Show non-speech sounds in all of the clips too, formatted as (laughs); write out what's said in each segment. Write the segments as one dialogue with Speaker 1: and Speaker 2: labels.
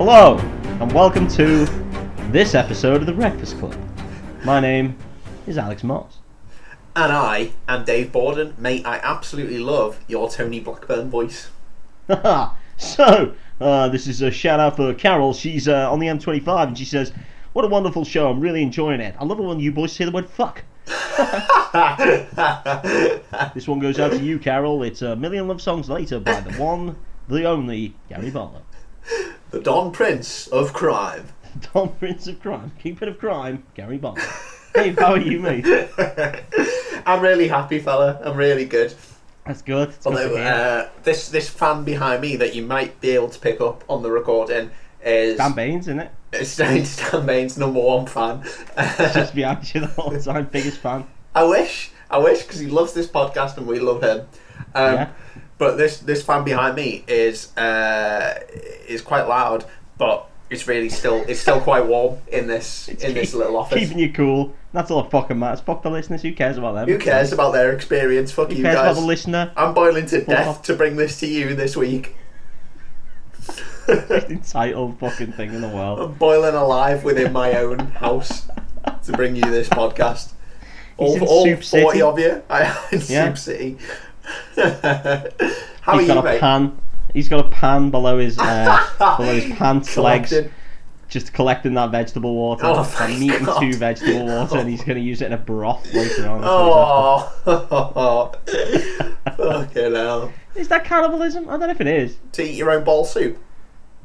Speaker 1: Hello, and welcome to this episode of The Breakfast Club. My name is Alex Moss.
Speaker 2: And I am Dave Borden. Mate, I absolutely love your Tony Blackburn voice.
Speaker 1: (laughs) so, uh, this is a shout out for Carol. She's uh, on the M25 and she says, What a wonderful show. I'm really enjoying it. I love it when you boys say the word fuck. This one goes out to you, Carol. It's a million love songs later by the one, the only Gary Barlow.
Speaker 2: The Don Prince of crime. (laughs)
Speaker 1: Tom Prince of Crime, Keep it of Crime, Gary Barlow. Dave, how are you, mate?
Speaker 2: I'm really happy, fella. I'm really good.
Speaker 1: That's good. It's good
Speaker 2: Although
Speaker 1: to hear.
Speaker 2: uh, this this fan behind me that you might be able to pick up on the recording is
Speaker 1: Dan Baines, isn't
Speaker 2: (laughs)
Speaker 1: it?
Speaker 2: Stan, Stan Bain's number one fan.
Speaker 1: (laughs) Just behind you the whole time, biggest fan.
Speaker 2: I wish, I wish, because he loves this podcast and we love him. Um,
Speaker 1: Yeah.
Speaker 2: But this this fan behind me is uh, is quite loud, but it's really still it's still quite warm in this in this
Speaker 1: Keep-
Speaker 2: little office.
Speaker 1: Keeping you cool. That's all that fucking matters. Fuck the listeners. Who cares about them?
Speaker 2: Who cares about their experience? Fuck
Speaker 1: Who
Speaker 2: you
Speaker 1: cares
Speaker 2: guys.
Speaker 1: about the listener?
Speaker 2: I'm boiling to death
Speaker 1: off.
Speaker 2: to bring this to you
Speaker 1: (laughs)
Speaker 2: this week.
Speaker 1: Entitled fucking thing in the world.
Speaker 2: I'm boiling alive within my own house to bring you this podcast. All,
Speaker 1: in
Speaker 2: all
Speaker 1: Soup
Speaker 2: 40
Speaker 1: City.
Speaker 2: of you. I am in
Speaker 1: Yeah.
Speaker 2: Soup City. (laughs) How
Speaker 1: He's got
Speaker 2: are you,
Speaker 1: a
Speaker 2: mate?
Speaker 1: pan. He's got a pan below his
Speaker 2: (laughs)
Speaker 1: uh, below his pants legs,
Speaker 2: Collected.
Speaker 1: just collecting that vegetable water.
Speaker 2: Oh,
Speaker 1: That
Speaker 2: my
Speaker 1: meat and
Speaker 2: God.
Speaker 1: two
Speaker 2: (laughs)
Speaker 1: vegetable water, and he's going to use it in a broth later on. That's what he's
Speaker 2: Oh, (laughs) fucking hell!
Speaker 1: after. Is that cannibalism? I don't know if it is.
Speaker 2: To eat your own bowl soup.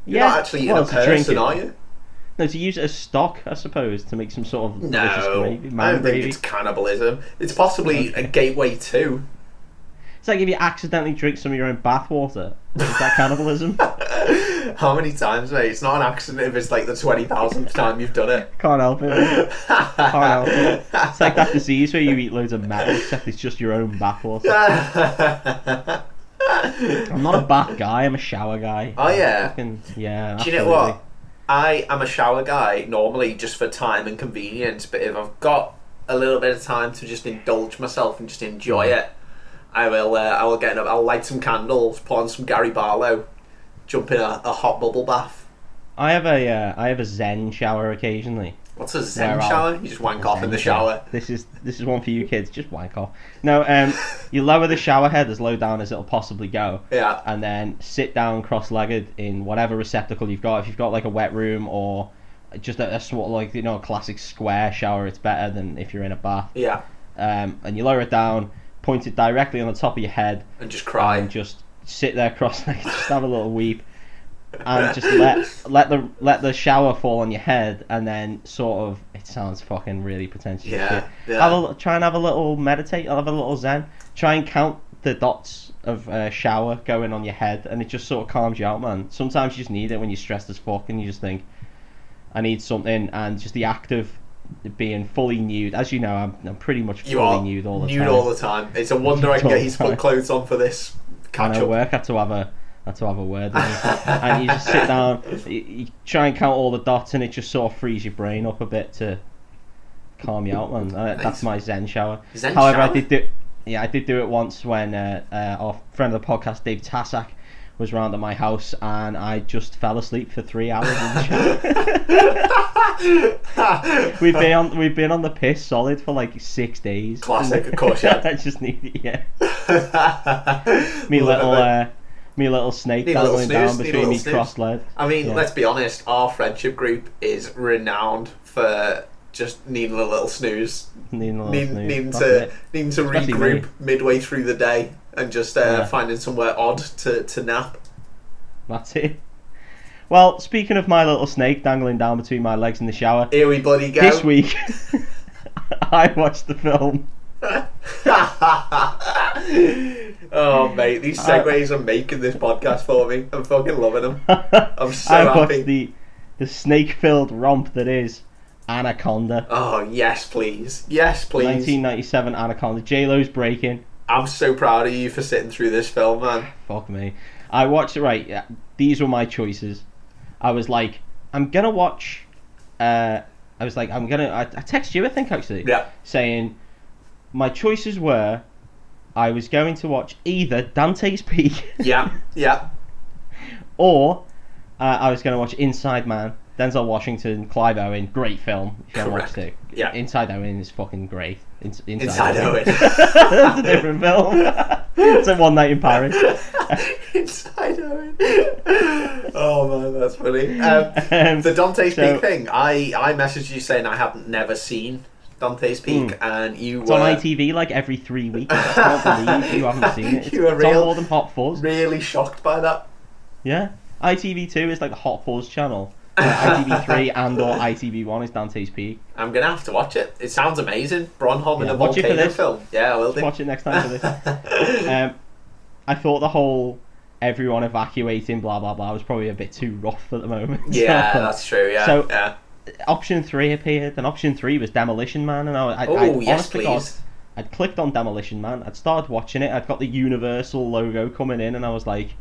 Speaker 2: You're
Speaker 1: yeah,
Speaker 2: not actually eating
Speaker 1: well,
Speaker 2: a
Speaker 1: to drink
Speaker 2: person,
Speaker 1: it.
Speaker 2: are you?
Speaker 1: No, to use it as stock, I suppose, to make some sort of delicious
Speaker 2: No,
Speaker 1: gravy.
Speaker 2: I
Speaker 1: Man
Speaker 2: don't think
Speaker 1: gravy.
Speaker 2: it's cannibalism. It's possibly a gateway to.
Speaker 1: It's like if you accidentally drink some of your own bathwater. Is that cannibalism?
Speaker 2: (laughs) How many times, mate? It's not an accident if it's like the twenty thousandth time you've done it.
Speaker 1: Can't help it. Can't help it. It's like that disease where you eat loads of metal, except it's just your own bathwater. I'm not (laughs) a bath guy. I'm a shower guy.
Speaker 2: oh yeah.
Speaker 1: Fucking- yeah.
Speaker 2: Do you know
Speaker 1: absolutely.
Speaker 2: what? I am a shower guy normally just for time and convenience, but if I've got a little bit of time to just indulge myself and just enjoy
Speaker 1: Mm.
Speaker 2: it, I will. Uh, I will get. Up, I'll light some candles, put on some Gary Barlow, jump in a, a hot bubble bath.
Speaker 1: I have a uh, I have a Zen shower occasionally.
Speaker 2: What's a Zen
Speaker 1: Where are-
Speaker 2: shower? You just wank off in the shower.
Speaker 1: This is this is one for you kids. Just wank off. No, um, you lower the shower head as low down as it'll possibly go.
Speaker 2: Yeah.
Speaker 1: and then sit down cross-legged in whatever receptacle you've got. If you've got like a wet room or just a, a sort of like you know a classic square shower, it's better than if you're in a bath.
Speaker 2: Yeah.
Speaker 1: Um, and you lower it down, point it directly on the top of your head,
Speaker 2: And just cry.
Speaker 1: and just sit there (laughs) cross-legged, just have a little weep, and just let let the let the shower fall on your head, and then sort of it sounds fucking really pretentious. as
Speaker 2: Yeah,
Speaker 1: shit.
Speaker 2: yeah.
Speaker 1: Have a l- try and have a little meditate, have a little zen. Try and count the dots of uh, shower going on your head, and it just sort of calms you out, man. Sometimes you just need it when you're stressed as fuck, and you just think, I need something, and just the act of being fully nude. As you know, I'm, I'm pretty much fully
Speaker 2: you are
Speaker 1: nude all the
Speaker 2: nude
Speaker 1: time.
Speaker 2: all the time. It's a wonder I can
Speaker 1: all
Speaker 2: get
Speaker 1: the
Speaker 2: his
Speaker 1: time.
Speaker 2: full clothes on for this
Speaker 1: and
Speaker 2: catch
Speaker 1: at
Speaker 2: up.
Speaker 1: work had to have a had to have a word with me. and you just sit down you, you try and count all the dots and it just sort of frees your brain up a bit to calm you out man Uh, that's
Speaker 2: Nice.
Speaker 1: my zen shower
Speaker 2: Zen
Speaker 1: however
Speaker 2: shower?
Speaker 1: i did do yeah i did do it once when uh, uh, our friend of the podcast dave tassack was round at my house and i just fell asleep for three
Speaker 2: (laughs)
Speaker 1: hours (laughs) in the
Speaker 2: (laughs)
Speaker 1: shower we've been on we've been on the piss solid for like six days
Speaker 2: Classic, of course, yeah.
Speaker 1: (laughs) i just need yeah me little uh, me little snake
Speaker 2: Need a
Speaker 1: that
Speaker 2: little
Speaker 1: went
Speaker 2: snooze,
Speaker 1: down
Speaker 2: need a
Speaker 1: between
Speaker 2: little
Speaker 1: me
Speaker 2: snooze.
Speaker 1: cross legged.
Speaker 2: I mean,
Speaker 1: Yeah.
Speaker 2: let's
Speaker 1: (laughs)
Speaker 2: be honest. Our friendship group is renowned for just needing a little snooze,
Speaker 1: Needing a little
Speaker 2: Need,
Speaker 1: snooze.
Speaker 2: needing
Speaker 1: That's
Speaker 2: to
Speaker 1: it.
Speaker 2: needing to
Speaker 1: Especially
Speaker 2: regroup
Speaker 1: me.
Speaker 2: midway through the day and just uh,
Speaker 1: Yeah.
Speaker 2: finding somewhere odd to, to nap.
Speaker 1: That's it. (laughs) Well, speaking of my little snake dangling down between my legs in the shower,
Speaker 2: Here we bloody go.
Speaker 1: this week (laughs) I watched the film.
Speaker 2: oh mate, these
Speaker 1: Uh,
Speaker 2: segues are making this podcast for me. I'm fucking loving them.
Speaker 1: (laughs)
Speaker 2: I'm so
Speaker 1: I watched
Speaker 2: happy.
Speaker 1: the the snake filled romp that is Anaconda.
Speaker 2: Oh yes, please, yes, please.
Speaker 1: 1997 Anaconda. J Lo's breaking.
Speaker 2: I'm so proud of you for sitting through this film, man.
Speaker 1: Fuck me. I watched it right. yeah, These were my choices. I was like, I'm gonna watch. Uh, I was like, I'm gonna. I, I text you, I think actually,
Speaker 2: Yeah.
Speaker 1: saying my choices were, I was
Speaker 2: (laughs)
Speaker 1: going to watch either Dante's Peak
Speaker 2: Yeah, yeah.
Speaker 1: (laughs) or Uh, I was going to watch Inside Man. Denzel Washington, Clive Owen, great film. If you haven't watched it,
Speaker 2: Correct. Yeah.
Speaker 1: Inside Owen is fucking great. In- Inside,
Speaker 2: Inside Owen.
Speaker 1: (laughs) That's a different film. (laughs) it's a one night in Paris.
Speaker 2: Inside Owen. Oh man, that's funny. Um,
Speaker 1: Um,
Speaker 2: the Dante's
Speaker 1: so-
Speaker 2: Peak thing. I I messaged you saying I hadn't never seen Dante's Peak, and you
Speaker 1: Hmm. It's on
Speaker 2: were
Speaker 1: ITV like every three weeks.
Speaker 2: (laughs)
Speaker 1: I can't believe you haven't seen it. It's,
Speaker 2: You are
Speaker 1: it's on
Speaker 2: real.
Speaker 1: more than Hot Fuzz.
Speaker 2: really shocked by that.
Speaker 1: Yeah. ITV2 is like the Hot Fuzz channel. Uh, And
Speaker 2: (laughs)
Speaker 1: ITV3 and or ITV1 is Dante's Peak.
Speaker 2: I'm gonna have to watch it. It sounds amazing. Bronholm in
Speaker 1: Yeah,
Speaker 2: a
Speaker 1: watch it for
Speaker 2: volcano
Speaker 1: this.
Speaker 2: film. Yeah, I will do.
Speaker 1: Watch it next time
Speaker 2: (laughs)
Speaker 1: for this. Um, I thought the whole everyone evacuating blah blah blah was probably a bit too rough at the moment. (laughs)
Speaker 2: yeah,
Speaker 1: So, uh,
Speaker 2: that's true. Yeah,
Speaker 1: So-
Speaker 2: yeah.
Speaker 1: option three appeared, and option three was Demolition Man, and I, I,
Speaker 2: Oh
Speaker 1: I
Speaker 2: yes,
Speaker 1: uh, honestly God,
Speaker 2: please.
Speaker 1: I'd clicked on Demolition Man, I'd started watching it, I'd got the Universal logo coming in, and I was like,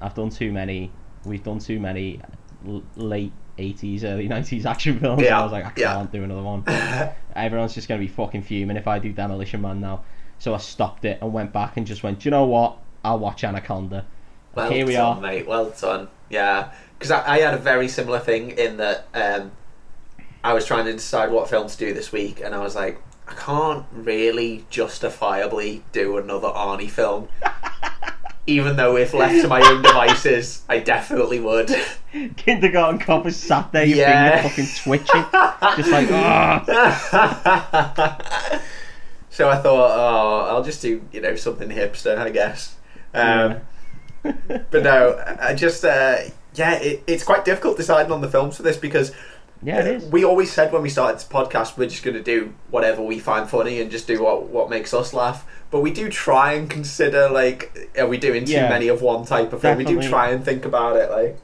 Speaker 1: I've done too many, we've done too many l- late 80s, early 90s action films, and
Speaker 2: Yeah,
Speaker 1: I was like, I can't
Speaker 2: yeah.
Speaker 1: do another
Speaker 2: (laughs)
Speaker 1: one. Everyone's just going to be fucking fuming if I do Demolition Man now. So I stopped it and went back and just went, do you know what? I'll watch Anaconda.
Speaker 2: Well
Speaker 1: Here we
Speaker 2: done,
Speaker 1: are.
Speaker 2: mate. Well done. Yeah, because I, I had a very similar thing in that um, I was trying to decide what film to do this week, and I was like, I can't really justifiably do another
Speaker 1: (laughs)
Speaker 2: Arnie film. Even though, if left to my own devices, I definitely would.
Speaker 1: (laughs) Kindergarten Cop is sat there, your
Speaker 2: Yeah.
Speaker 1: finger fucking twitching. just
Speaker 2: (laughs)
Speaker 1: like, ah. (laughs)
Speaker 2: so I thought, oh, I'll just do you know something hipster, I guess. Um, but no, I- I just uh, yeah, it, it's quite difficult deciding on the films for this because
Speaker 1: Yeah, it is.
Speaker 2: we always said when we started this podcast we're just going to do whatever we find funny and just do what what makes us laugh. But we do try and consider like are we doing too
Speaker 1: Yeah.
Speaker 2: many of one type of film? We do
Speaker 1: Definitely.
Speaker 2: try and think about it like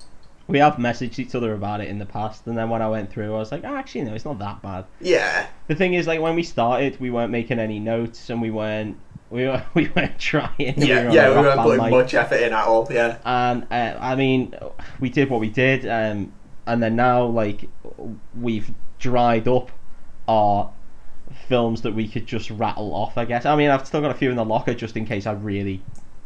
Speaker 1: we have messaged each other about it in the past, and then when I went through, I was like, "Ah, actually, no, it's not that bad.
Speaker 2: yeah.
Speaker 1: The thing is, like when we started, we weren't making any notes, and we weren't we were (laughs) we weren't trying.
Speaker 2: Yeah,
Speaker 1: were on
Speaker 2: yeah,
Speaker 1: a rock
Speaker 2: we weren't
Speaker 1: band
Speaker 2: putting
Speaker 1: mic.
Speaker 2: much effort in at all. Yeah,
Speaker 1: And uh, I mean, we did what we did, um, and then now like we've dried up our films that we could just rattle off. I guess. I mean, I've still got a few in the locker just in case I really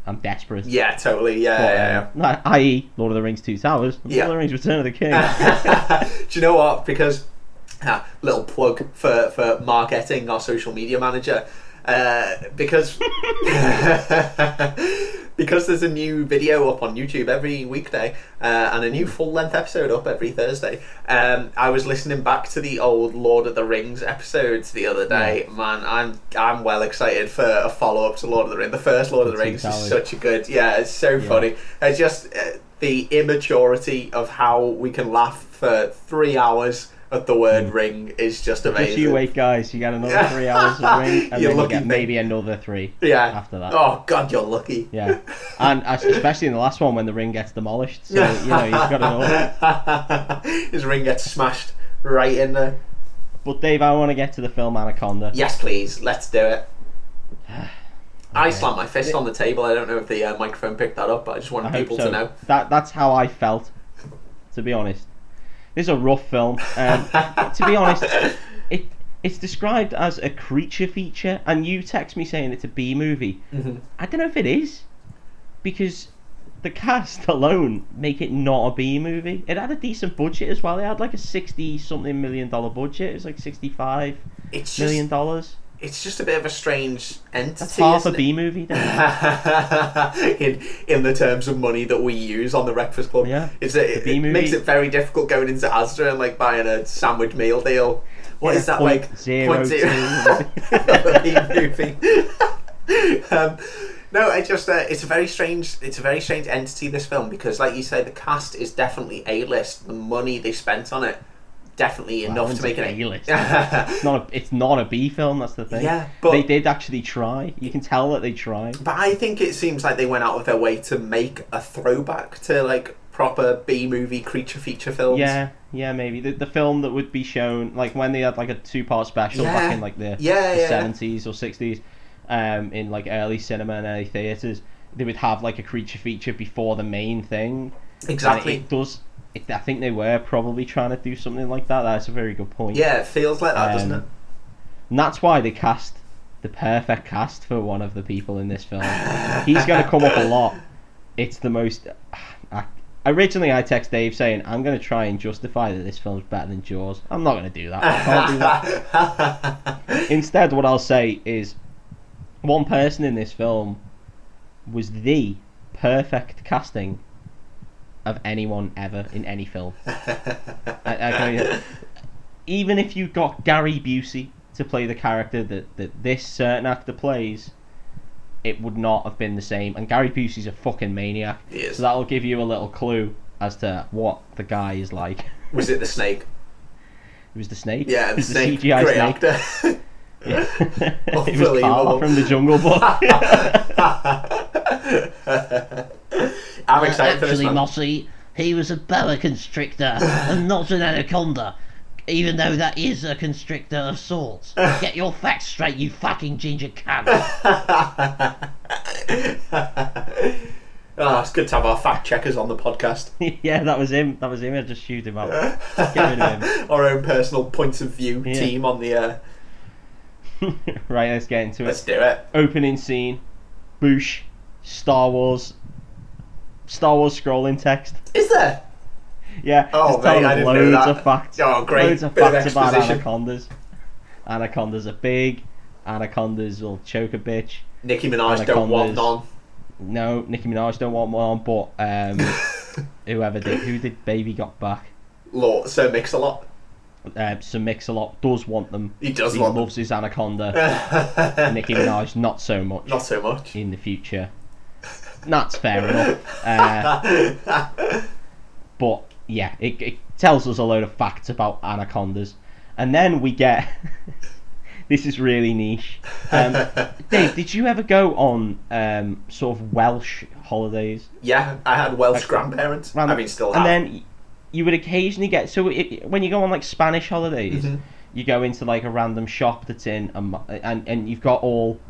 Speaker 1: am desperate.
Speaker 2: yeah, totally. Yeah,
Speaker 1: But,
Speaker 2: yeah, yeah.
Speaker 1: um, like, I.e., Lord of the Rings: Two Towers,
Speaker 2: Yeah.
Speaker 1: Lord of the Rings: Return of the King.
Speaker 2: (laughs) Do you know what? Because ah, little plug for for Mark Etting, our social media manager. Uh, because (laughs) because there's a new video up on YouTube every weekday uh, and a new full length episode up every Thursday. Um, I was listening back to the old Lord of the Rings episodes the other day. Man, I'm I'm well excited for a follow up to Lord of the Rings. The first Lord of the
Speaker 1: Two
Speaker 2: Rings is
Speaker 1: Towers.
Speaker 2: such a good yeah, it's so funny. It's just uh, the immaturity of how we can laugh for three hours at the word ring is just amazing.
Speaker 1: Just Mm. you wait, guys. You got another three hours of
Speaker 2: (laughs)
Speaker 1: ring, and then
Speaker 2: You're
Speaker 1: you
Speaker 2: lucky
Speaker 1: get
Speaker 2: thing.
Speaker 1: maybe another three
Speaker 2: yeah.
Speaker 1: after that.
Speaker 2: Oh God, you're lucky.
Speaker 1: Yeah, and as- especially in the last one when the ring gets demolished. So you know you've got
Speaker 2: (laughs)
Speaker 1: another.
Speaker 2: His ring gets smashed right in there.
Speaker 1: But Dave, I want to get to the film Anaconda.
Speaker 2: Yes, please. Let's
Speaker 1: (sighs)
Speaker 2: do it. I slammed my fist on the table. I don't know if the uh, microphone picked that up, but I just wanted
Speaker 1: I hope
Speaker 2: people
Speaker 1: so.
Speaker 2: to know.
Speaker 1: That that's how I felt. To be honest, this is a rough film. Um,
Speaker 2: (laughs)
Speaker 1: to be honest, it it's described as a creature feature, and you text me saying it's a B movie.
Speaker 2: Mm-hmm.
Speaker 1: I don't know if it is, because the cast (laughs) alone make it not a B movie. It had a decent budget as well. It had like a sixty something million dollar budget. It was like sixty five
Speaker 2: It's just,
Speaker 1: million dollars.
Speaker 2: it's just a bit of a strange entity.
Speaker 1: That's half a
Speaker 2: isn't it?
Speaker 1: B movie. Then.
Speaker 2: (laughs) in in the terms of money that we use on the Breakfast Club.
Speaker 1: Yeah.
Speaker 2: It's a,
Speaker 1: The
Speaker 2: it
Speaker 1: B-movie.
Speaker 2: makes it very difficult going into Asda and like buying a sandwich meal deal. What
Speaker 1: Yeah,
Speaker 2: is that
Speaker 1: point
Speaker 2: like?
Speaker 1: zero
Speaker 2: Point zero- (laughs)
Speaker 1: two.
Speaker 2: the B-movie. (laughs) um, no, I just uh, it's a very strange it's a very strange entity this film because like you say the cast is definitely A list. The money they spent on it definitely enough
Speaker 1: one's
Speaker 2: to make it
Speaker 1: A-list. (laughs)
Speaker 2: (laughs)
Speaker 1: It's not a it's not a B film. That's the thing.
Speaker 2: Yeah, but-
Speaker 1: they did actually try. You can tell that they tried.
Speaker 2: But I think it seems like they went out of their way to make a throwback to like proper B movie creature feature films.
Speaker 1: Yeah, yeah, maybe the, the film that would be shown like when they had like a two part special
Speaker 2: Yeah.
Speaker 1: back in like the
Speaker 2: Yeah, yeah.
Speaker 1: seventies or sixties, um, in like early cinema and early theaters, they would have like a creature feature before the main thing. And
Speaker 2: Exactly.
Speaker 1: it does. It, I think they were probably trying to do something like that. That's a very good point.
Speaker 2: Yeah, it feels like that, doesn't
Speaker 1: Um,
Speaker 2: it?
Speaker 1: And that's why they cast the perfect cast for one of the people in this film. He's going to come up a lot. It's the most. I, originally I text Dave saying I'm going to try and justify that this film's better than Jaws. I'm not going to do that. I can't do that. Instead, what I'll say is, one person in this film was the perfect casting of anyone ever in any
Speaker 2: (laughs)
Speaker 1: film. I, I can- even if you got Gary Busey to play the character that, that this certain actor plays, it would not have been the same. And Gary Busey's a fucking maniac.
Speaker 2: He is.
Speaker 1: So that'll give you a little clue as to what the guy is like. (laughs) It
Speaker 2: (laughs) Was it the snake?
Speaker 1: was the snake.
Speaker 2: Yeah,
Speaker 1: it
Speaker 2: the
Speaker 1: was
Speaker 2: snake.
Speaker 1: the CGI
Speaker 2: Great
Speaker 1: snake.
Speaker 2: actor.
Speaker 1: (laughs)
Speaker 2: (laughs) Oh,
Speaker 1: Yeah. it was
Speaker 2: Unbelievable.
Speaker 1: Carl from the Jungle Book.
Speaker 2: (laughs) I'm excited for this (laughs)
Speaker 3: Actually,
Speaker 2: one.
Speaker 3: Mossy, he was a boa constrictor and not an anaconda, even though that is a constrictor of sorts. Get your facts straight, you fucking ginger cunt.
Speaker 2: oh, it's good to have our fact checkers on the podcast. (laughs)
Speaker 1: (laughs) yeah, that was him. That was him. I just shooed him out. Get rid of him.
Speaker 2: our own personal points of view
Speaker 1: Yeah.
Speaker 2: team on the. Uh,
Speaker 1: (laughs) right, let's get into
Speaker 2: let's
Speaker 1: it.
Speaker 2: do it.
Speaker 1: Opening scene. Boosh. Star Wars. Star Wars scrolling text.
Speaker 2: Is there?
Speaker 1: Yeah.
Speaker 2: Oh,
Speaker 1: just telling
Speaker 2: mate, I didn't
Speaker 1: loads
Speaker 2: know that.
Speaker 1: of facts.
Speaker 2: Oh, great.
Speaker 1: Loads of
Speaker 2: Bit of
Speaker 1: facts about
Speaker 2: exposition.
Speaker 1: anacondas. Anacondas are big. Anacondas will choke a bitch.
Speaker 2: Nicki Minaj don't want none.
Speaker 1: Anacondas. No, Nicki Minaj don't want one, but um,
Speaker 2: (laughs)
Speaker 1: whoever did, who did Baby Got Back?
Speaker 2: Lord, so mix a lot.
Speaker 1: Uh, Sir Mix-a-Lot does want them.
Speaker 2: He does
Speaker 1: he
Speaker 2: want them.
Speaker 1: loves his anaconda. Nicki Minaj, not so much
Speaker 2: (laughs) Not so much.
Speaker 1: in the future. That's fair enough. Uh, but yeah, it, it tells us a load of facts about anacondas, and then we get. (laughs) this is really niche. Um, Dave, did you ever go on um, sort of Welsh holidays?
Speaker 2: Yeah, I had Welsh grandparents. I mean, still
Speaker 1: And
Speaker 2: have.
Speaker 1: then y- you would occasionally get so it, when you go on like Spanish holidays, you go into like a random shop that's in a, mo- and and you've got all.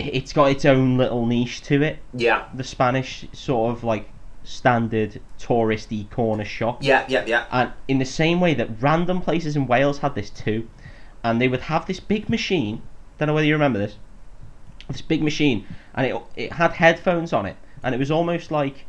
Speaker 1: It's got its own little niche to it.
Speaker 2: yeah,
Speaker 1: The Spanish sort of like standard touristy corner shop.
Speaker 2: yeah, yeah, yeah.
Speaker 1: And in the same way that random places in Wales had this too, and they would have this big machine. Don't know whether you remember this. This big machine, and it it had headphones on it, and it was almost like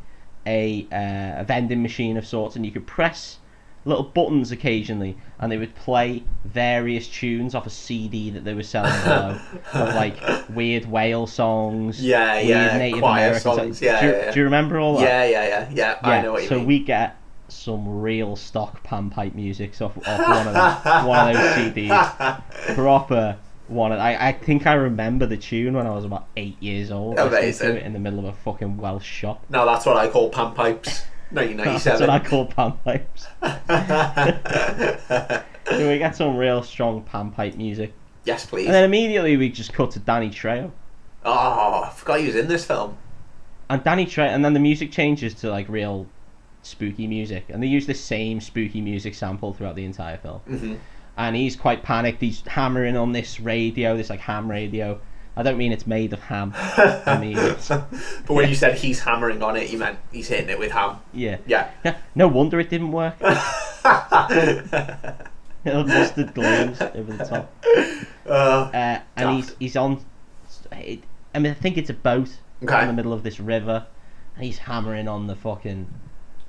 Speaker 1: a uh, a vending machine of sorts, and you could press little buttons occasionally, and they would play various tunes off a CD that they were
Speaker 2: (laughs)
Speaker 1: selling below, of like weird whale songs,
Speaker 2: Yeah,
Speaker 1: weird
Speaker 2: yeah,
Speaker 1: Native
Speaker 2: choir
Speaker 1: American songs.
Speaker 2: songs, yeah,
Speaker 1: do, you,
Speaker 2: yeah, yeah.
Speaker 1: do you remember all that?
Speaker 2: Yeah, yeah, yeah, yeah. I know what
Speaker 1: Oh,
Speaker 2: you
Speaker 1: so
Speaker 2: mean. (laughs)
Speaker 1: we get some real stock panpipe music off, off one of
Speaker 2: (laughs)
Speaker 1: them, one of those CDs. Proper one. Of, I I think I remember the tune when I was about eight years old. listening
Speaker 2: Amazing.
Speaker 1: To it in the middle of a fucking Welsh shop.
Speaker 2: Now that's what I call pan pipes.
Speaker 1: (laughs) That's what I
Speaker 2: 1997.
Speaker 1: call panpipes. so we get some real strong panpipe music,
Speaker 2: (laughs) yes, please.
Speaker 1: and then immediately we just cut to Danny Trejo.
Speaker 2: oh, I forgot he was in this film. (laughs)
Speaker 1: and Danny Tre and then the music changes to like real spooky music, and they use the same spooky music sample throughout the entire film. Mm-hmm. And he's quite panicked. He's hammering on this radio, this like ham radio. I don't mean it's made of ham. I mean, it's,
Speaker 2: But when you said he's hammering on it, you meant he's hitting it with ham.
Speaker 1: yeah.
Speaker 2: Yeah. (laughs)
Speaker 1: (laughs) No wonder it didn't work. (laughs) Little mustard gleams over the top.
Speaker 2: Uh,
Speaker 1: Uh, and he's he's on. It, I mean, I think it's a boat
Speaker 2: Okay.
Speaker 1: in the middle of this river, and he's hammering on the fucking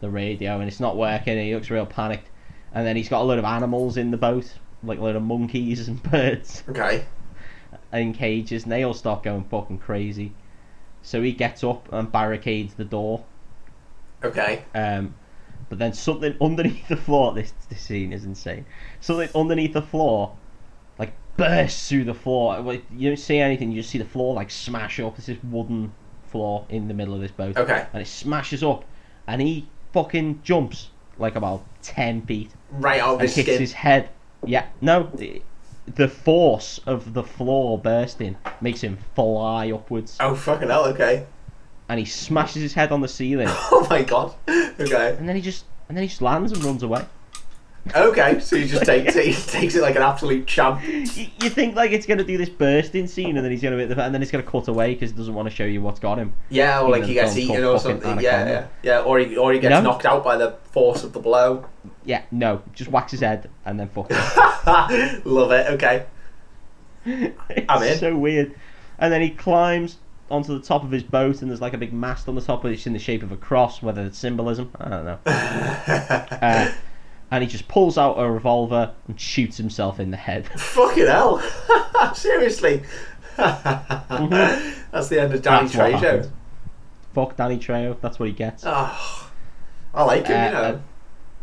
Speaker 1: the radio, and it's not working. And he looks real panicked, and then he's got a load of animals in the boat, like a load of monkeys and (laughs) birds
Speaker 2: okay.
Speaker 1: in cages, and they all start going fucking crazy. So he gets up and barricades the door.
Speaker 2: Okay.
Speaker 1: Um, but then something underneath the floor. This this scene is insane. Something underneath the floor, like bursts through the floor. Like, You don't see anything. You just see the floor like smash up. It's this wooden floor in the middle of this boat.
Speaker 2: Okay.
Speaker 1: And it smashes up, and he fucking jumps like about ten feet
Speaker 2: Right out of
Speaker 1: and
Speaker 2: his
Speaker 1: hits
Speaker 2: skin.
Speaker 1: his head. Yeah, no. the- The force of the floor bursting makes him fly upwards,
Speaker 2: Oh, fucking hell, okay.
Speaker 1: and he smashes his head on the ceiling,
Speaker 2: (laughs) Oh my god. Okay.
Speaker 1: and then he just and then he just lands and runs away.
Speaker 2: Okay, so he
Speaker 1: (laughs)
Speaker 2: just takes it, he (laughs) takes it like an absolute champ.
Speaker 1: you you think like it's gonna do this bursting scene, and then he's gonna hit the, and then it's gonna cut away because it doesn't want to show you what's got him.
Speaker 2: Yeah, or like he gets
Speaker 1: Even
Speaker 2: eaten
Speaker 1: though
Speaker 2: or
Speaker 1: it's called
Speaker 2: something.
Speaker 1: fucking
Speaker 2: Yeah, yeah,
Speaker 1: anaconda.
Speaker 2: yeah. Or he or he gets
Speaker 1: No.
Speaker 2: knocked out by the force of the blow. (laughs)
Speaker 1: Yeah, no, just whacks his head and then fuck. it.
Speaker 2: Love it. Okay.
Speaker 1: It's
Speaker 2: (laughs) I'm in.
Speaker 1: So weird. And then he climbs onto the top of his boat, and there's like a big mast on the top, but it's in the shape of a cross. Whether it's symbolism, I don't
Speaker 2: (laughs)
Speaker 1: know. Uh, and he just pulls out a revolver and shoots himself in the head. (laughs)
Speaker 2: Fucking hell! (laughs) Seriously, (laughs) that's the end of Danny
Speaker 1: Mm-hmm. That's what
Speaker 2: Trejo.
Speaker 1: happened. Fuck Danny Trejo. That's what he gets.
Speaker 2: Oh, I like him,
Speaker 1: Uh,
Speaker 2: you
Speaker 1: uh,
Speaker 2: know.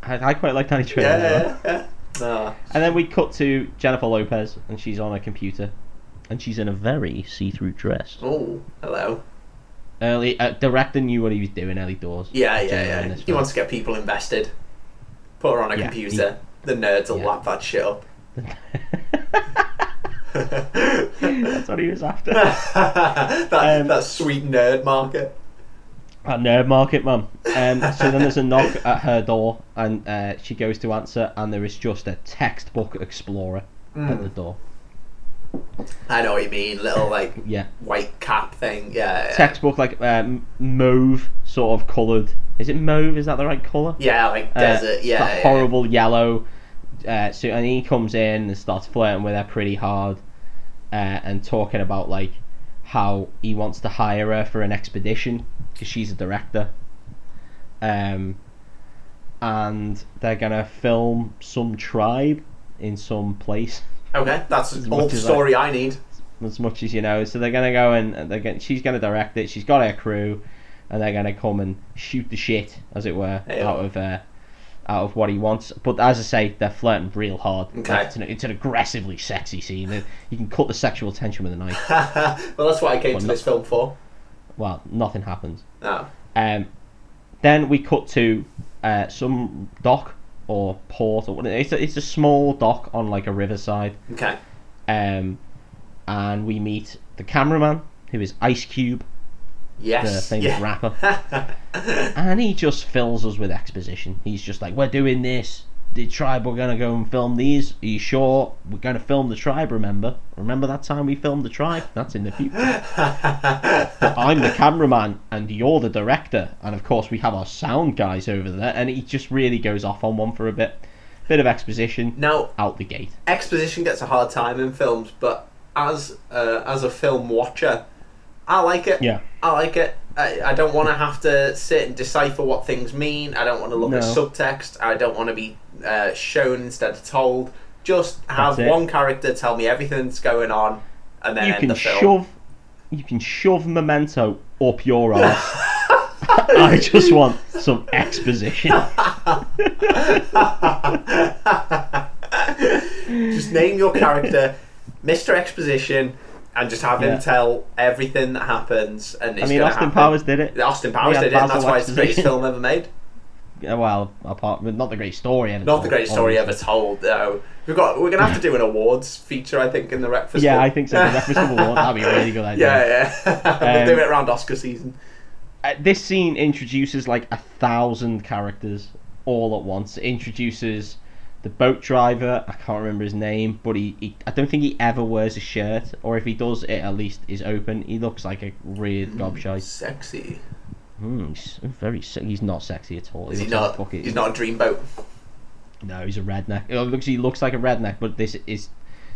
Speaker 1: I, I quite like Danny Trejo.
Speaker 2: Yeah,
Speaker 1: as well.
Speaker 2: yeah, yeah. Nah.
Speaker 1: And then we cut to Jennifer Lopez, and she's on her computer, and she's in a very see-through dress.
Speaker 2: Oh, hello.
Speaker 1: Early uh, director knew what he was doing early doors.
Speaker 2: Yeah, yeah,
Speaker 1: Jennifer in
Speaker 2: yeah.
Speaker 1: this
Speaker 2: He
Speaker 1: film.
Speaker 2: wants to get people invested. Put her on a
Speaker 1: Yeah,
Speaker 2: computer. The nerds will
Speaker 1: yeah.
Speaker 2: lap that shit up. (laughs)
Speaker 1: (laughs) That's what he was
Speaker 2: (laughs)
Speaker 1: after.
Speaker 2: that,
Speaker 1: Um,
Speaker 2: that sweet nerd market.
Speaker 1: That nerd market, mum. Um, so then there's a knock at her door, and uh, she goes to answer, and there is just a textbook explorer at
Speaker 2: Hmm.
Speaker 1: the door.
Speaker 2: I know what you mean.
Speaker 1: (laughs)
Speaker 2: Little like
Speaker 1: Yeah,
Speaker 2: white cap thing. Yeah, yeah.
Speaker 1: textbook like um, mauve, sort of coloured. Is it mauve? Is that the right colour?
Speaker 2: yeah like
Speaker 1: Uh,
Speaker 2: desert. Yeah,
Speaker 1: that
Speaker 2: yeah.
Speaker 1: horrible yellow uh, suit, and he comes in and starts flirting with her pretty hard, uh, and talking about like how he wants to hire her for an expedition because she's a director, um, and they're gonna film some tribe in some place
Speaker 2: Okay, that's
Speaker 1: As
Speaker 2: all
Speaker 1: much
Speaker 2: the
Speaker 1: as I-
Speaker 2: story I need. (laughs)
Speaker 1: as much as you know. So they're gonna go and and they're going she's gonna direct it. She's got her crew, and they're gonna come and shoot the shit, as it were,
Speaker 2: Yeah.
Speaker 1: out of uh, out of what he wants. But as I say, they're flirting real hard.
Speaker 2: Okay.
Speaker 1: Like, it's, an, it's an aggressively sexy scene. They- You can cut the sexual tension with a knife.
Speaker 2: well, that's what I came
Speaker 1: Well,
Speaker 2: to
Speaker 1: no-
Speaker 2: this film for. Oh,
Speaker 1: well, nothing happens.
Speaker 2: No.
Speaker 1: Um, then we cut to uh, some dock or port or what it's a, it's a small dock on like a riverside.
Speaker 2: Okay.
Speaker 1: Um, and we meet the cameraman who is Ice Cube. the
Speaker 2: Yes.
Speaker 1: famous
Speaker 2: yeah.
Speaker 1: rapper.
Speaker 2: (laughs)
Speaker 1: and he just fills us with exposition. He's just like, we're doing this. The tribe, we're going to go and film these. Are you sure? We're going to film the tribe, remember? Remember that time we filmed the tribe? That's in the
Speaker 2: (laughs)
Speaker 1: future. but I'm the cameraman and you're the director. And of course, we have our sound guys over there. And he just really goes off on one for a bit. Bit of exposition
Speaker 2: Now,
Speaker 1: out the gate.
Speaker 2: exposition gets a hard time in films, but as uh, as a film watcher, I like it.
Speaker 1: Yeah.
Speaker 2: I like it. I, I don't want to have to sit and decipher what things mean. I don't want to look at
Speaker 1: No.
Speaker 2: subtext. I don't want to be uh, shown instead of told. Just have
Speaker 1: That's it.
Speaker 2: one character tell me everything that's going on, and then
Speaker 1: You
Speaker 2: end
Speaker 1: can
Speaker 2: the film.
Speaker 1: shove. You can shove memento up
Speaker 2: (laughs)
Speaker 1: your ass. I just want some
Speaker 2: (laughs)
Speaker 1: exposition.
Speaker 2: just name
Speaker 1: (laughs)
Speaker 2: your character, Mr. Exposition, and just have him
Speaker 1: Yeah.
Speaker 2: tell everything that happens. And it's
Speaker 1: I mean,
Speaker 2: gonna
Speaker 1: Austin
Speaker 2: happen.
Speaker 1: Powers did it.
Speaker 2: Austin Powers
Speaker 1: Yeah,
Speaker 2: did it. and That's
Speaker 1: Basil
Speaker 2: why it's the greatest
Speaker 1: Exposition.
Speaker 2: film ever made.
Speaker 1: Yeah, Well, apart from not the great story ever.
Speaker 2: Not
Speaker 1: told,
Speaker 2: the greatest story ever
Speaker 1: obviously.
Speaker 2: told, though. We've got. We're gonna have to do an awards feature, I think, in the breakfast.
Speaker 1: Yeah,
Speaker 2: Club.
Speaker 1: I
Speaker 2: (laughs)
Speaker 1: think so. The Breakfast Club Award, that'd be a really good idea.
Speaker 2: Yeah, yeah. (laughs) we'll
Speaker 1: Um,
Speaker 2: do it around Oscar season.
Speaker 1: Uh, this scene introduces like a thousand characters all at once. It introduces the boat driver. I can't remember his name, but he, he. I don't think he ever wears a shirt, or if he does, it at least is open. He looks like a
Speaker 2: Mm.
Speaker 1: weird gobshite.
Speaker 2: Sexy.
Speaker 1: Mm, he's very. Se- he's not sexy at all.
Speaker 2: Is he
Speaker 1: looks like a
Speaker 2: not?
Speaker 1: fucking-
Speaker 2: He's not a dreamboat.
Speaker 1: No, he's a redneck. It looks. He looks like a redneck, but this is.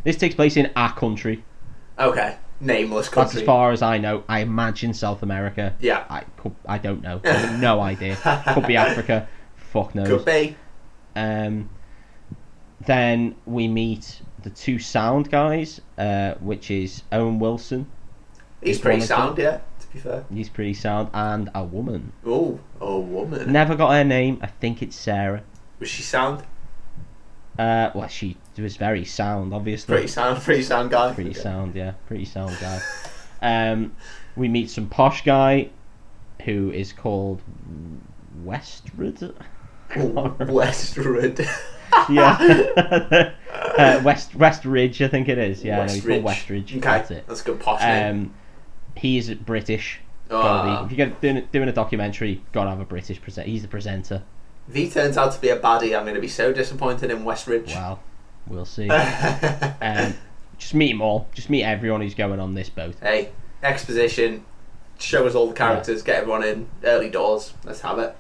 Speaker 1: This takes place in our country.
Speaker 2: Okay. Nameless
Speaker 1: That's
Speaker 2: country.
Speaker 1: as far as I know. I imagine South America.
Speaker 2: Yeah.
Speaker 1: I could, I don't know. I've no idea. Could be Africa. Fuck knows.
Speaker 2: Could be.
Speaker 1: Um, then we meet the two sound guys, uh, which is Owen Wilson.
Speaker 2: He's
Speaker 1: He's
Speaker 2: pretty
Speaker 1: one of
Speaker 2: sound, yeah. To be fair.
Speaker 1: He's pretty sound, and a woman.
Speaker 2: Oh, a woman.
Speaker 1: Never got her name. I think it's Sarah.
Speaker 2: Was she sound?
Speaker 1: Uh, well, she was very sound, obviously.
Speaker 2: Pretty sound. (laughs) Pretty sound guy.
Speaker 1: Pretty sound, yeah. Pretty sound guy. Um, we meet some posh guy who is called Westred. (laughs)
Speaker 2: Oh, Westwood.
Speaker 1: yeah. (laughs) uh, West West Ridge, I think it is. Yeah, no, he's
Speaker 2: (laughs)
Speaker 1: called West Ridge.
Speaker 2: Okay.
Speaker 1: That's it.
Speaker 2: a good posh name.
Speaker 1: Um, he is British. Gotta
Speaker 2: Ah.
Speaker 1: be. If you're gonna- doing, a- doing a documentary, gotta have a British presenter. He's the presenter.
Speaker 2: If he turns out to be a baddie, I'm going to be so disappointed in Westridge.
Speaker 1: Well, we'll (laughs) see. um, just meet them all. Just meet everyone who's going on this boat.
Speaker 2: Hey, exposition. Show us all the characters. Get everyone in early doors. Let's have it.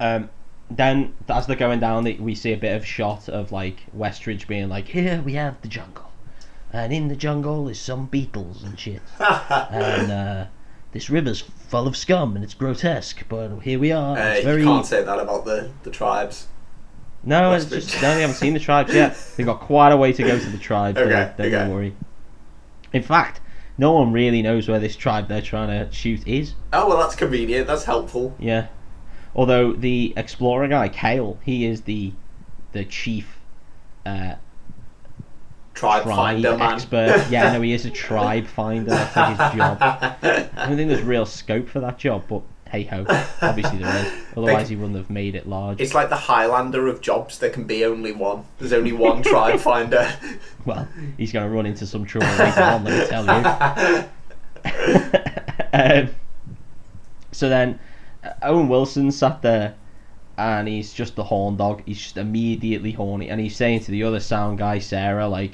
Speaker 1: Um, then, as they're going down, they- we see a bit of shot of like Westridge being like, "Here we have the jungle,"
Speaker 3: and in the jungle is some beetles and shit. and uh, this river's full of scum and it's grotesque, but here we are.
Speaker 2: Uh,
Speaker 3: it's very
Speaker 2: You can't say that about the, the tribes.
Speaker 1: No,
Speaker 2: West
Speaker 1: it's just
Speaker 2: Bridge.
Speaker 1: no, they haven't seen
Speaker 2: (laughs)
Speaker 1: the tribes yet. They've got quite a way to go to the tribes.
Speaker 2: Okay,
Speaker 1: they, they don't
Speaker 2: okay.
Speaker 1: worry. In fact, no one really knows where this tribe they're trying to shoot is.
Speaker 2: Oh well, that's convenient. That's helpful.
Speaker 1: Yeah. Although the explorer guy Kale, he is the the chief uh,
Speaker 2: Tribe,
Speaker 1: tribe
Speaker 2: finder man.
Speaker 1: expert.
Speaker 2: (laughs)
Speaker 1: yeah, no, he is a tribe finder. That's like his job. I don't think there's real scope for that job, but hey ho, obviously there is. Otherwise, he wouldn't have made it large.
Speaker 2: It's like the Highlander of jobs. There can be only one. There's only one
Speaker 1: (laughs)
Speaker 2: tribe finder.
Speaker 1: Well, he's going to run into some trouble later on, let me tell you. um, so then, uh, Owen Wilson sat there, and he's just the horn dog. He's just immediately horny, and he's saying to the other sound guy, Sarah, like,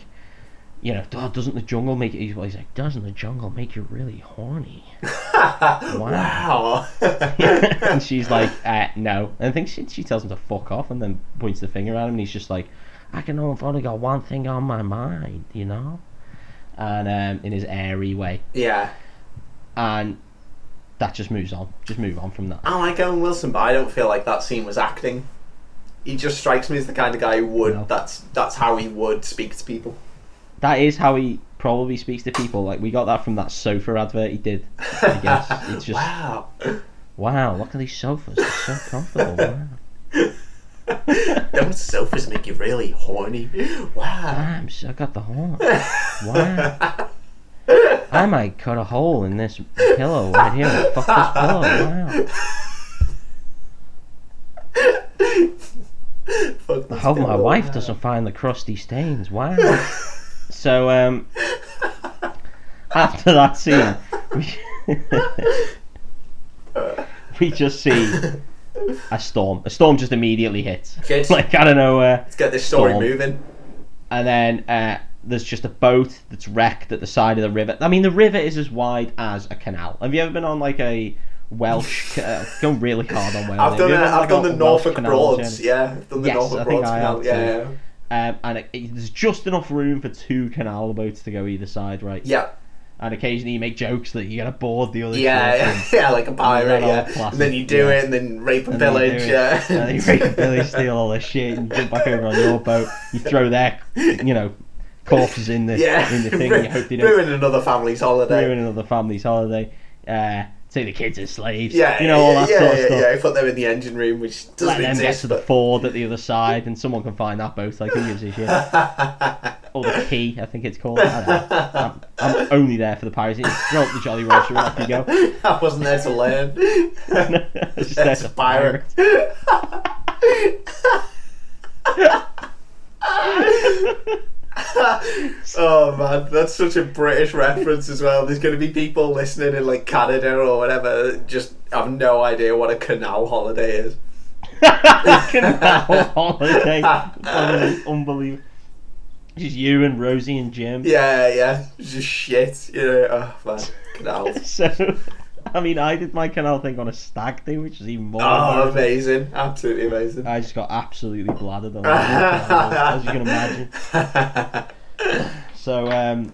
Speaker 1: you know, "Oh, doesn't the jungle make it? He's he's like, doesn't the jungle make you really horny? wow.
Speaker 2: Wow. (laughs)
Speaker 1: (laughs) and she's like, uh, no. And I think she, she tells him to fuck off and then points the finger at him and he's just like, I can know I've only got one thing on my mind, you know? And um, in his airy way.
Speaker 2: yeah.
Speaker 1: And that just moves on. Just move on from that.
Speaker 2: I like Owen Wilson, but I don't feel like that scene was acting. He just strikes me as the kind of guy who would.
Speaker 1: No.
Speaker 2: That's that's how he would speak to people.
Speaker 1: That is how he probably speaks to people. Like, we got that from that sofa advert he did, I
Speaker 2: (laughs)
Speaker 1: guess. It's just,
Speaker 2: Wow.
Speaker 1: wow, look at these sofas. They're so comfortable. Wow.
Speaker 2: Don't sofas make you really horny? Wow.
Speaker 1: I'm so, I got the horn. Wow. I might cut a hole in this pillow right here and fuck this pillow. Wow.
Speaker 2: Fuck
Speaker 1: I
Speaker 2: this
Speaker 1: hope my
Speaker 2: pillow.
Speaker 1: wife doesn't find the crusty stains.
Speaker 2: (laughs)
Speaker 1: Wow. so, um, after that scene, we, (laughs) we just see a storm. A storm just immediately hits. (laughs)
Speaker 2: Kids,
Speaker 1: Like, I don't know where.
Speaker 2: let's get this story
Speaker 1: Storm.
Speaker 2: moving.
Speaker 1: and then uh, there's just a boat that's wrecked at the side of the river. I mean, the river is as wide as a canal. Have you ever been on like a Welsh? ca- uh, going really hard on Wales.
Speaker 2: I've
Speaker 1: Have
Speaker 2: done,
Speaker 1: you
Speaker 2: it,
Speaker 1: ever been on,
Speaker 2: I've
Speaker 1: like,
Speaker 2: done
Speaker 1: a
Speaker 2: the
Speaker 1: Welsh
Speaker 2: Norfolk
Speaker 1: canal
Speaker 2: Broads,
Speaker 1: journey?
Speaker 2: yeah. I've done the
Speaker 1: Yes,
Speaker 2: Norfolk
Speaker 1: I think
Speaker 2: Broads
Speaker 1: I
Speaker 2: canal,
Speaker 1: have
Speaker 2: yeah,
Speaker 1: too.
Speaker 2: yeah.
Speaker 1: Um, and it, it- there's just enough room for two canal boats to go either side, right?
Speaker 2: Yeah,
Speaker 1: And occasionally you make jokes that you're gonna board the other.
Speaker 2: yeah,
Speaker 1: ship
Speaker 2: yeah, like a pirate,
Speaker 1: all
Speaker 2: yeah.
Speaker 1: classic,
Speaker 2: and then you do
Speaker 1: yeah.
Speaker 2: it, and then rape and
Speaker 1: And
Speaker 2: (laughs)
Speaker 1: then you
Speaker 2: pillage,
Speaker 1: do it.
Speaker 2: yeah.
Speaker 1: (laughs) And then you make a
Speaker 2: (laughs)
Speaker 1: village steal all this shit and jump back over on your boat. You throw their, you know, corpses in the
Speaker 2: (laughs) yeah.
Speaker 1: in the thing. and You hope they don't
Speaker 2: Ruin another family's holiday.
Speaker 1: ruin another family's holiday. Uh, take the kids as slaves.
Speaker 2: Yeah,
Speaker 1: you know all that
Speaker 2: yeah,
Speaker 1: sort of
Speaker 2: yeah,
Speaker 1: stuff.
Speaker 2: yeah. Put them in the engine room, which doesn't
Speaker 1: Let them get
Speaker 2: exist.
Speaker 1: to the ford at the other side, and someone can find that boat. Like who gives a
Speaker 2: (laughs)
Speaker 1: shit?
Speaker 2: but...
Speaker 1: Or the key, I think it's called. I don't know. I'm, I'm only there for the piracy. Throw up the Jolly Roger, and off you go.
Speaker 2: (laughs)
Speaker 1: (laughs)
Speaker 2: I wasn't there to learn. (laughs)
Speaker 1: Just there
Speaker 2: That's
Speaker 1: to
Speaker 2: a pirate. (laughs)
Speaker 1: (laughs)
Speaker 2: oh man, that's such a British reference as well. There's going to be people listening in like Canada or whatever that just have no idea what a canal holiday is.
Speaker 1: Canal holiday. It's unbelievable. Just you and Rosie and Jim.
Speaker 2: Yeah, yeah, it's just shit. You know, oh man,
Speaker 1: (laughs)
Speaker 2: canals.
Speaker 1: (laughs) So, I mean, I did my canal thing on a stag do, which is even more.
Speaker 2: Oh,
Speaker 1: embarrassing.
Speaker 2: amazing! Absolutely amazing.
Speaker 1: I just got absolutely bladdered
Speaker 2: (laughs)
Speaker 1: on that, as you can imagine. So, um,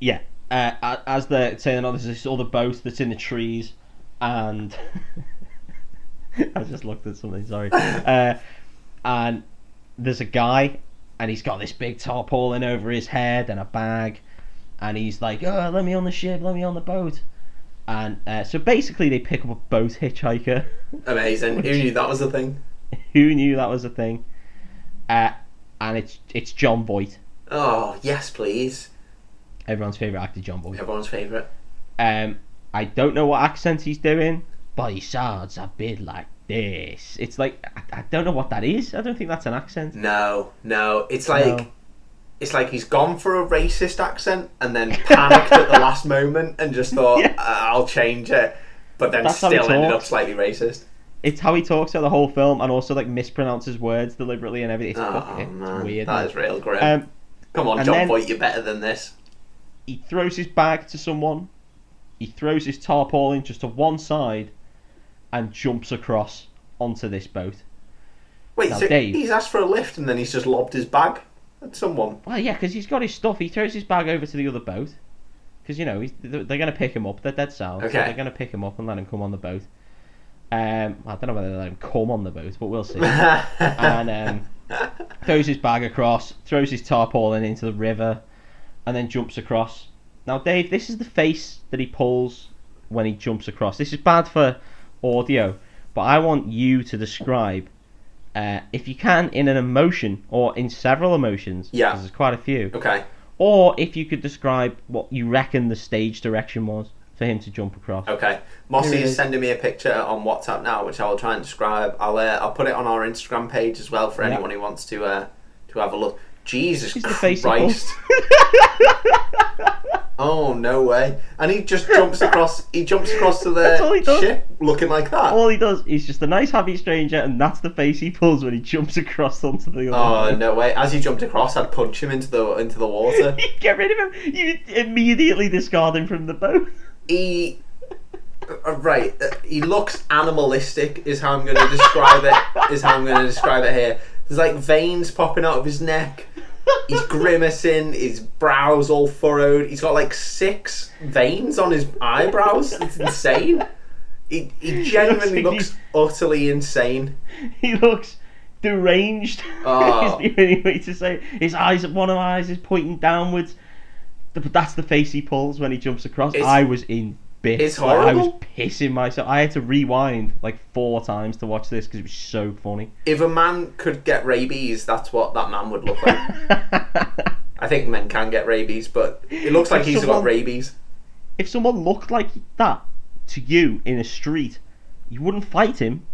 Speaker 1: yeah, uh, a- as they're turning on, there's this other boat that's in the trees, and (laughs) I just looked at something. Sorry, uh, and there's a guy, and he's got this big tarpaulin over his head and a bag, and he's like, "Oh, let me on the ship, let me on the boat." And uh, so basically, they pick up a boat hitchhiker.
Speaker 2: (laughs)
Speaker 1: (laughs)
Speaker 2: Amazing. Who knew that was a thing?
Speaker 1: Who knew that was a thing? Uh, and it's it's John Boyd,
Speaker 2: Oh yes, please.
Speaker 1: everyone's favorite actor, John Boyd.
Speaker 2: Everyone's favourite.
Speaker 1: Um, I don't know what accent he's doing, but he sounds a bit like this. It's like I, I don't know what that is. I don't think that's an accent.
Speaker 2: No, no. It's like
Speaker 1: No.
Speaker 2: it's like he's gone for a racist accent and then panicked at the last moment and just thought
Speaker 1: (laughs) Yeah.
Speaker 2: "Uh, I'll change it, but then
Speaker 1: That's how he
Speaker 2: still ended up
Speaker 1: talks.
Speaker 2: slightly racist.
Speaker 1: It's how he talks throughout the whole film, and also like mispronounces words deliberately and everything. It's,
Speaker 2: Oh
Speaker 1: fucking- it's
Speaker 2: man,
Speaker 1: weird.
Speaker 2: that
Speaker 1: man.
Speaker 2: is real grim.
Speaker 1: um,
Speaker 2: Come on,
Speaker 1: and
Speaker 2: John
Speaker 1: then-
Speaker 2: Voight, you're better than this.
Speaker 1: he throws his bag to someone. He throws his tarpaulin just to one side, and jumps across onto this boat.
Speaker 2: Wait,
Speaker 1: Now,
Speaker 2: so
Speaker 1: Dave-
Speaker 2: he's asked for a lift and then he's just lobbed his bag. at someone.
Speaker 1: Well, yeah, because he's got his stuff. He throws his bag over to the other boat. Because, you know, he's, they're going to pick him up. They're dead sound.
Speaker 2: Okay.
Speaker 1: they're going to pick him up and let him come on the boat. Um, I don't know whether they let him come on the boat, but we'll
Speaker 2: (laughs)
Speaker 1: see. and um, throws his bag across, throws his tarpaulin into the river, and then jumps across. Now, Dave, this is the face that he pulls when he jumps across. This is bad for audio, but I want you to describe, uh, if you can, in an emotion or in several emotions.
Speaker 2: Yeah.
Speaker 1: 'cause There's quite a few.
Speaker 2: okay.
Speaker 1: Or if you could describe what you reckon the stage direction was for him to jump across.
Speaker 2: Okay. Mossy
Speaker 1: Here it
Speaker 2: is
Speaker 1: is.
Speaker 2: sending me a picture on WhatsApp now, which I'll try and describe. I'll uh, I'll put it on our Instagram page as well for
Speaker 1: Yeah.
Speaker 2: anyone who wants to uh, to have a look. Jesus
Speaker 1: He's the face of all-
Speaker 2: Christ!
Speaker 1: (laughs)
Speaker 2: (laughs) oh no way! And he just jumps across. He jumps across to
Speaker 1: That's all he
Speaker 2: the
Speaker 1: does.
Speaker 2: ship, looking like that.
Speaker 1: All he does is just a nice happy stranger, and that's the face he pulls when he jumps across onto the
Speaker 2: Oh
Speaker 1: other.
Speaker 2: no way! As he jumped across, I'd punch him into the into the water.
Speaker 1: You (laughs) get rid of him. You immediately discard him from the boat.
Speaker 2: he uh, right uh, he looks animalistic is how i'm going to describe it is how i'm going to describe it here there's like veins popping out of his neck he's grimacing his brows all furrowed he's got like six veins on his eyebrows it's insane he, he genuinely
Speaker 1: looks
Speaker 2: looks utterly insane
Speaker 1: (laughs) He looks deranged. (laughs)
Speaker 2: Oh.
Speaker 1: is the only way to say it. His eyes, one of my eyes is pointing downwards. Th- But that's the face he pulls when he jumps across.
Speaker 2: It's-
Speaker 1: I was in bits.
Speaker 2: it's
Speaker 1: Like, I was
Speaker 2: horrible.
Speaker 1: pissing myself. I had to rewind like four times to watch this because it was so
Speaker 2: (laughs)
Speaker 1: funny.
Speaker 2: if a man could get rabies that's what that man would look like i think men can get rabies but it looks like
Speaker 1: If
Speaker 2: he's got
Speaker 1: someone-
Speaker 2: rabies
Speaker 1: if someone looked like that to you in a street, you wouldn't fight him.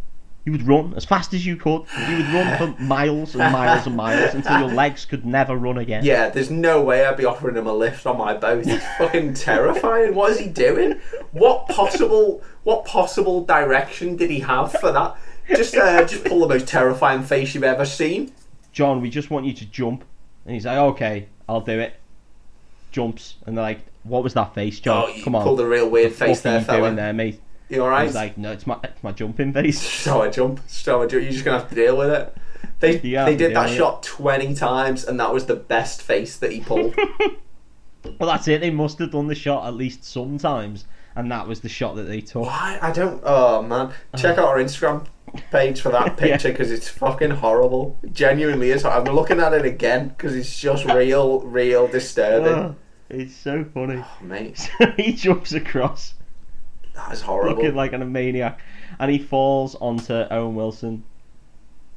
Speaker 1: You would run as fast as you could. You would run for miles and miles and miles until
Speaker 2: (laughs)
Speaker 1: your legs could never run again.
Speaker 2: Yeah, there's no way I'd be offering him a lift on my boat.
Speaker 1: (laughs)
Speaker 2: It's fucking terrifying. What is he doing? What possible what possible direction did he have for that? Just uh, just pull the most terrifying face you've ever seen.
Speaker 1: John, we just want you to jump. And he's like, okay, I'll do it. Jumps. And they're like, what was that face, John?
Speaker 2: Oh, you
Speaker 1: Come on.
Speaker 2: pulled a real weird
Speaker 1: what
Speaker 2: face
Speaker 1: are
Speaker 2: there,
Speaker 1: you
Speaker 2: fella.
Speaker 1: doing there, mate?
Speaker 2: You alright?
Speaker 1: He's like, no, it's my, it's my jumping face. (laughs)
Speaker 2: so I jump, so I jump. You're just gonna have to deal with it. They
Speaker 1: You have
Speaker 2: they
Speaker 1: to
Speaker 2: did
Speaker 1: deal
Speaker 2: that
Speaker 1: with it.
Speaker 2: shot twenty times, and that was the best face that
Speaker 1: (laughs)
Speaker 2: he pulled.
Speaker 1: Well, that's it. They must have done the shot at least sometimes. And that was the shot that they took.
Speaker 2: Why? I don't. Oh man, check out our Instagram page for that
Speaker 1: Uh-huh. (laughs) Yeah.
Speaker 2: picture because it's fucking horrible. It genuinely is. I'm looking at it again because it's
Speaker 1: (laughs)
Speaker 2: just real, real disturbing.
Speaker 1: Oh, (laughs) it's so funny. (laughs)
Speaker 2: Oh, mate,
Speaker 1: So he jumps across,
Speaker 2: that is horrible.
Speaker 1: looking like a maniac, and he falls onto Owen Wilson,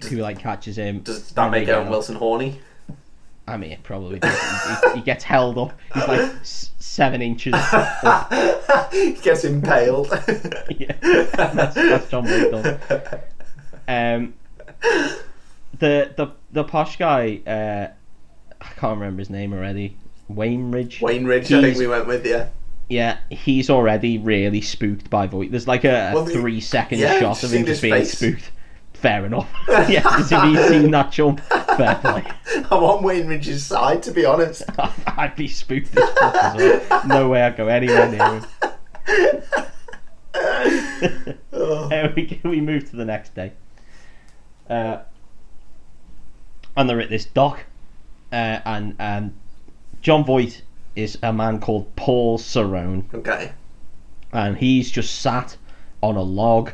Speaker 1: who like catches him.
Speaker 2: Does that
Speaker 1: and
Speaker 2: make
Speaker 1: they
Speaker 2: Owen
Speaker 1: get-
Speaker 2: Wilson horny? (laughs)
Speaker 1: I mean, it probably. Does. he, he- he gets held up. He's like s- seven
Speaker 2: (laughs)
Speaker 1: inches. yeah,
Speaker 2: he
Speaker 1: (laughs)
Speaker 2: gets impaled. (laughs)
Speaker 1: that's, that's John Wick done. Um, the the the posh guy. Uh, I can't remember his name already. Wainridge.
Speaker 2: Wainridge, I think
Speaker 1: He's-
Speaker 2: we went with you. (laughs)
Speaker 1: Yeah, he's already really spooked by voice. There's like a, a
Speaker 2: Well, the-
Speaker 1: three second
Speaker 2: yeah,
Speaker 1: shot of
Speaker 2: seen
Speaker 1: him just
Speaker 2: his
Speaker 1: being
Speaker 2: face.
Speaker 1: spooked. Fair
Speaker 2: (laughs)
Speaker 1: enough. yeah, because if he's seen that jump, fair play. (laughs)
Speaker 2: I'm on Wainridge's side, to be honest. (laughs)
Speaker 1: I'd be spooked as fuck as well. No way I'd go anywhere near him. (laughs)
Speaker 2: Oh.
Speaker 1: Uh, we, go- we move to the next day. Uh, and they're at this dock, uh, and um, John Voight is a man called Paul Cerrone.
Speaker 2: Okay.
Speaker 1: and he's just sat on a log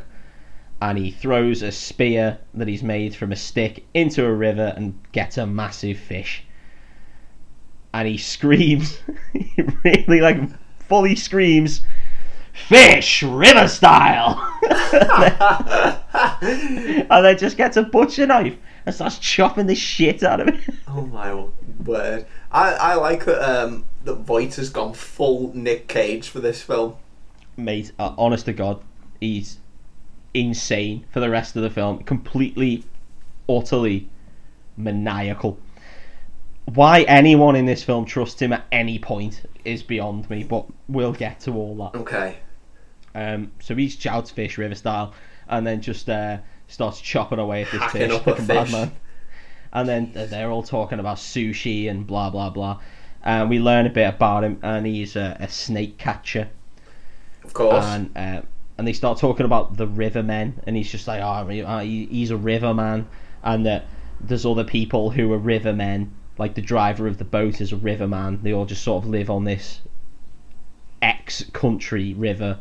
Speaker 1: and he throws a spear that he's made from a stick into a river and gets a massive fish and he screams (laughs) he really like fully screams fish river style (laughs) and then just gets a butcher knife and starts chopping the shit out of it
Speaker 2: Oh my
Speaker 1: (laughs)
Speaker 2: word! I, I like that um, that Voight has gone full Nick Cage for this film.
Speaker 1: mate, uh, honest to God, he's insane for the rest of the film. Completely, utterly maniacal. Why anyone in this film trusts him at any point is beyond me, but we'll get to all that.
Speaker 2: Okay.
Speaker 1: Um, so he shouts fish river style, and then just uh, starts chopping away at this
Speaker 2: Hacking
Speaker 1: fish,
Speaker 2: up
Speaker 1: (laughs)
Speaker 2: a
Speaker 1: like a bad
Speaker 2: fish.
Speaker 1: man. And then th- they're all talking about sushi and blah blah blah. And we learn a bit about him, and he's a, a snake catcher
Speaker 2: Of course.
Speaker 1: (laughs) and uh, and they start talking about the river men, and he's just like, oh, he- uh, he- he's a river man, and that there's other people who are river men, like the driver of the boat is a river man. They all just sort of live on this X country river,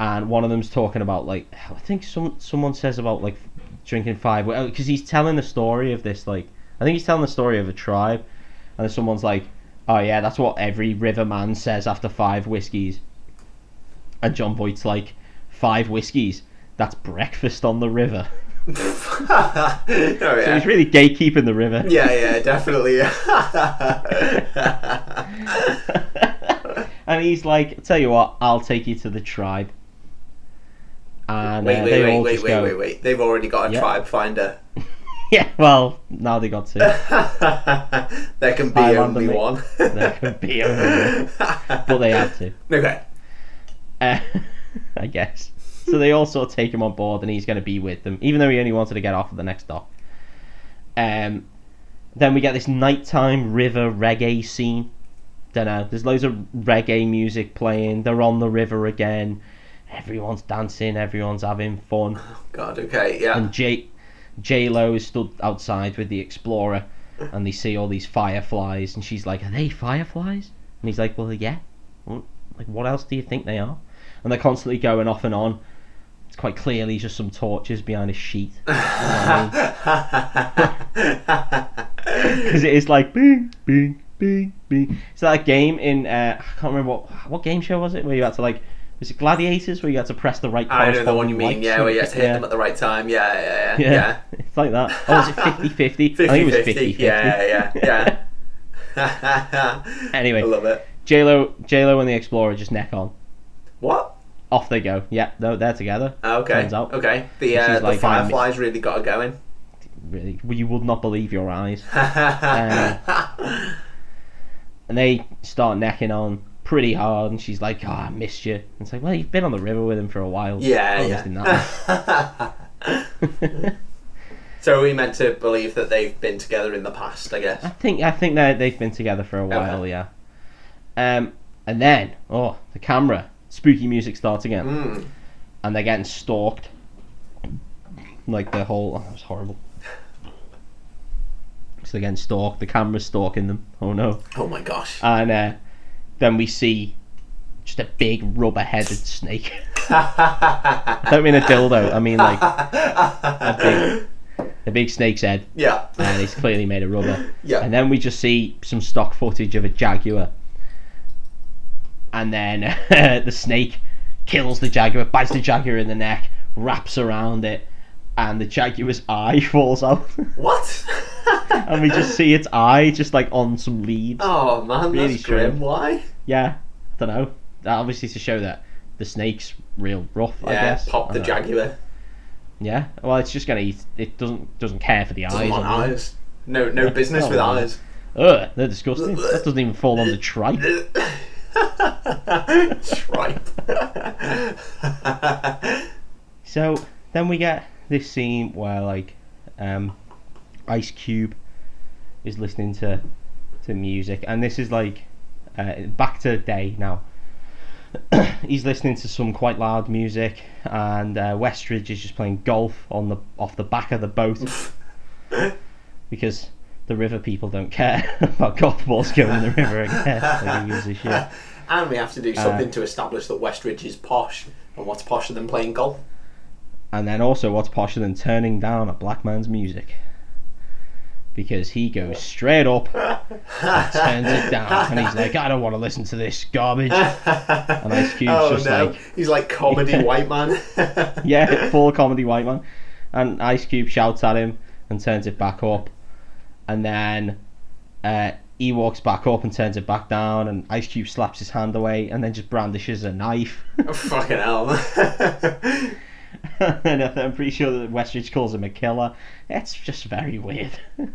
Speaker 1: and one of them's talking about like I think some someone says about like drinking five because he's telling the story of this like I think he's telling the story of a tribe, and then someone's like, oh yeah, that's what every river man says after five whiskies, and John Boyd's like, five whiskies, that's breakfast on the river.
Speaker 2: (laughs)
Speaker 1: (laughs)
Speaker 2: oh, yeah.
Speaker 1: So he's really gatekeeping the river.
Speaker 2: yeah, yeah, definitely. (laughs)
Speaker 1: and he's like, "Tell you what, I'll take you to the tribe." And
Speaker 2: wait,
Speaker 1: uh,
Speaker 2: wait,
Speaker 1: they
Speaker 2: wait,
Speaker 1: all
Speaker 2: wait,
Speaker 1: just
Speaker 2: wait,
Speaker 1: go,
Speaker 2: wait, wait. They've already got a
Speaker 1: Yeah.
Speaker 2: tribe finder.
Speaker 1: (laughs)
Speaker 2: (laughs)
Speaker 1: "Yeah, well, now they got to.
Speaker 2: there can be
Speaker 1: I love
Speaker 2: only
Speaker 1: them.
Speaker 2: one.
Speaker 1: There can be
Speaker 2: (laughs)
Speaker 1: only (laughs) but they had to,
Speaker 2: Okay.
Speaker 1: uh, (laughs) I guess." So they all sort of take him on board, and he's going to be with them, even though he only wanted to get off at the next dock. Um, then we get this nighttime river reggae scene. Don't know. There's loads of reggae music playing. They're on the river again. Everyone's dancing. Everyone's having fun.
Speaker 2: God. Okay. Yeah.
Speaker 1: and J J Lo is stood outside with the explorer, and they see all these fireflies, and she's like, "Are they fireflies?" And he's like, "Well, yeah. Well, Like, what else do you think they are?" And they're constantly going off and on. It's quite clearly just some torches behind a sheet,
Speaker 2: (laughs)
Speaker 1: (laughs) because it is like bing, bing, bing, bing. So that game in uh, I can't remember what what game show was it where you had to like. Was it Gladiators where you had to press the right?
Speaker 2: I know the one
Speaker 1: corresponding
Speaker 2: you mean.
Speaker 1: lights
Speaker 2: Yeah,
Speaker 1: and
Speaker 2: where you
Speaker 1: get-
Speaker 2: have to hit them at the right time. Yeah, yeah, yeah.
Speaker 1: Yeah.
Speaker 2: yeah.
Speaker 1: It's like that. Oh, is it 50 50? I
Speaker 2: 50
Speaker 1: think it was
Speaker 2: 50.
Speaker 1: 50 50.
Speaker 2: Yeah, yeah,
Speaker 1: (laughs)
Speaker 2: yeah.
Speaker 1: Anyway.
Speaker 2: I love it.
Speaker 1: (laughs) JLo, JLo and the Explorer just neck on.
Speaker 2: What?
Speaker 1: Off they go. Yeah, no, they're together.
Speaker 2: Ah, Okay.
Speaker 1: Turns out.
Speaker 2: Okay. The,
Speaker 1: This
Speaker 2: uh,
Speaker 1: is
Speaker 2: the
Speaker 1: like, um,
Speaker 2: fireflies really got it going. (laughs)
Speaker 1: Really, you would not believe your eyes. Um, And they start necking on pretty hard, and she's like, "Oh, I missed you." And it's like, "Well, you've been on the river with him for a while.
Speaker 2: yeah,
Speaker 1: I missed him
Speaker 2: (laughs)
Speaker 1: that
Speaker 2: yeah.
Speaker 1: (laughs) much."
Speaker 2: (laughs) so are we meant to believe that they've been together in the past, I guess.
Speaker 1: I think I think they they've been together for a while. Yeah. Um, and then oh, the camera, spooky music starts again.
Speaker 2: Mm.
Speaker 1: and they're getting stalked. Like the whole, oh, that was horrible. So they're getting stalked. The camera's stalking them. Oh no!
Speaker 2: Oh
Speaker 1: (laughs)
Speaker 2: my gosh. (laughs)
Speaker 1: And uh, then we see just a big rubber-headed snake. (laughs) I don't mean a dildo. I mean like a big, a big snake's head,
Speaker 2: yeah.
Speaker 1: and
Speaker 2: (laughs)
Speaker 1: it's clearly made of rubber.
Speaker 2: Yeah.
Speaker 1: And then we just see some stock footage of a jaguar, and then (laughs) the snake kills the jaguar, bites the jaguar in the neck, wraps around it, and the jaguar's eye (laughs) falls out,
Speaker 2: What? (laughs)
Speaker 1: and we just see its eye just like on some leaves.
Speaker 2: Oh man,
Speaker 1: Really
Speaker 2: that's
Speaker 1: true.
Speaker 2: grim. Why?
Speaker 1: Yeah, I don't know. Obviously to show that the snake's real rough. I
Speaker 2: yeah,
Speaker 1: guess.
Speaker 2: pop
Speaker 1: I
Speaker 2: the
Speaker 1: dunno.
Speaker 2: jaguar.
Speaker 1: Yeah. Well, it's just gonna eat. It doesn't doesn't care for the
Speaker 2: Doesn't
Speaker 1: eyes.
Speaker 2: want
Speaker 1: on it.
Speaker 2: eyes. No, no business
Speaker 1: Oh,
Speaker 2: with
Speaker 1: man. (laughs)
Speaker 2: eyes.
Speaker 1: Ugh, they're
Speaker 2: (laughs)
Speaker 1: disgusting. that doesn't even fall under tripe.
Speaker 2: Tripe. (laughs)
Speaker 1: So then we get this scene where like um, Ice Cube is listening to to music, and this is like uh, back to the day now. (coughs) He's listening to some quite loud music, and uh, Westridge is just playing golf on the off the back of the boat because the river people don't care (laughs) about golf balls going in the river again. Like, who gives a shit?
Speaker 2: and we have to do
Speaker 1: Uh,
Speaker 2: something to establish that Westridge is posh. And what's posher than playing golf?
Speaker 1: And then also, what's posher than turning down a black man's music? Because he goes straight up and
Speaker 2: (laughs)
Speaker 1: turns it down. And he's like, I don't want to listen to this garbage. And Ice Cube's
Speaker 2: oh
Speaker 1: just
Speaker 2: no,
Speaker 1: like,
Speaker 2: he's
Speaker 1: (laughs)
Speaker 2: like comedy white man. (laughs)
Speaker 1: yeah, full comedy white man. And Ice Cube shouts at him and turns it back up. And then uh, he walks back up and turns it back down. And Ice Cube slaps his hand away and then just brandishes a knife. (laughs)
Speaker 2: Fucking hell. (laughs)
Speaker 1: and I- I'm pretty sure that Westridge calls him a killer. It's just very weird. (laughs)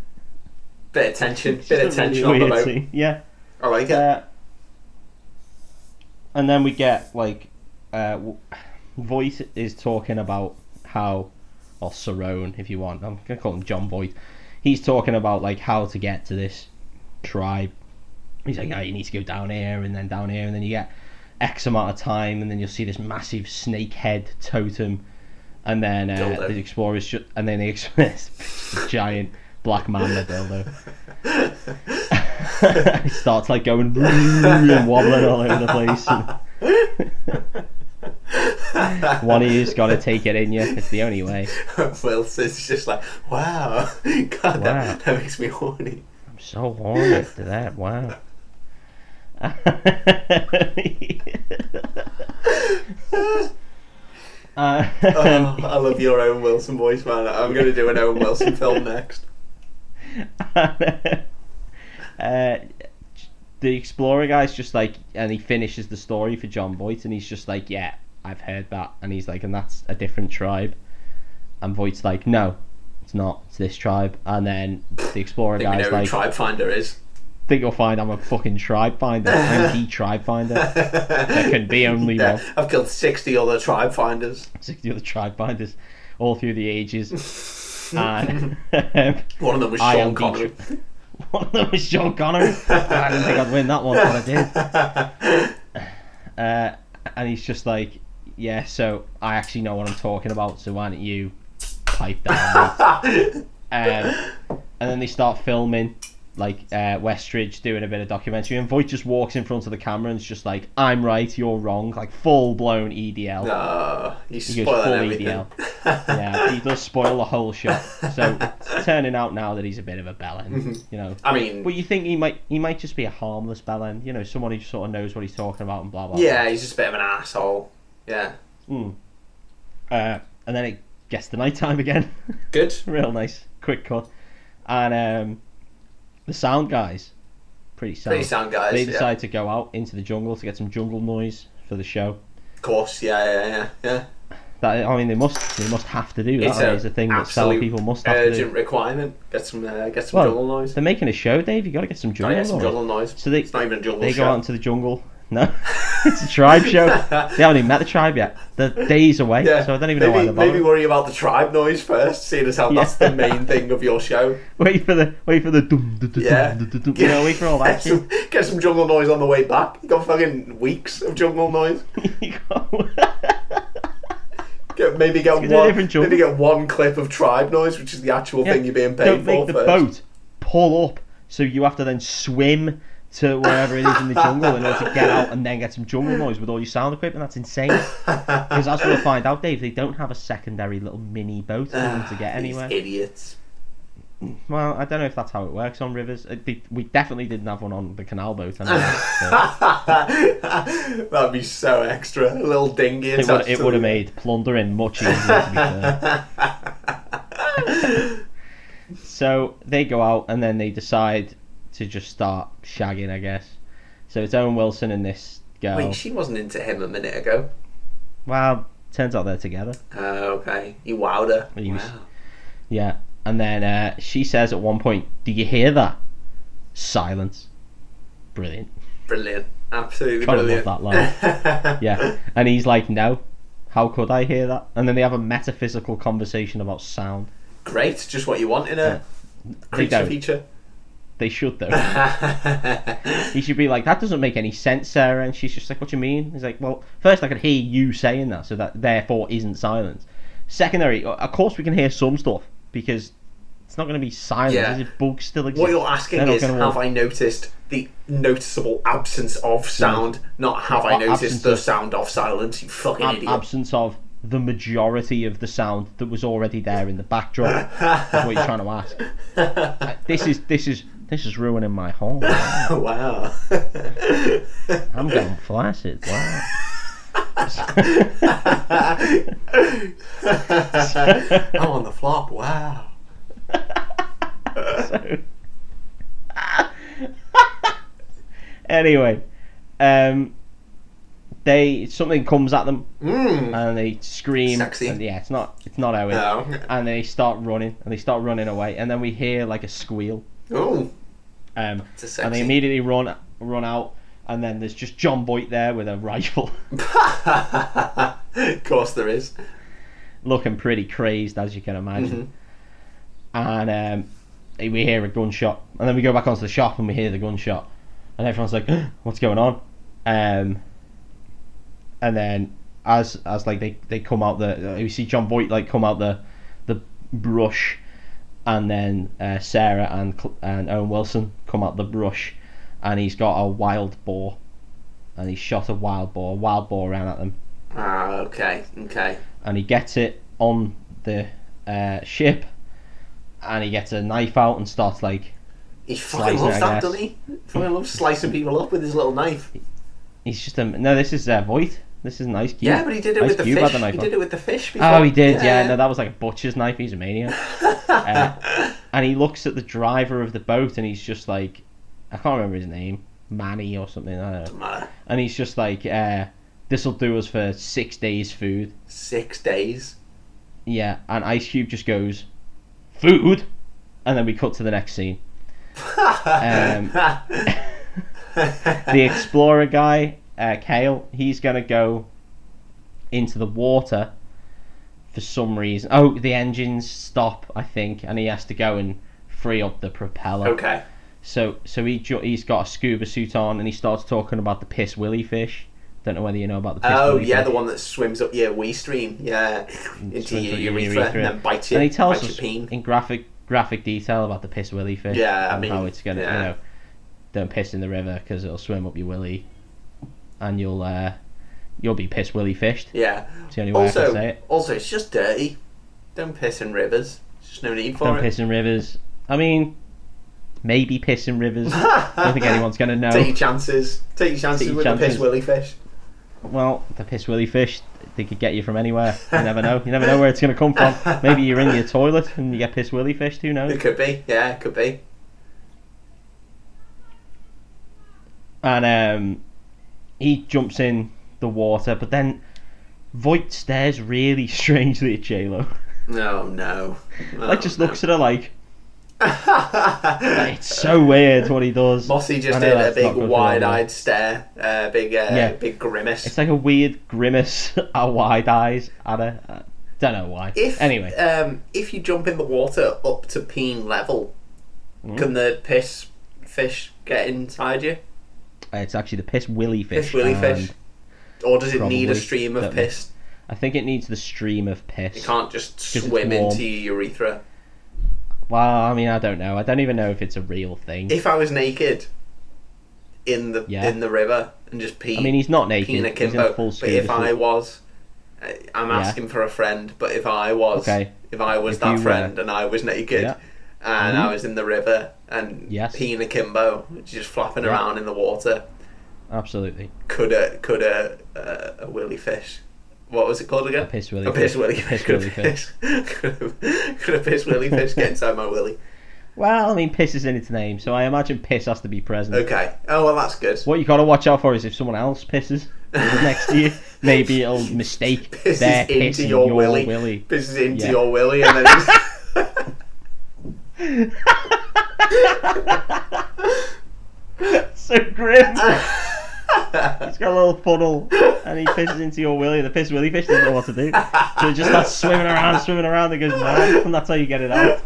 Speaker 2: bit of tension,
Speaker 1: It's
Speaker 2: bit of
Speaker 1: just a really
Speaker 2: tension on the
Speaker 1: weird
Speaker 2: boat.
Speaker 1: scene. Yeah.
Speaker 2: I like it.
Speaker 1: Uh, and then we get like uh, w- voice is talking about how or Sarone if you want I'm gonna call him John Voight he's talking about like how to get to this tribe he's like oh you need to go down here and then down here and then you get X amount of time and then you'll see this massive snake head totem and then uh, (laughs)
Speaker 2: Dildo.
Speaker 1: the explorers ju- and then the ex- giant black man the dildo. it (laughs) starts like going and wobbling all over the (laughs) place.
Speaker 2: (laughs)
Speaker 1: one of you's got to take it in you. It's the only
Speaker 2: (laughs)
Speaker 1: way.
Speaker 2: Wilson's just like, wow, God,
Speaker 1: Wow.
Speaker 2: That, that makes
Speaker 1: (laughs)
Speaker 2: me horny.
Speaker 1: I'm so horny to that. (laughs) Wow. Uh,
Speaker 2: Oh, I love your Owen Wilson voice, man. I'm going to do an Owen Wilson film next.
Speaker 1: (laughs) uh, the explorer guy's just like, and he finishes the story for John Voight, and he's just like, yeah, I've heard that, and he's like, and that's a different tribe, and Voight's like, no, it's not, it's this tribe, and then the explorer
Speaker 2: I think we know
Speaker 1: guy's
Speaker 2: who
Speaker 1: like,
Speaker 2: Tribe Finder is.
Speaker 1: think you'll find I'm a fucking tribe finder, I'm the tribe finder,
Speaker 2: (laughs)
Speaker 1: there can be only one.
Speaker 2: I've killed 60 other Tribe Finders.
Speaker 1: Sixty other tribe finders, all through the ages, and. (laughs) um,
Speaker 2: One of them was
Speaker 1: I
Speaker 2: Sean
Speaker 1: am the
Speaker 2: Connery.
Speaker 1: (laughs) One of them was Sean Connery. I didn't think I'd win that one, but I did. Uh, and he's just like, yeah, so I actually know what I'm talking about, so why don't you pipe down? mate?" um, and then they start filming, like, uh, Westridge doing a bit of documentary, and Voight just walks in front of the camera and's just like, I'm right, you're wrong, like full-blown EDL.
Speaker 2: No, he's
Speaker 1: He goes full
Speaker 2: spoiling everything. (laughs)
Speaker 1: EDL. yeah, he does spoil the whole shot. So it's turning out now that he's a bit of a bellend, you know.
Speaker 2: I mean,
Speaker 1: But you think he might he might just be a harmless bellend, you know, someone who just sort of knows what he's talking about and blah blah. blah.
Speaker 2: yeah, he's just a bit of an asshole. Yeah.
Speaker 1: Uh, and then it gets to night time again. (laughs)
Speaker 2: Good.
Speaker 1: Real nice, quick cut. And um, the sound guys, pretty sound.
Speaker 2: Pretty sound guys.
Speaker 1: they
Speaker 2: yeah.
Speaker 1: decide to go out into the jungle to get some jungle noise for the show.
Speaker 2: Of course, yeah, yeah, yeah. yeah. That
Speaker 1: That I mean, they must they must have to do that.
Speaker 2: is
Speaker 1: It's a thing that some people must have
Speaker 2: urgent
Speaker 1: to do.
Speaker 2: requirement. Get some, uh, get some
Speaker 1: Well,
Speaker 2: jungle noise.
Speaker 1: They're making a show, Dave. You got to get some
Speaker 2: Gotta
Speaker 1: jungle
Speaker 2: get some
Speaker 1: noise.
Speaker 2: jungle noise.
Speaker 1: So they-
Speaker 2: it's not even a jungle
Speaker 1: They go
Speaker 2: show.
Speaker 1: out into the jungle. No, (laughs) it's a tribe show. They haven't even met the tribe yet. They're days away,
Speaker 2: Yeah,
Speaker 1: so I don't even know why
Speaker 2: maybe,
Speaker 1: they're
Speaker 2: maybe
Speaker 1: bothering.
Speaker 2: worry about the tribe noise first, seeing as how that's
Speaker 1: Yeah.
Speaker 2: the
Speaker 1: (laughs)
Speaker 2: main thing of your show.
Speaker 1: Wait for the wait for the dum dum dum
Speaker 2: Yeah.
Speaker 1: dum dum dum. (laughs) You know, wait for all that
Speaker 2: Get
Speaker 1: shit.
Speaker 2: (laughs) some, get some jungle noise on the way back. You got fucking weeks of
Speaker 1: (laughs)
Speaker 2: jungle noise.
Speaker 1: You go-
Speaker 2: Get, maybe get
Speaker 1: get a
Speaker 2: one.
Speaker 1: different jungle.
Speaker 2: Maybe get one clip of tribe noise, which is the actual
Speaker 1: Yeah,
Speaker 2: thing you're being paid
Speaker 1: Don't
Speaker 2: for
Speaker 1: make the
Speaker 2: first.
Speaker 1: boat pull up, so you have to then swim to wherever it is in the jungle in order to get out and then get some jungle noise with all your sound equipment. That's
Speaker 2: (laughs)
Speaker 1: insane. Because as we'll find out, Dave, they don't have a secondary little mini boat for them to get
Speaker 2: Ah, These
Speaker 1: anywhere.
Speaker 2: idiots.
Speaker 1: Well, I don't know if that's how it works on rivers. Uh, they- We definitely didn't have one on the canal boat. I know. So
Speaker 2: (laughs) That'd be so extra. A little dinghy.
Speaker 1: it would,
Speaker 2: attached
Speaker 1: it
Speaker 2: to
Speaker 1: would have
Speaker 2: the-
Speaker 1: made plundering much easier, to be
Speaker 2: (laughs)
Speaker 1: fair. so they go out and then they decide to just start shagging, I guess. So it's Owen Wilson and this girl.
Speaker 2: Wait, she wasn't into him a minute ago.
Speaker 1: Well, turns out they're together.
Speaker 2: Uh, okay, he wowed her.
Speaker 1: He was-
Speaker 2: Wow.
Speaker 1: Yeah. And then uh, she says at one point, Do you hear that? Silence. Brilliant.
Speaker 2: Brilliant, absolutely
Speaker 1: Gotta
Speaker 2: brilliant.
Speaker 1: love that line. Yeah. And he's like, No. How could I hear that? And then they have a metaphysical conversation about sound.
Speaker 2: (laughs) Great, just what you want in a
Speaker 1: don't.
Speaker 2: creature feature. (laughs)
Speaker 1: They should though. he should be like, that doesn't make any sense, Sarah. And she's just like, what do you mean? He's like, well, first I could hear you saying that, so that therefore isn't silence. Secondary, o- of course we can hear some stuff because it's not going to be silence.
Speaker 2: Yeah.
Speaker 1: Is it bugs still exist?
Speaker 2: What you're asking
Speaker 1: They're not
Speaker 2: is,
Speaker 1: gonna
Speaker 2: have
Speaker 1: want-
Speaker 2: I noticed the noticeable absence of sound? Not have I
Speaker 1: Or
Speaker 2: noticed
Speaker 1: absence
Speaker 2: the
Speaker 1: of-
Speaker 2: sound of silence? You fucking
Speaker 1: ab-
Speaker 2: idiot.
Speaker 1: absence of the majority of the sound that was already there in the backdrop. is what you're trying to
Speaker 2: (laughs)
Speaker 1: ask. Uh, This is this is this is ruining my whole.
Speaker 2: (laughs) wow.
Speaker 1: I'm going flaccid. Wow.
Speaker 2: I'm on the flop. Wow.
Speaker 1: anyway, um, they something comes at
Speaker 2: Hmm?
Speaker 1: them and they scream.
Speaker 2: Sexy. Oh,
Speaker 1: And yeah, it's not it's not Owen.
Speaker 2: No.
Speaker 1: And they start running and they start running away and then we hear like a squeal.
Speaker 2: Oh,
Speaker 1: Um,
Speaker 2: it's a sexy.
Speaker 1: and they immediately run run out and then there's just John Boyd there with a rifle, (laughs)
Speaker 2: of course there is.
Speaker 1: looking pretty crazed as you can imagine. And um, we hear a gunshot and then we go back onto the shop and we hear the gunshot and everyone's like, "What's going on?" Um, and then as as like they, they come out the uh, you see John Boyd like come out the the brush and then uh, Sarah and Cl- and Owen Wilson come out the brush, and he's got a wild boar, and he shot a wild boar. A wild boar ran at them,
Speaker 2: Ah, okay, okay.
Speaker 1: and he gets it on the uh, ship, and he gets a knife out and starts like
Speaker 2: He fucking
Speaker 1: Slicer,
Speaker 2: loves
Speaker 1: I
Speaker 2: that,
Speaker 1: guess.
Speaker 2: doesn't he? Fucking loves slicing people up with his little knife.
Speaker 1: he's just a no. This is uh, Void. This is an ice cube.
Speaker 2: Yeah, but he did it
Speaker 1: Ice
Speaker 2: with the
Speaker 1: Cube had
Speaker 2: fish.
Speaker 1: the knife
Speaker 2: he
Speaker 1: on.
Speaker 2: did it with the fish. Before.
Speaker 1: Oh, he did. Yeah, no, that was like a butcher's knife. He's a
Speaker 2: (laughs)
Speaker 1: maniac. Uh, and he looks at the driver of the boat, and he's just like, I can't remember his name, Manny or something. I don't know.
Speaker 2: Doesn't matter.
Speaker 1: And he's just like, uh, "This will do us for six days' food."
Speaker 2: Six days.
Speaker 1: Yeah, and Ice Cube just goes, "Food," and then we cut to the next
Speaker 2: (laughs)
Speaker 1: scene. Um, the explorer guy, uh, Kale, he's gonna go into the water for some reason. Oh, the engines stop, I think, and he has to go and free up the propeller.
Speaker 2: okay.
Speaker 1: So, so he ju- he's got a scuba suit on, and he starts talking about the piss willy fish. Don't know whether you know about the piss
Speaker 2: Oh
Speaker 1: willy
Speaker 2: yeah,
Speaker 1: fish.
Speaker 2: the one that swims up your wee stream, yeah, into
Speaker 1: Swims
Speaker 2: your
Speaker 1: up your
Speaker 2: urethra,
Speaker 1: urethra.
Speaker 2: and then bites your,
Speaker 1: and he tells
Speaker 2: bites
Speaker 1: us
Speaker 2: your peen.
Speaker 1: in graphic graphic detail about the piss willy fish.
Speaker 2: Yeah, I
Speaker 1: and
Speaker 2: mean,
Speaker 1: how it's gonna
Speaker 2: yeah.
Speaker 1: you know don't piss in the river because it'll swim up your willy, and you'll uh you'll be piss willy fished.
Speaker 2: Yeah.
Speaker 1: It's the only way I can say
Speaker 2: Also,
Speaker 1: it.
Speaker 2: also, it's just dirty. Don't piss in rivers. There's just no need for
Speaker 1: Don't
Speaker 2: it.
Speaker 1: piss in rivers. I mean, maybe piss in
Speaker 2: (laughs)
Speaker 1: rivers. I don't think anyone's gonna know.
Speaker 2: Take your chances. Take your chances
Speaker 1: Take your
Speaker 2: with the
Speaker 1: chances.
Speaker 2: piss willy fish.
Speaker 1: Well, the piss willy fish, they could get you from anywhere. You never know. You never know where it's gonna come from. Maybe you're in your toilet and you get piss willy fished. Who knows?
Speaker 2: It could be. Yeah, it could be.
Speaker 1: and um, he jumps in the water, but then Voight stares really strangely at J (laughs) Lo.
Speaker 2: No, no. no
Speaker 1: like just
Speaker 2: no. (laughs)
Speaker 1: looks at her like it's so weird what he does.
Speaker 2: Mossy
Speaker 1: I
Speaker 2: just
Speaker 1: know
Speaker 2: did a
Speaker 1: that's not
Speaker 2: big
Speaker 1: good for her,
Speaker 2: wide-eyed stare, a uh, big, uh,
Speaker 1: Yeah.
Speaker 2: big
Speaker 1: but
Speaker 2: grimace.
Speaker 1: It's like a weird grimace, (laughs) our wide eyes, and a, I don't know why.
Speaker 2: If
Speaker 1: anyway,
Speaker 2: um, if you jump in the water up to peen level,
Speaker 1: Hmm?
Speaker 2: can the piss fish get inside you?
Speaker 1: it's actually the piss willy fish.
Speaker 2: Piss willy
Speaker 1: and
Speaker 2: fish, or does it need a
Speaker 1: probably
Speaker 2: stream of
Speaker 1: don't-
Speaker 2: piss?
Speaker 1: I think it needs the stream of piss.
Speaker 2: You can't just
Speaker 1: it's
Speaker 2: swim
Speaker 1: warm.
Speaker 2: into your urethra.
Speaker 1: Well, I mean, I don't know. I don't even know if it's a real thing.
Speaker 2: If I was naked in the
Speaker 1: Yeah.
Speaker 2: in the river and just pee,
Speaker 1: I mean, he's not naked.
Speaker 2: peen
Speaker 1: He's
Speaker 2: akimbo,
Speaker 1: in full
Speaker 2: but if
Speaker 1: scuba
Speaker 2: I
Speaker 1: suit.
Speaker 2: was, I- I'm asking for a friend. But if I was,
Speaker 1: Okay.
Speaker 2: if I was
Speaker 1: If you
Speaker 2: that
Speaker 1: were-
Speaker 2: friend and I was naked.
Speaker 1: Yeah. Mm-hmm.
Speaker 2: And I was in the river and
Speaker 1: Yes.
Speaker 2: peen akimbo, just flopping
Speaker 1: Yeah.
Speaker 2: around in the water.
Speaker 1: Absolutely.
Speaker 2: could a could a uh, a willy fish. What was it called again?
Speaker 1: A piss willy
Speaker 2: A piss
Speaker 1: fish.
Speaker 2: willy
Speaker 1: A
Speaker 2: fish. (laughs)
Speaker 1: piss
Speaker 2: Could a
Speaker 1: willy
Speaker 2: piss could a- could a piss willy fish get inside my willy?
Speaker 1: Well, I mean, piss is in its name, so I imagine piss has to be present.
Speaker 2: Okay. Oh well, that's good.
Speaker 1: What you gotta watch out for is if someone else pisses next to
Speaker 2: (laughs)
Speaker 1: you, maybe it'll mistake
Speaker 2: Pisses
Speaker 1: their piss
Speaker 2: into
Speaker 1: in
Speaker 2: your,
Speaker 1: your
Speaker 2: willy.
Speaker 1: willy.
Speaker 2: Pisses into
Speaker 1: Yeah.
Speaker 2: your willy, and then it's,
Speaker 1: So
Speaker 2: (laughs)
Speaker 1: grim. He's got a little puddle, and he pisses into your willy. The piss willy fish doesn't know what to do, so he just starts swimming
Speaker 2: (laughs)
Speaker 1: around, swimming around. And goes mad, and (laughs) that's how you get it out.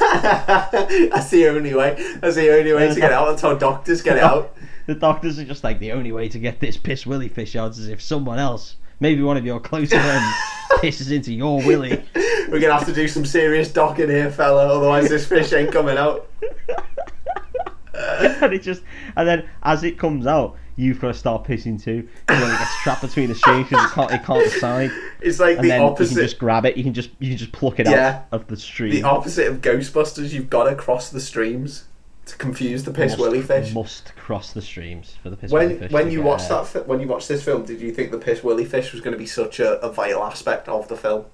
Speaker 2: that's the only way. That's the only way to get out. That's how doctors get out.
Speaker 1: The doctors are just like the only way to get this piss willy fish out is if someone else, maybe one of your close
Speaker 2: (laughs)
Speaker 1: friends, pisses into your willy.
Speaker 2: We're gonna have to do some serious docking here, fella. Otherwise, this fish ain't coming out.
Speaker 1: (laughs) and it just and then as it comes out, you've got to start pissing too. And then it gets trapped between the sheaves because it can't it can't decide.
Speaker 2: It's like
Speaker 1: And
Speaker 2: the
Speaker 1: then you
Speaker 2: opposite.
Speaker 1: can just grab it. You can just you can just pluck it
Speaker 2: Yeah.
Speaker 1: out of the stream.
Speaker 2: The opposite of Ghostbusters, you've got to cross the streams to confuse the piss
Speaker 1: Must-
Speaker 2: willy fish.
Speaker 1: must cross the streams for the piss
Speaker 2: When
Speaker 1: willy fish.
Speaker 2: when
Speaker 1: to
Speaker 2: you
Speaker 1: get
Speaker 2: watched
Speaker 1: air.
Speaker 2: that fi- when you watched this film, did you think the piss willy fish was going to be such a, a vital aspect of the film?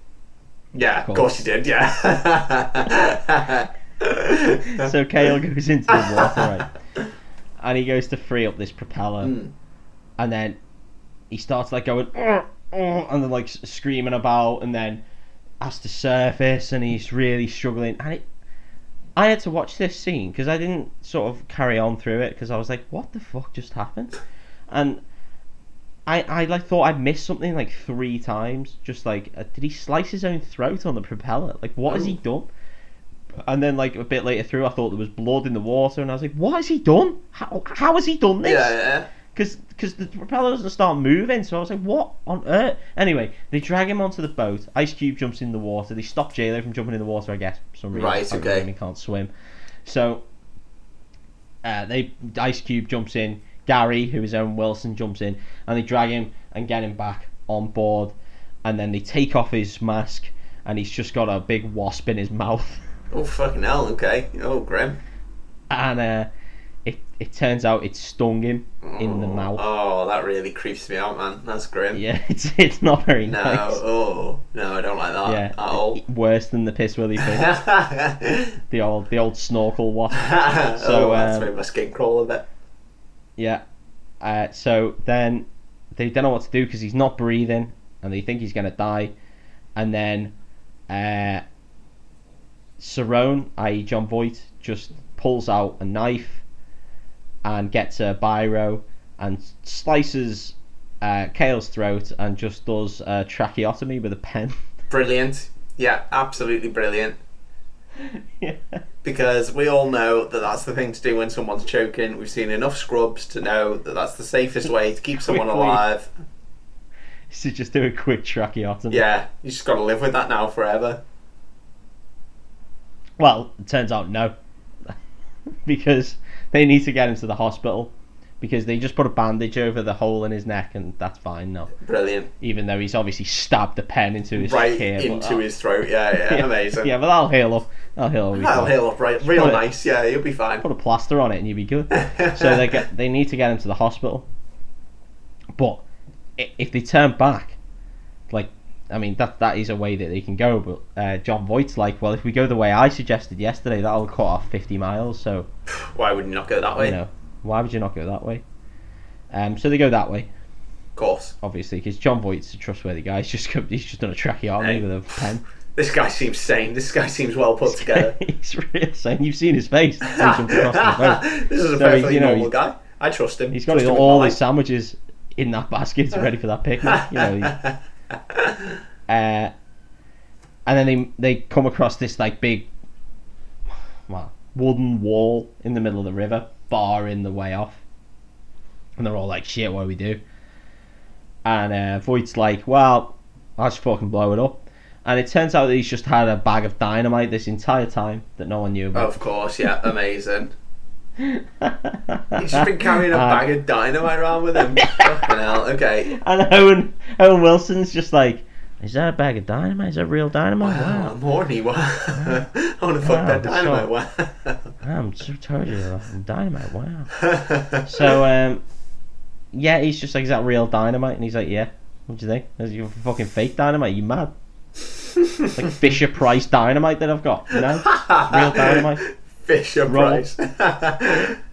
Speaker 2: Yeah, of course,
Speaker 1: course.
Speaker 2: you did. Yeah.
Speaker 1: (laughs) so Kale goes into the water, right? And he goes to free up this propeller,
Speaker 2: Hmm.
Speaker 1: and then he starts like going "Ugh, ugh," and then like s- screaming about, and then has to surface, and he's really struggling. And it, I had to watch this scene because I didn't sort of carry on through it because I was like, what the fuck just happened? And I, I like thought I'd missed something like three times. Just like, uh, did he slice his own throat on the propeller? Like, what has he
Speaker 2: Oh.
Speaker 1: done? And then, like a bit later through, I thought there was blood in the water, and I was like, "What has he done? How, how has he done
Speaker 2: (laughs) yeah,
Speaker 1: this?"
Speaker 2: yeah.
Speaker 1: Because because the propeller doesn't start moving. So I was like, what on earth? Anyway, they drag him onto the boat. Ice Cube jumps in the water. They stop JLo from jumping in the water, I guess, for some reason.
Speaker 2: Right,
Speaker 1: Apparently
Speaker 2: okay.
Speaker 1: He can't swim. So uh, they Ice Cube jumps in. Gary, who is Owen Wilson, jumps in, and they drag him and get him back on board. And then they take off his mask, and he's just got a big wasp in his (laughs) mouth.
Speaker 2: Oh fucking hell! Okay. Oh grim.
Speaker 1: and uh, it it turns out it stung him in the
Speaker 2: Oh,
Speaker 1: mouth. (laughs)
Speaker 2: Oh, that really creeps me out, man. That's grim.
Speaker 1: Yeah, it's it's not very
Speaker 2: No.
Speaker 1: (laughs) nice.
Speaker 2: Oh no, I don't like that (laughs)
Speaker 1: Yeah, (laughs)
Speaker 2: at all.
Speaker 1: worse than the piss willy thing. the old the old snorkel wasp.
Speaker 2: (laughs) so (laughs) oh, that's
Speaker 1: um,
Speaker 2: made my skin crawl a bit.
Speaker 1: Yeah. Uh, so then they don't know what to do because he's not breathing, and they think he's gonna die. And then uh, Cerrone, i.e. John Voight, just pulls out a knife and gets a biro and slices uh, Kale's throat and just does a tracheotomy with a pen. (laughs)
Speaker 2: Brilliant. Yeah, absolutely brilliant.
Speaker 1: yeah.
Speaker 2: Because we all know that that's the thing to do when someone's choking. We've seen enough scrubs to know that that's the safest way to
Speaker 1: (laughs)
Speaker 2: keep someone
Speaker 1: Quickly.
Speaker 2: alive.
Speaker 1: So just do a quick tracheotomy.
Speaker 2: Yeah, you just got to live with that now forever.
Speaker 1: Well, it turns out no. (laughs) because they need to get him to the hospital. Because they just put a bandage over the hole in his neck and that's fine now.
Speaker 2: Brilliant.
Speaker 1: Even though he's obviously stabbed a pen into his
Speaker 2: right
Speaker 1: ear, but
Speaker 2: into
Speaker 1: that-
Speaker 2: his throat. Yeah, yeah,
Speaker 1: (laughs)
Speaker 2: amazing.
Speaker 1: Yeah, but that'll heal up. That'll heal up. He's
Speaker 2: That'll
Speaker 1: fine.
Speaker 2: heal up right, real
Speaker 1: Put it-
Speaker 2: nice. Yeah, you'll be fine.
Speaker 1: Put a plaster on it and you'll be
Speaker 2: (laughs)
Speaker 1: good. so they get they need to get him to the hospital. But i- if they turn back, like I mean that that is a way that they can go. But uh, John Voight's like, well, if we go the way I suggested yesterday, that'll cut off fifty miles. So
Speaker 2: Why would you not go that way?
Speaker 1: you know, why would you not go that way? Um, so they go that way,
Speaker 2: Of course.
Speaker 1: obviously, because John Voight's a trustworthy guy. He's just come, he's just done a tracheotomy
Speaker 2: Hey.
Speaker 1: with a pen.
Speaker 2: This guy seems sane. This guy seems
Speaker 1: (laughs)
Speaker 2: well put together.
Speaker 1: he's real saying you've seen his face. He's jumped across the boat.
Speaker 2: (laughs) this is a
Speaker 1: So he's,
Speaker 2: perfectly
Speaker 1: you know,
Speaker 2: normal
Speaker 1: he's-
Speaker 2: guy. I trust him.
Speaker 1: He's got
Speaker 2: Trust
Speaker 1: his-
Speaker 2: him with
Speaker 1: all
Speaker 2: my
Speaker 1: his
Speaker 2: life.
Speaker 1: sandwiches in that basket ready for that picnic. You
Speaker 2: (laughs)
Speaker 1: know, he's- uh, and then they they come across this like big, well, wooden wall in the middle of the river, bar in the way off, and they're all like, "Shit, what do we do?" And uh, Voight's like, "Well, I just fucking blow it up." And it turns out that he's just had a bag of dynamite this entire time that no one knew about.
Speaker 2: Of course, yeah, amazing. He's just
Speaker 1: (laughs)
Speaker 2: been carrying a
Speaker 1: Uh,
Speaker 2: bag of dynamite around with him. Fucking hell. Okay.
Speaker 1: (laughs) And Owen Owen Wilson's just like, "Is that a bag of dynamite? Is that real dynamite?
Speaker 2: Wow,
Speaker 1: Wow,
Speaker 2: Oh, I'm horny. (laughs) Wow. I want to fuck
Speaker 1: Wow,
Speaker 2: that
Speaker 1: Uh, so-
Speaker 2: dynamite.
Speaker 1: I'm so tired of (laughs) dynamite. Wow."
Speaker 2: Wow.
Speaker 1: (laughs) So um, yeah, he's just like, is that real dynamite? And he's like, yeah. What do you think? Is you fucking fake dynamite? You
Speaker 2: (laughs)
Speaker 1: mad? It's like Fisher Price dynamite that I've got, you know?
Speaker 2: (laughs)
Speaker 1: uh, Real dynamite.
Speaker 2: Fisher
Speaker 1: Roll.
Speaker 2: Price. (laughs)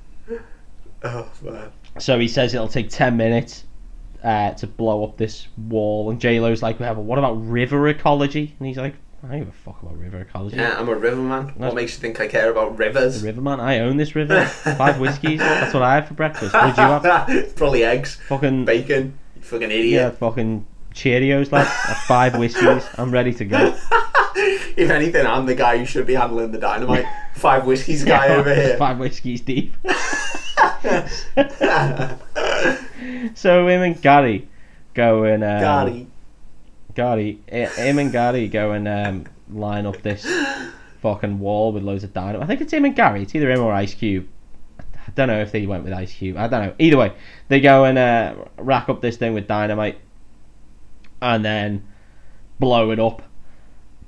Speaker 2: oh man.
Speaker 1: So he says it'll take ten minutes uh, to blow up this wall, and J Lo's like, yeah, but what about river ecology? And he's like, I don't give a fuck about river ecology.
Speaker 2: Yeah, Ah, I'm a river man. What
Speaker 1: That's-
Speaker 2: makes you think I care about rivers?
Speaker 1: River man, I own this river.
Speaker 2: (laughs)
Speaker 1: Five whiskeys. That's what I had for breakfast. What did you have?
Speaker 2: Probably eggs,
Speaker 1: Fucking
Speaker 2: bacon. You fucking
Speaker 1: yeah,
Speaker 2: idiot.
Speaker 1: fucking Cheerios, like five whiskeys. I'm ready to go.
Speaker 2: (laughs) If anything, I'm the guy who should be handling
Speaker 1: (laughs)
Speaker 2: the dynamite. Five whiskeys guy over here. (laughs)
Speaker 1: Five whiskeys deep. so him and Gary go and um,
Speaker 2: Daddy.
Speaker 1: Gary, eh, him and Gary go and um, line up this fucking wall with loads of dynamite. I think it's him and Gary. It's either him or Ice Cube. I don't know if they went with Ice Cube. I don't know. Either way, they go and uh, rack up this thing with dynamite, and then blow it up.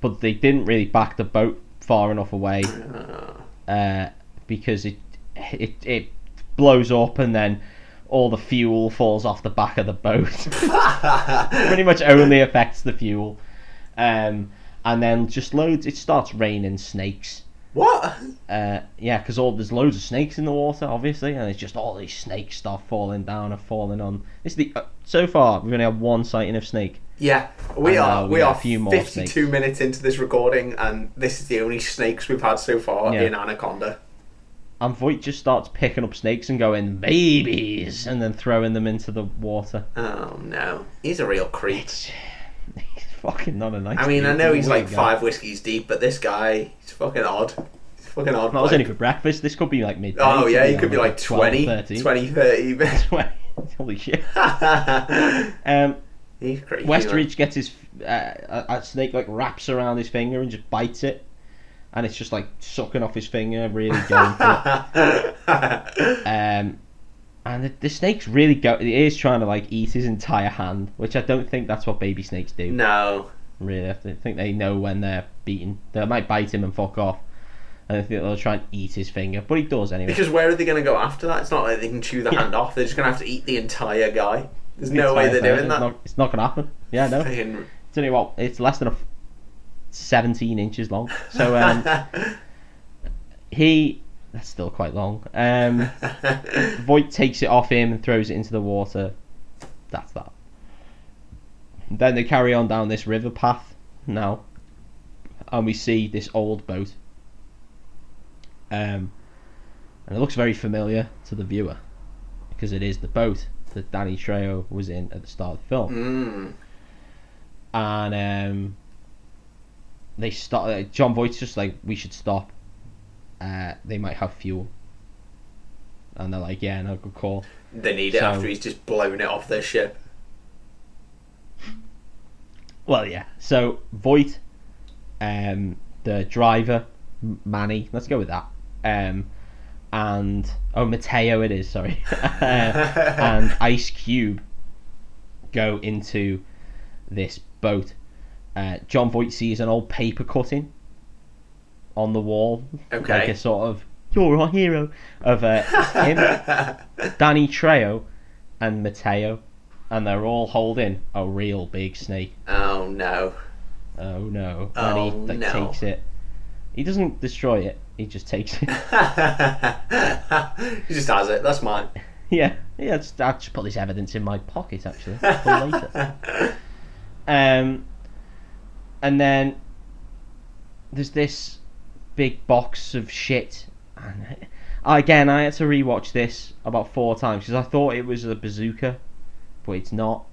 Speaker 1: But they didn't really back the boat far enough away uh, because it, it it blows up and then all the fuel falls off the back of the boat. (laughs) Pretty much only affects the fuel, um, and then just loads. It starts raining snakes.
Speaker 2: What?
Speaker 1: Uh, yeah, because all there's loads of snakes in the water, obviously, and it's just all these snakes start falling down and falling on. This is the uh, so far we've only had one sighting of snake.
Speaker 2: Yeah, we
Speaker 1: And
Speaker 2: are
Speaker 1: now we
Speaker 2: we
Speaker 1: got
Speaker 2: are
Speaker 1: a few more
Speaker 2: 52
Speaker 1: snakes.
Speaker 2: minutes into this recording, and this is the only snakes we've had so far
Speaker 1: Yeah.
Speaker 2: in Anaconda.
Speaker 1: And Voight just starts picking up snakes and going babies, and then throwing them into the water. (laughs)
Speaker 2: Oh no, he's a real creep.
Speaker 1: He's fucking not a nice.
Speaker 2: I mean, I
Speaker 1: dude.
Speaker 2: know he's
Speaker 1: What a
Speaker 2: like
Speaker 1: guy.
Speaker 2: five whiskeys deep, but this guy, he's fucking odd. He's fucking odd. oh,
Speaker 1: That was
Speaker 2: bloke.
Speaker 1: only for breakfast. This could be like midday.
Speaker 2: Oh yeah,
Speaker 1: (laughs)
Speaker 2: he
Speaker 1: on,
Speaker 2: could be like
Speaker 1: 12,
Speaker 2: 20,
Speaker 1: 13.
Speaker 2: 20, 30.
Speaker 1: 20, Holy shit.
Speaker 2: (laughs) He's
Speaker 1: Um,
Speaker 2: crazy.
Speaker 1: Westeridge gets his uh, a, a snake like wraps around his finger and just bites it, and it's just like sucking off his finger,
Speaker 2: (laughs)
Speaker 1: really going. for it.
Speaker 2: man.
Speaker 1: Um, and the, the snake's really go. It is trying to like eat his entire hand, which I don't think that's what baby snakes do.
Speaker 2: no.
Speaker 1: Really, I th- think they know when they're beaten. They might bite him and fuck off, and I think they'll try and eat his finger, but he does anyway.
Speaker 2: Because where are they going to go after that? It's not like they can chew the
Speaker 1: Yeah.
Speaker 2: hand off. They're just going to have to eat the entire guy. There's no
Speaker 1: Entire
Speaker 2: way they're
Speaker 1: thing.
Speaker 2: doing
Speaker 1: it's
Speaker 2: that.
Speaker 1: Not, it's not gonna happen. Yeah,
Speaker 2: (laughs)
Speaker 1: no.
Speaker 2: Fucking-
Speaker 1: It's only what it's less than a f- seventeen inches long. So
Speaker 2: (laughs)
Speaker 1: um, he that's still quite long. Um, Voight takes it off him and throws it into the water. That's that. Then they carry on down this river path now, and we see this old boat. Um, and it looks very familiar to the viewer because it is the boat that Danny Trejo was in at the start of the film
Speaker 2: Mm.
Speaker 1: and um, they start. Uh, John Voight's just like, we should stop. Uh, they might have fuel, and they're like, yeah, no, good call.
Speaker 2: They need it
Speaker 1: So-
Speaker 2: after he's just blown it off their ship.
Speaker 1: Well, yeah. So Voight, um, the driver, M- Manny. Let's go with that. Um, and oh, Mateo, it is. Sorry, (laughs) Uh, and Ice Cube go into this boat. Uh, John Voight sees an old paper cutting on the wall,
Speaker 2: Okay.
Speaker 1: like a sort of "You're our hero" of uh, him, Danny Trejo, and Mateo, and they're all holding a real big snake.
Speaker 2: oh no. (laughs)
Speaker 1: Oh no!
Speaker 2: Oh,
Speaker 1: and he like,
Speaker 2: no.
Speaker 1: takes it. He doesn't destroy it. He just takes it.
Speaker 2: he just has it. That's mine.
Speaker 1: (laughs) yeah, yeah. Just, I just put this evidence in my pocket actually for later.
Speaker 2: (laughs)
Speaker 1: Um, and then there's this big box of shit. And again, I had to rewatch this about four times because I thought it was a bazooka, but it's not.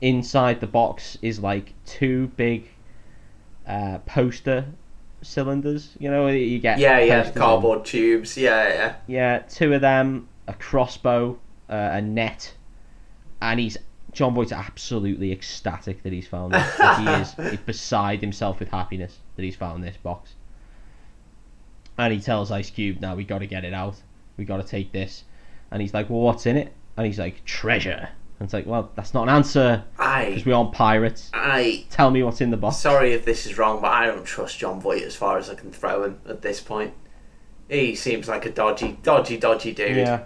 Speaker 1: Inside the box is like two big uh, poster cylinders. You know, you get
Speaker 2: Yeah, yeah.
Speaker 1: posters on.
Speaker 2: (laughs) Cardboard tubes. Yeah, yeah.
Speaker 1: Yeah, two of them, a crossbow, uh, a net, and he's John Boyd's absolutely ecstatic that he's found this. Like, he is beside himself with happiness that he's found this box. And he tells Ice Cube, "Now we got to get it out. We got to take this." And he's like, "Well, what's in it?" And he's like, "Treasure." And it's like, "Well, that's not an answer because
Speaker 2: I,
Speaker 1: we aren't pirates.
Speaker 2: I.
Speaker 1: Tell me what's in the box."
Speaker 2: Sorry if this is wrong, but I don't trust John Voight as far as I can throw him at this point. He seems like a dodgy, dodgy, dodgy dude.
Speaker 1: Yeah.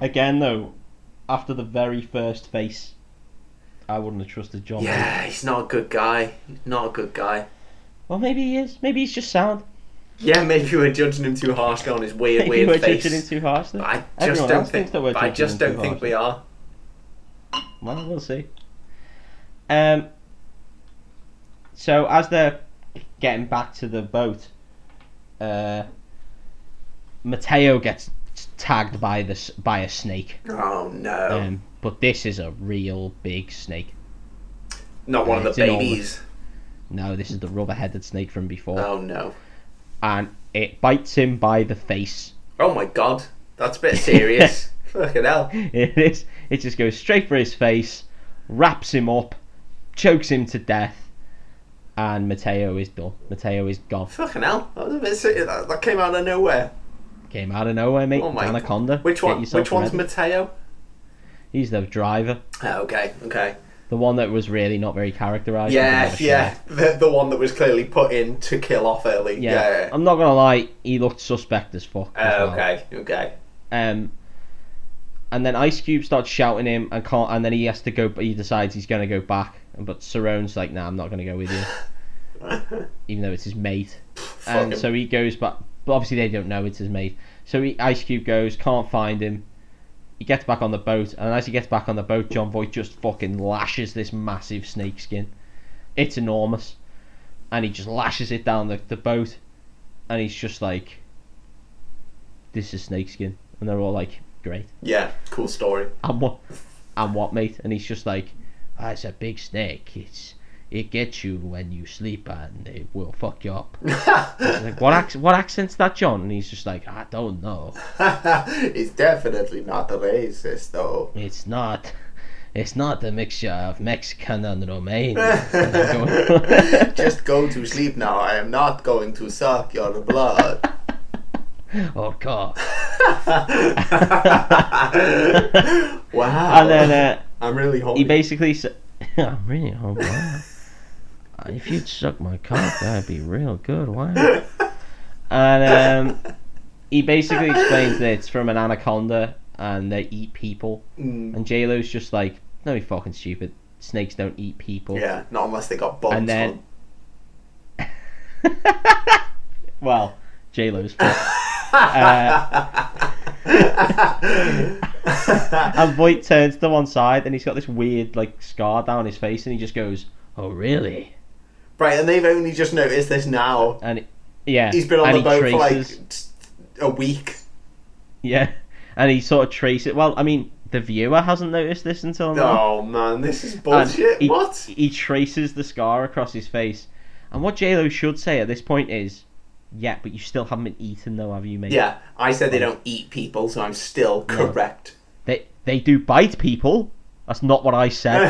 Speaker 1: Again, though, after the very first face, I wouldn't have trusted John. Boyd.
Speaker 2: Yeah, he's not a good guy. He's not a good guy.
Speaker 1: Well, maybe he is. Maybe he's just sound. (laughs)
Speaker 2: Yeah, maybe we're judging him too harshly on his weird,
Speaker 1: Maybe
Speaker 2: weird
Speaker 1: we're
Speaker 2: face.
Speaker 1: judging him too harshly.
Speaker 2: I just
Speaker 1: Everyone
Speaker 2: don't
Speaker 1: else
Speaker 2: think.
Speaker 1: thinks that we're
Speaker 2: I
Speaker 1: judging
Speaker 2: just
Speaker 1: him
Speaker 2: don't
Speaker 1: too
Speaker 2: think we are.
Speaker 1: Well, we'll see. Um. So as they're getting back to the boat, uh, Mateo gets tagged by this by a snake.
Speaker 2: Oh no,
Speaker 1: Um, but this is a real big snake.
Speaker 2: not one of the
Speaker 1: it's enormous.
Speaker 2: babies.
Speaker 1: No, this is the rubber-headed snake from before,
Speaker 2: Oh no.
Speaker 1: and it bites him by the face. (laughs)
Speaker 2: Oh my god, that's a bit serious. Fucking hell.
Speaker 1: It is. It just goes straight for his face, wraps him up, chokes him to death, and Mateo is done. Mateo is gone.
Speaker 2: Fucking hell, that was a bit serious. That, that came out of nowhere.
Speaker 1: Came out of nowhere, mate.
Speaker 2: Oh my
Speaker 1: Anaconda.
Speaker 2: Which
Speaker 1: Get
Speaker 2: one?
Speaker 1: yourself
Speaker 2: Which one's
Speaker 1: ready.
Speaker 2: Mateo?
Speaker 1: He's the driver,
Speaker 2: Oh, okay, okay.
Speaker 1: the one that was really not very characterized.
Speaker 2: Yeah, yeah. The, the one that was clearly put in to kill off early.
Speaker 1: yeah,
Speaker 2: Yeah.
Speaker 1: I'm not gonna lie, he looked suspect as fuck. as
Speaker 2: Oh,
Speaker 1: well.
Speaker 2: okay, okay.
Speaker 1: Um, and then Ice Cube starts shouting him, and can't, and then he has to go. But he decides he's gonna go back, but Cerrone's like, "Nah, I'm not gonna go with you," even though it's his mate. and
Speaker 2: him.
Speaker 1: so he goes back. But obviously they don't know it's his mate. So he, Ice Cube goes, can't find him. He gets back on the boat, and as he gets back on the boat, John Voight just fucking lashes this massive snake skin. It's enormous, and he just lashes it down the, the boat, and he's just like, "This is snake skin," and they're all like, "Great."
Speaker 2: Yeah, cool story. (laughs)
Speaker 1: and what and what mate and he's just like "Ah, it's a big snake it's
Speaker 3: It gets you when you sleep and it will fuck you up.
Speaker 1: He's like, what, ac- what accent's that, John? And he's just like, I don't know.
Speaker 2: it's definitely not a racist, though.
Speaker 3: It's not. It's not a mixture of Mexican and Romanian. And I'm
Speaker 1: (laughs)
Speaker 2: (laughs)
Speaker 3: going-
Speaker 2: Just go to sleep now. I am not going to suck your blood.
Speaker 3: (laughs) oh god.
Speaker 2: (laughs) wow.
Speaker 1: And then uh,
Speaker 2: I'm really
Speaker 1: he
Speaker 2: hungry.
Speaker 1: basically said, (laughs) I'm really hungry. Wow. Uh, if you'd suck my cock, that'd be real good. Wow. And um, he basically explains that it's from an anaconda and they eat people.
Speaker 2: Mm,
Speaker 1: And J Lo's just like, no, you fucking stupid. Snakes don't eat people.
Speaker 2: yeah, not unless they got bugs.
Speaker 1: And then- Well, J Lo's. And Voight turns to one side and he's got this weird like scar down his face and he just goes, "Oh really?"
Speaker 2: (laughs) right, and they've only just noticed this now.
Speaker 1: And it, yeah,
Speaker 2: He's been on
Speaker 1: and
Speaker 2: the boat
Speaker 1: he
Speaker 2: for like
Speaker 1: traces-
Speaker 2: t- a week.
Speaker 1: yeah, and he sort of traces. Well, I mean, the viewer hasn't noticed this until now.
Speaker 2: Oh man, this is
Speaker 1: And
Speaker 2: bullshit.
Speaker 1: he-
Speaker 2: what?
Speaker 1: He traces the scar across his face, and what J Lo should say at this point is, "Yeah, but you still haven't been eaten, though, have you, mate?
Speaker 2: Yeah, I said they don't eat people, so I'm still
Speaker 1: (laughs)
Speaker 2: correct. (laughs)
Speaker 1: They they do bite people. That's not what I
Speaker 2: (laughs)
Speaker 1: said.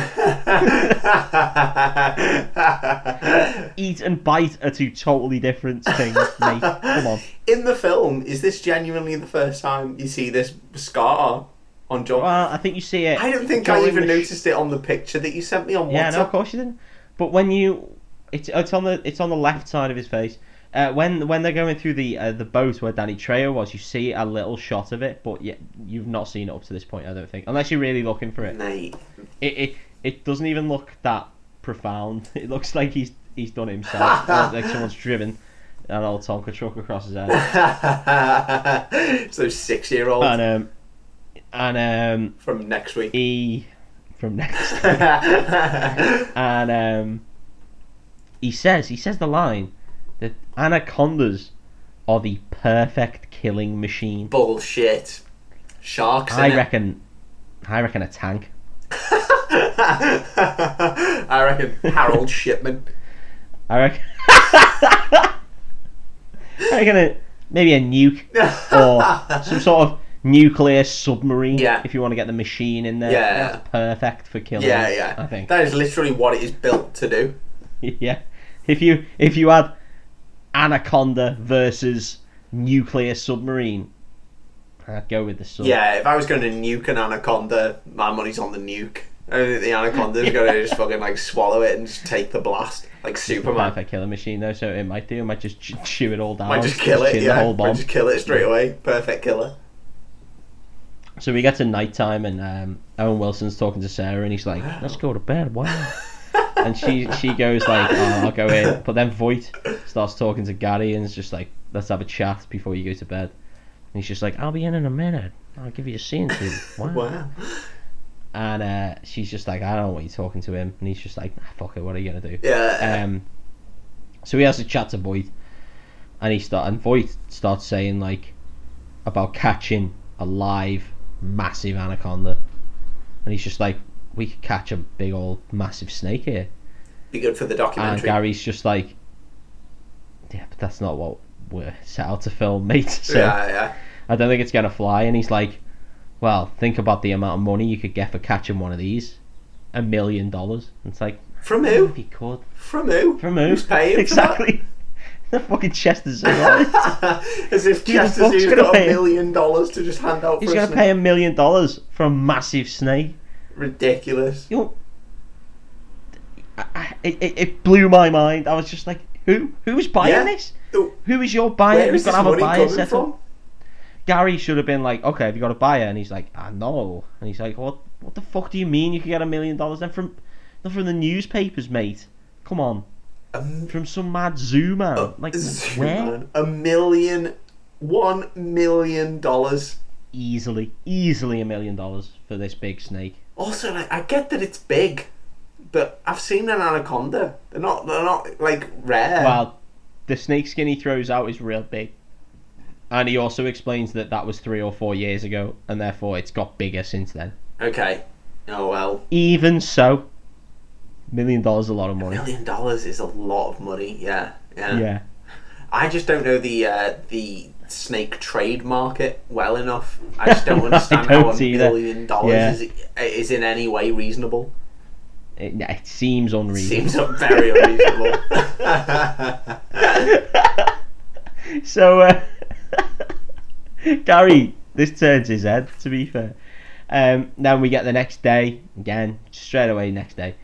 Speaker 1: Eat and bite are two totally different things, mate. Come
Speaker 2: (laughs)
Speaker 1: on."
Speaker 2: In the film, is this genuinely the first time you see this scar on John?
Speaker 1: Well, I think you see it.
Speaker 2: I don't think
Speaker 1: during
Speaker 2: I even
Speaker 1: the sh-
Speaker 2: noticed it on the picture that you sent me on
Speaker 1: Yeah, no, of
Speaker 2: WhatsApp.
Speaker 1: course you didn't. But when you, it's it's on the it's on the left side of his face. Uh, when when they're going through the uh, the boat where Danny Trejo was, you see a little shot of it, but yeah, you've not seen it up to this point, I don't think, unless you're really looking for it.
Speaker 2: Mate, (laughs)
Speaker 1: It it, it doesn't even look that profound. (laughs) It looks like he's he's done it himself, like like someone's driven an old Tonka truck across his head.
Speaker 2: so six year old
Speaker 1: And um, and um,
Speaker 2: from next week.
Speaker 1: he from next.
Speaker 2: (laughs) yeah,
Speaker 1: and um, he says he says the line that anacondas are the perfect killing machine.
Speaker 2: (laughs) bullshit. Sharks.
Speaker 1: I
Speaker 2: innit?
Speaker 1: reckon, I reckon a tank.
Speaker 2: (laughs) I reckon
Speaker 1: (laughs)
Speaker 2: Harold Shipman.
Speaker 1: I (laughs) reckon, I reckon a, maybe a
Speaker 2: (laughs)
Speaker 1: nuke or some sort of nuclear submarine.
Speaker 2: Yeah.
Speaker 1: If you want to get the machine in there,
Speaker 2: Yeah.
Speaker 1: that's perfect for killing.
Speaker 2: Yeah, yeah.
Speaker 1: I think.
Speaker 2: that is literally what it is built to do.
Speaker 1: (laughs) yeah. If you if you had Anaconda versus nuclear submarine, I'd go with the sub.
Speaker 2: Yeah, if I was going to nuke an anaconda, my money's on the nuke. I think the anaconda's going to just fucking like swallow it and just take the blast, like Superman.
Speaker 1: Perfect killer machine though, so it might do. It might just ch- chew it all down.
Speaker 2: Might just kill it,
Speaker 1: chin
Speaker 2: yeah.
Speaker 1: The whole bomb.
Speaker 2: Might just kill it straight away. Perfect killer.
Speaker 1: So we get to nighttime and um, Owen Wilson's talking to Sarah and
Speaker 2: (gasps)
Speaker 1: he's like, "Let's go to bed." Wow.
Speaker 2: (laughs)
Speaker 1: and she she goes like, oh, "I'll go in," but then Voight starts talking to Gary and is just like, "Let's have a chat before you go to bed." And he's just like, "I'll be in in a minute. I'll give you a scene to."
Speaker 2: Wow.
Speaker 1: And uh, she's just like, I don't want you talking to him. And he's just like, "Ah, fuck it, what are you going to do?
Speaker 2: Yeah.
Speaker 1: Um, so he has a chat to Voight. And he start, and Voight starts saying, like, about catching a live, massive anaconda. And he's just like, we could catch a big old, massive snake here.
Speaker 2: Be good for the
Speaker 1: And
Speaker 2: documentary.
Speaker 1: Gary's just like, yeah, but that's not what we're set out to film, mate. (laughs) So
Speaker 2: yeah, yeah.
Speaker 1: I don't think it's going to fly. And he's like, well, think about the amount of money you could get for catching one of these. A million dollars. And It's like,
Speaker 2: From who?
Speaker 1: if he could.
Speaker 2: From who?
Speaker 1: From who?
Speaker 2: Who's paying? for
Speaker 1: Exactly. (laughs) the fucking Chester Zoo.
Speaker 2: (laughs) that? (laughs) As if
Speaker 1: the
Speaker 2: Chester
Speaker 1: fuck's
Speaker 2: Zoo's
Speaker 1: gonna
Speaker 2: got a
Speaker 1: pay him?
Speaker 2: million dollars to just hand out
Speaker 1: He's
Speaker 2: for a
Speaker 1: going to
Speaker 2: snake.
Speaker 1: pay a million dollars for a massive snake.
Speaker 2: Ridiculous.
Speaker 1: You know, I- I- it, it, it blew my mind. I was just like, who? Who's buying
Speaker 2: Yeah.
Speaker 1: this?
Speaker 2: Oh,
Speaker 1: Who is your buyer?
Speaker 2: Where
Speaker 1: Who's
Speaker 2: is this
Speaker 1: gonna have a
Speaker 2: money
Speaker 1: buyer
Speaker 2: coming
Speaker 1: set up?
Speaker 2: from?
Speaker 1: Gary should have been like, okay, have you got a buyer? And he's like, I know. And he's like, what? What the fuck do you mean you could get a million dollars then from, not from the newspapers, mate? Come on,
Speaker 2: Um,
Speaker 1: from some mad zoo man. like (laughs)
Speaker 2: Zoom,
Speaker 1: where?
Speaker 2: man. A million, one million dollars.
Speaker 1: Easily, easily a million dollars for this big snake.
Speaker 2: Also, like, I get that it's big, but I've seen an anaconda. They're not. They're not like rare.
Speaker 1: Well, the snake skin he throws out is real big. And he also explains that that was three or four years ago, and therefore it's got bigger since then.
Speaker 2: Okay. Oh well.
Speaker 1: Even so, Million dollars is a lot of money.
Speaker 2: Million dollars is a lot of money. Yeah, yeah.
Speaker 1: Yeah.
Speaker 2: I just don't know the uh, the snake trade market well enough. I just
Speaker 1: (laughs)
Speaker 2: don't understand how a
Speaker 1: don't either.
Speaker 2: million dollars
Speaker 1: Yeah.
Speaker 2: is, is in any way reasonable.
Speaker 1: It, it seems unreasonable.
Speaker 2: Seems
Speaker 1: (laughs)
Speaker 2: very unreasonable. (laughs)
Speaker 1: So, uh, (laughs) Gary, this turns his head, to be fair. Um, then we get the next day, again, straight away next day.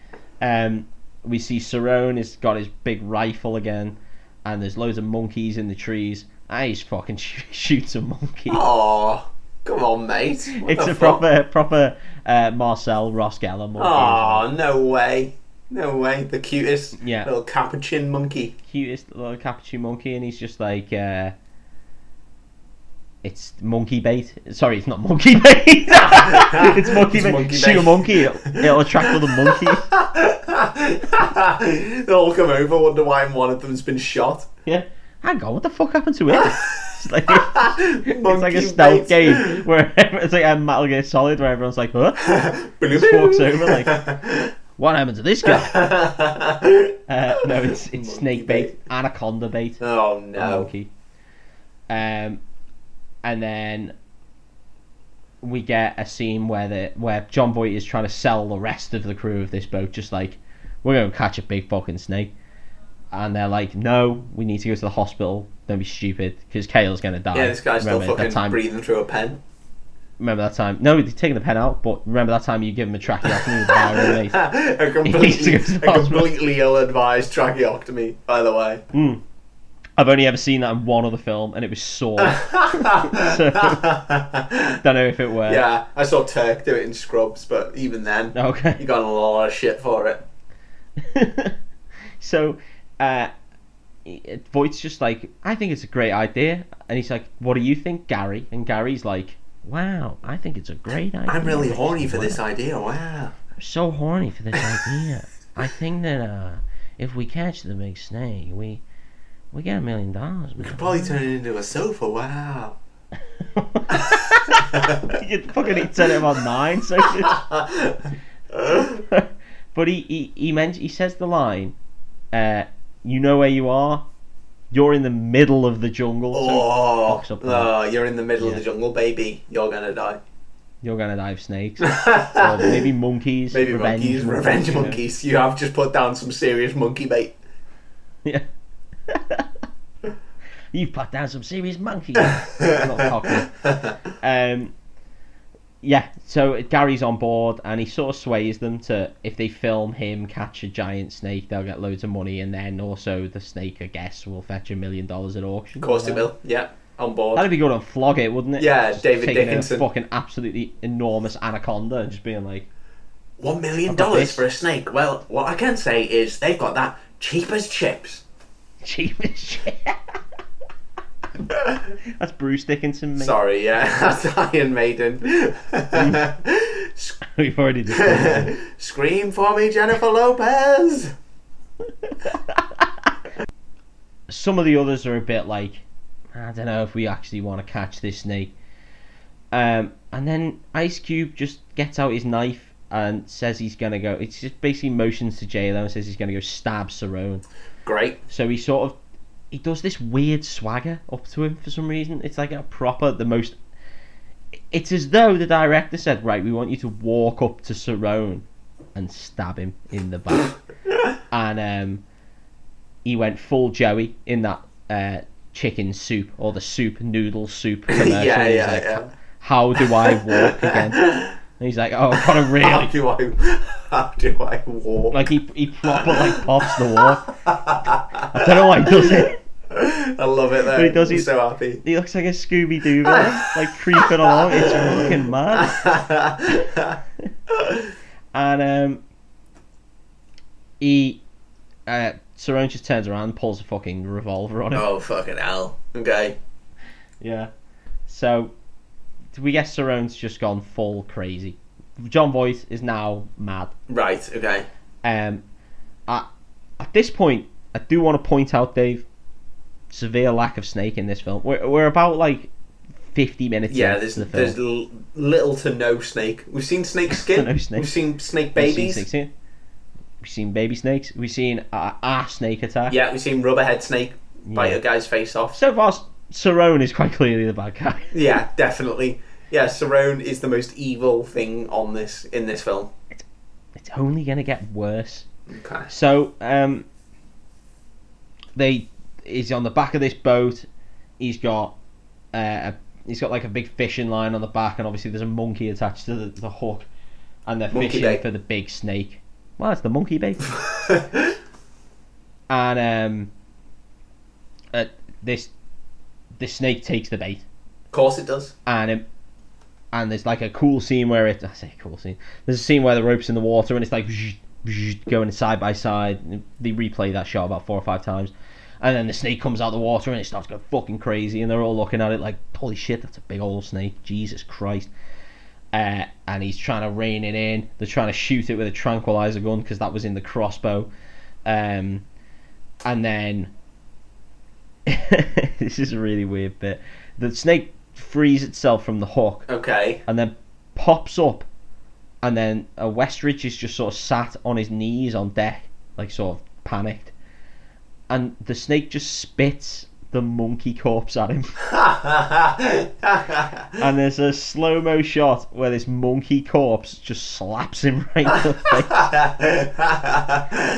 Speaker 1: Um, we see Cerrone has got his big rifle again, and there's loads of monkeys in the trees. I just fucking (laughs) sh- shoots a monkey.
Speaker 2: oh, come on, mate. What
Speaker 1: it's
Speaker 2: the
Speaker 1: a
Speaker 2: fuck?
Speaker 1: proper, proper uh, Marcel Rosgeller monkey.
Speaker 2: Oh, no way. No way. The cutest
Speaker 1: Yeah.
Speaker 2: little capuchin monkey. (laughs)
Speaker 1: cutest little cappuccino monkey, and he's just like, uh, it's monkey bait. Sorry, it's not monkey (laughs)
Speaker 2: (laughs)
Speaker 1: bait. it's monkey
Speaker 2: It's
Speaker 1: bait.
Speaker 2: monkey
Speaker 1: Shoot
Speaker 2: bait.
Speaker 1: a monkey, it'll, it'll attract all the
Speaker 2: (laughs)
Speaker 1: monkey.
Speaker 2: They'll all come over, wonder why one of them's been shot. (laughs)
Speaker 1: Yeah. Hang on, what the fuck happened to it? It's like,
Speaker 2: (laughs)
Speaker 1: it's
Speaker 2: Monkey
Speaker 1: like a stealth
Speaker 2: bait. (laughs)
Speaker 1: game where (laughs) it's like a Metal Gear Solid where everyone's like, huh?
Speaker 2: Just
Speaker 1: walks over
Speaker 2: (laughs)
Speaker 1: What happened to this guy? Uh, no, it's, it's
Speaker 2: Monkey
Speaker 1: snake bait, anaconda bait.
Speaker 2: oh no.
Speaker 1: monkey. Um, and then we get a scene where the where John Boy is trying to sell the rest of the crew of this boat, just like we're going to catch a big fucking snake, and they're like, no, we need to go to the hospital. Don't be stupid, because Kale's going to die.
Speaker 2: Yeah, this guy's still
Speaker 1: remember
Speaker 2: fucking
Speaker 1: that time?
Speaker 2: breathing through a pen. (laughs)
Speaker 1: Remember that time? No, he's taking the pen out, but remember that time you give him a tracheotomy with the
Speaker 2: (laughs)
Speaker 1: diarrhea, mate? (laughs)
Speaker 2: a
Speaker 1: needs to
Speaker 2: completely,
Speaker 1: go to the
Speaker 2: a
Speaker 1: hospital.
Speaker 2: completely ill-advised tracheotomy, by the way.
Speaker 1: I've only ever seen that in one other film, and it was
Speaker 2: (laughs)
Speaker 1: Saw. (laughs) so, (laughs) don't know if it worked.
Speaker 2: (laughs) yeah, I saw Turk do it in Scrubs, but even then,
Speaker 1: Okay.
Speaker 2: he got a lot of shit for it.
Speaker 1: (laughs) so uh, it- Voight's just like, I think it's a great idea. And he's like, What do you think, Gary? And Gary's like, Wow, I think it's a great idea.
Speaker 2: I'm really
Speaker 1: It
Speaker 2: horny
Speaker 1: makes
Speaker 2: for
Speaker 1: me
Speaker 2: this
Speaker 1: wanna-
Speaker 2: idea. Wow.
Speaker 3: I'm so horny for this idea. I think that uh, if we catch the big snake, we we get a million
Speaker 2: (laughs)
Speaker 3: dollars.
Speaker 2: Could
Speaker 3: man.
Speaker 2: probably turn it into a sofa. (laughs) Wow.
Speaker 1: you fucking eat ten out
Speaker 2: (laughs)
Speaker 1: of nine. So,
Speaker 2: Oh,
Speaker 1: but he he he, men- he says the line, uh, "You know where you are. You're in the middle of the jungle. So
Speaker 2: Oh,
Speaker 1: fucks up
Speaker 2: oh, you're in the middle of
Speaker 1: Yeah.
Speaker 2: the jungle, baby. You're gonna die.
Speaker 1: you're gonna die of
Speaker 2: (laughs)
Speaker 1: snakes, or maybe monkeys,
Speaker 2: Maybe
Speaker 1: revenge
Speaker 2: monkeys, revenge
Speaker 1: you know.
Speaker 2: monkeys. You have just put down some serious monkey bait.
Speaker 1: Yeah. (laughs) You've put down some serious
Speaker 2: (laughs)
Speaker 1: monkeys. Not cocky. Um, yeah, so Gary's on board and he sort of sways them to if they film him catch a giant snake, they'll get loads of money, and then also the snake, I guess, will fetch a million dollars at auction.
Speaker 2: Of course it will. Yeah, on board.
Speaker 1: That'd be good on Flog It, wouldn't it?
Speaker 2: Yeah, David
Speaker 1: taking
Speaker 2: Dickinson.
Speaker 1: a fucking absolutely enormous anaconda and just being like,
Speaker 2: One million
Speaker 1: got
Speaker 2: dollars
Speaker 1: this.
Speaker 2: for a snake. Well, what I can say is they've got that cheap as chips.
Speaker 1: cheap as shit. That's Bruce Dickinson, mate.
Speaker 2: Sorry, yeah, (laughs) that's Iron Maiden.
Speaker 1: We've already discussed that.
Speaker 2: Scream for me, Jennifer Lopez.
Speaker 1: some of the others are a bit like, I don't know if we actually want to catch this snake. Um, and then Ice Cube just gets out his knife and says he's gonna go. It's just basically motions to J Lo and says he's gonna go stab Cerrone.
Speaker 2: Great.
Speaker 1: So he sort of he does this weird swagger up to him for some reason. It's like a proper the most. It's as though the director said, "Right, we want you to walk up to Cerrone and stab him in the
Speaker 2: (laughs)
Speaker 1: back," and um, he went full Joey in that uh, chicken soup or the soup noodle soup commercial.
Speaker 2: (laughs) yeah,
Speaker 1: He's
Speaker 2: yeah,
Speaker 1: like,
Speaker 2: yeah.
Speaker 1: How do I
Speaker 2: (laughs)
Speaker 1: walk again? And he's like, "Oh, I gotta
Speaker 2: How
Speaker 1: really."
Speaker 2: (laughs) do I? How do I walk?
Speaker 1: Like he he proper like pops the walk. I don't know why he does it.
Speaker 2: I love it though.
Speaker 1: But he does
Speaker 2: I'm
Speaker 1: his-
Speaker 2: so happy. (laughs)
Speaker 1: He looks like a Scooby Doo villain, like creeping along. It's
Speaker 2: (laughs)
Speaker 1: fucking mad. And um, he, uh, Cerrone just turns around, and pulls a fucking revolver on him.
Speaker 2: Oh fucking hell. Okay.
Speaker 1: Yeah. So we guess Cerrone's just gone full crazy. John Voight is now mad.
Speaker 2: Right. Okay.
Speaker 1: Um, at, at this point, I do want to point out, Dave, severe lack of snake in this film. We're, we're about like fifty minutes.
Speaker 2: Yeah.
Speaker 1: into
Speaker 2: There's
Speaker 1: the film.
Speaker 2: there's l- little to no snake. We've seen snake
Speaker 1: To
Speaker 2: skin.
Speaker 1: no snake.
Speaker 2: We've seen snake
Speaker 1: We've seen
Speaker 2: babies.
Speaker 1: snakes here. We've seen baby snakes. We've seen a, a snake attack.
Speaker 2: Yeah, we've seen Rubberhead Snake bite
Speaker 1: Yeah.
Speaker 2: a guy's face off.
Speaker 1: So far, Cerrone is quite clearly the bad guy. (laughs)
Speaker 2: Yeah, definitely. Yeah, Cerrone is the most evil thing on this in this film.
Speaker 1: It's only going to get worse.
Speaker 2: Okay.
Speaker 1: So um, they he's on the back of this boat. He's got uh, a, he's got like a big fishing line on the back, and obviously there's a monkey attached to the, the hook, and they're
Speaker 2: Monkey
Speaker 1: fishing
Speaker 2: bait.
Speaker 1: for the big snake. Well, it's the monkey
Speaker 2: (laughs)
Speaker 1: bait. and um, uh, this this snake takes the bait,
Speaker 2: Of course it does.
Speaker 1: and it, and there's like a cool scene where it I say cool scene. There's a scene where the rope's in the water and it's like vzz, vzz, going side by side. and They replay that shot about four or five times, and then the snake comes out of the water and it starts going fucking crazy, and they're all looking at it like, holy shit, that's a big old snake, Jesus Christ. Uh, and he's trying to rein it in. They're trying to shoot it with a tranquilizer gun because that was in the crossbow. Um, and then (laughs) this is a really weird bit. The snake frees itself from the hook
Speaker 2: Okay. (laughs)
Speaker 1: and then pops up, and then uh, Westridge is just sort of sat on his knees on deck, like sort of panicked, and the snake just spits the monkey corpse at him, and there's a slow mo shot where this monkey corpse just slaps him right in the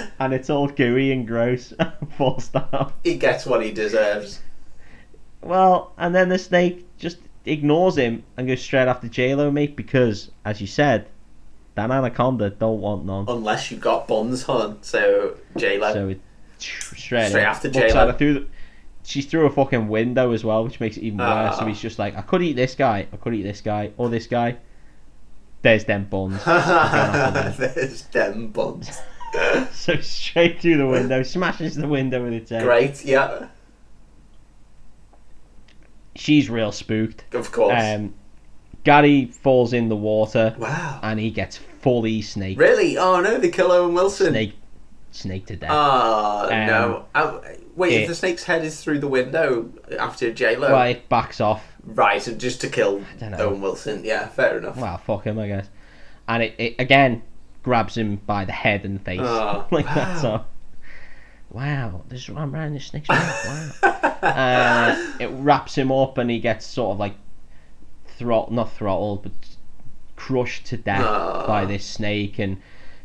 Speaker 1: face, and it's all gooey and gross, (laughs) falls down.
Speaker 2: he gets what he deserves.
Speaker 1: Well, and then the snake just ignores him and goes straight after J Lo, mate, because as you said, that anaconda don't want none.
Speaker 2: Unless you got buns, hon. So J (laughs) Lo.
Speaker 1: So it straight,
Speaker 2: Straight
Speaker 1: in.
Speaker 2: after
Speaker 1: Looks
Speaker 2: J-Lo.
Speaker 1: at her through the- she's through a fucking window as well, which makes it even worse. So
Speaker 2: Ah.
Speaker 1: he's just like, I could eat this guy, I could eat this guy, or this guy. There's them
Speaker 2: (laughs)
Speaker 1: buns. (laughs)
Speaker 2: There's them buns.
Speaker 1: so straight through the window, smashes the window with its head.
Speaker 2: Great. Yeah.
Speaker 1: She's real spooked.
Speaker 2: Of course.
Speaker 1: Um, Gary falls in the water
Speaker 2: wow.
Speaker 1: and he gets fully snake
Speaker 2: Really? Oh no, they kill Owen Wilson.
Speaker 1: snake snake to death.
Speaker 2: Oh
Speaker 1: Um,
Speaker 2: no! Um, wait,
Speaker 1: it-
Speaker 2: if the snake's head is through the window after J Lo,
Speaker 1: well, it backs off
Speaker 2: right? And just to kill
Speaker 1: dunno.
Speaker 2: Owen Wilson, yeah, fair enough.
Speaker 1: Well, fuck him, I guess. And it, it again grabs him by the head and face.
Speaker 2: Oh,
Speaker 1: (laughs) like that's
Speaker 2: wow.
Speaker 1: all. Wow, this is what I'm writing this next week. Wow. uh, it wraps him up and he gets sort of like throttled, not throttled, but crushed to death
Speaker 2: Oh.
Speaker 1: by this snake. And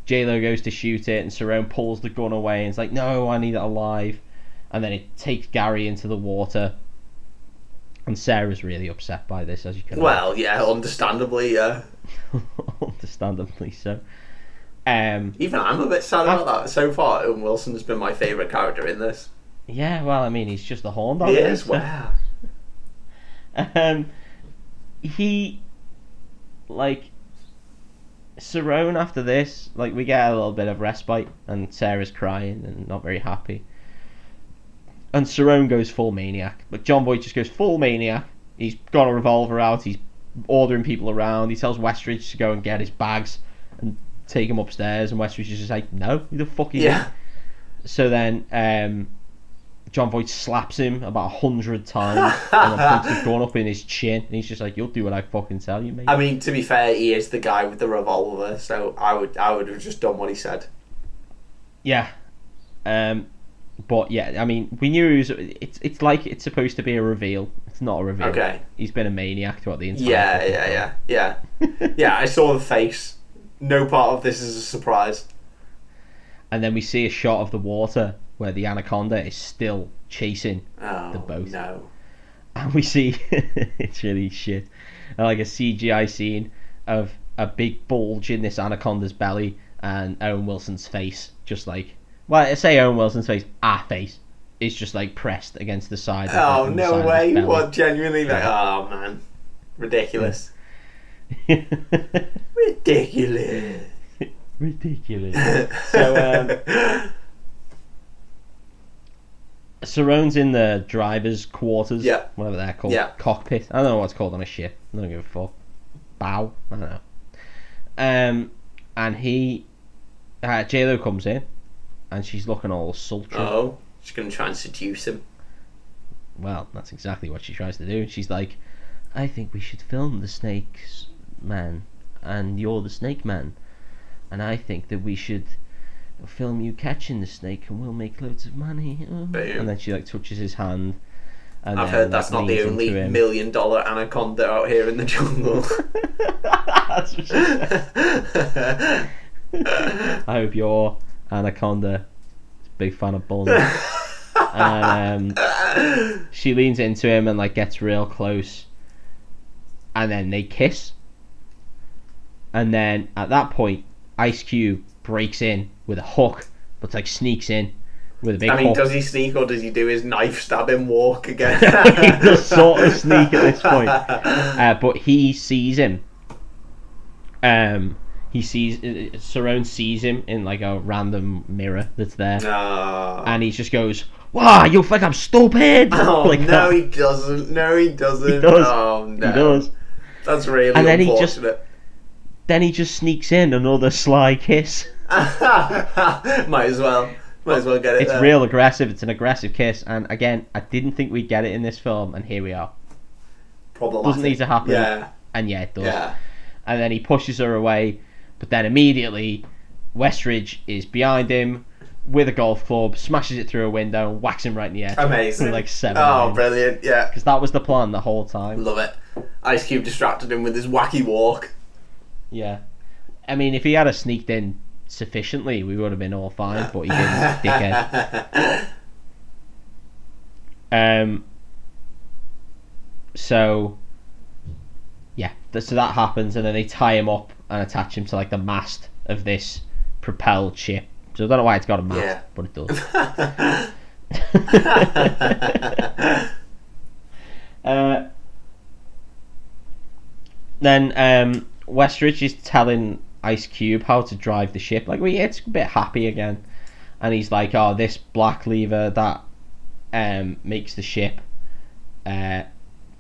Speaker 1: J Lo goes to shoot it, and Cerrone pulls the gun away and is like, "No, I need it alive." And then it takes Gary into the water. And Sarah's really upset by this, as you can
Speaker 2: Well, yeah, understandably, uh, yeah.
Speaker 1: (laughs) understandably so. Um,
Speaker 2: Even I'm a bit sad about that. So far, Owen Wilson's been my favourite character in this.
Speaker 1: yeah, well, I mean, he's just a horn dog.
Speaker 2: He
Speaker 1: isn't
Speaker 2: is,
Speaker 1: so-
Speaker 2: wow.
Speaker 1: (laughs) Um, he, like, Cerrone after this, like, we get a little bit of respite, and Sarah's crying and not very happy. And Cerrone goes full maniac, but John Boy just goes full maniac. He's got a revolver out, he's ordering people around, he tells Westridge to go and get his bags and take him upstairs, and Westridge is just like, no, who the fuck are you?
Speaker 2: Yeah.
Speaker 1: So then um, John Voight slaps him about a hundred
Speaker 2: (laughs)
Speaker 1: times and then puts the gun up in his chin and he's just like, You'll do what I fucking tell you, mate.
Speaker 2: I mean, to be fair, he is the guy with the revolver, so I would, I would have just done what he said.
Speaker 1: yeah. Um but yeah, I mean, we knew he was. It's it's like it's supposed to be a reveal. It's not a reveal.
Speaker 2: Okay.
Speaker 1: He's been a maniac throughout the entire.
Speaker 2: Yeah,
Speaker 1: fucking
Speaker 2: yeah,
Speaker 1: film.
Speaker 2: yeah, yeah, yeah. I saw the face. No part of this is a surprise.
Speaker 1: And then we see a shot of the water where the anaconda is still chasing
Speaker 2: Oh
Speaker 1: The both.
Speaker 2: no!
Speaker 1: and (laughs) we see it's really shit like a CGI scene of a big bulge in this anaconda's belly and Owen Wilson's face just like well I say Owen Wilson's face our face is just like pressed against the side of-
Speaker 2: Oh
Speaker 1: on the
Speaker 2: no
Speaker 1: side of
Speaker 2: way!
Speaker 1: his belly.
Speaker 2: What genuinely? Like, oh man, ridiculous! Ridiculous!
Speaker 1: (laughs) ridiculous
Speaker 2: (laughs)
Speaker 1: so um Cerrone's in the driver's quarters,
Speaker 2: Yeah.
Speaker 1: whatever they're called,
Speaker 2: Yeah.
Speaker 1: cockpit. I don't know what it's called on a ship. I don't give a fuck. Bow. I don't know. Um, and he, uh, J Lo comes in, and she's looking all sultry.
Speaker 2: oh, she's gonna try and seduce him.
Speaker 1: Well, that's exactly what she tries to do. She's like, I think we should film the snakes man, and you're the snake man, and I think that we should We'll film you catching the snake and we'll make loads of money. Oh.
Speaker 2: Boom.
Speaker 1: And then she like touches his hand. And
Speaker 2: I've
Speaker 1: then,
Speaker 2: heard that's
Speaker 1: like,
Speaker 2: not the
Speaker 1: leans
Speaker 2: only
Speaker 1: into him.
Speaker 2: million dollar anaconda out here in the jungle.
Speaker 1: (laughs)
Speaker 2: (laughs)
Speaker 1: That's what she said. I hope you're Anaconda. is a uh, Big fan of Bull. and um,
Speaker 2: (laughs)
Speaker 1: she leans into him and like gets real close, and then they kiss. And then at that point, Ice Cube breaks in with a hook, but like sneaks in with a big
Speaker 2: I mean,
Speaker 1: hook.
Speaker 2: does he sneak or does he do his knife stabbing walk again?
Speaker 1: (laughs) he does
Speaker 2: (laughs)
Speaker 1: sort of sneak at this point, uh, but he sees him. Um, he sees uh, Cerrone sees him in like a random mirror that's there,
Speaker 2: No.
Speaker 1: and he just goes, "Wow, you think I'm stupid?"
Speaker 2: Oh
Speaker 1: (laughs) like
Speaker 2: no,
Speaker 1: that.
Speaker 2: he doesn't. No, he doesn't.
Speaker 1: He does.
Speaker 2: Oh no,
Speaker 1: He does.
Speaker 2: That's really
Speaker 1: And then he just-
Speaker 2: unfortunate. (laughs)
Speaker 1: Then he just sneaks in another sly
Speaker 2: (laughs)
Speaker 1: kiss.
Speaker 2: Might as well. Might as well get it.
Speaker 1: It's
Speaker 2: there.
Speaker 1: real aggressive. It's an aggressive kiss, and again, I didn't think we'd get it in this film, and here we are.
Speaker 2: Problematic.
Speaker 1: Doesn't need to happen.
Speaker 2: Yeah.
Speaker 1: And yeah, it does.
Speaker 2: Yeah.
Speaker 1: and then he pushes her away. But then immediately, Westridge is behind him with a golf club, smashes it through a window, and whacks him right in the head.
Speaker 2: Amazing.
Speaker 1: With like seven.
Speaker 2: Oh, brilliant. Yeah.
Speaker 1: Because that was the plan the whole time.
Speaker 2: Love it. Ice Cube distracted him with his wacky walk. (laughs)
Speaker 1: Yeah. I mean, if he had a sneaked in sufficiently, we would have been all fine. But he didn't, dickhead. Um. So. Yeah, th- so that happens, and then they tie him up and attach him to like the mast of this propelled ship. So I don't know why it's got a mast,
Speaker 2: Yeah.
Speaker 1: but it does. (laughs)
Speaker 2: (laughs)
Speaker 1: Uh, then um, Westridge is telling Ice Cube how to drive the ship. Like, we it's a bit happy again, and he's like, "Oh, this black lever that um, makes the ship uh,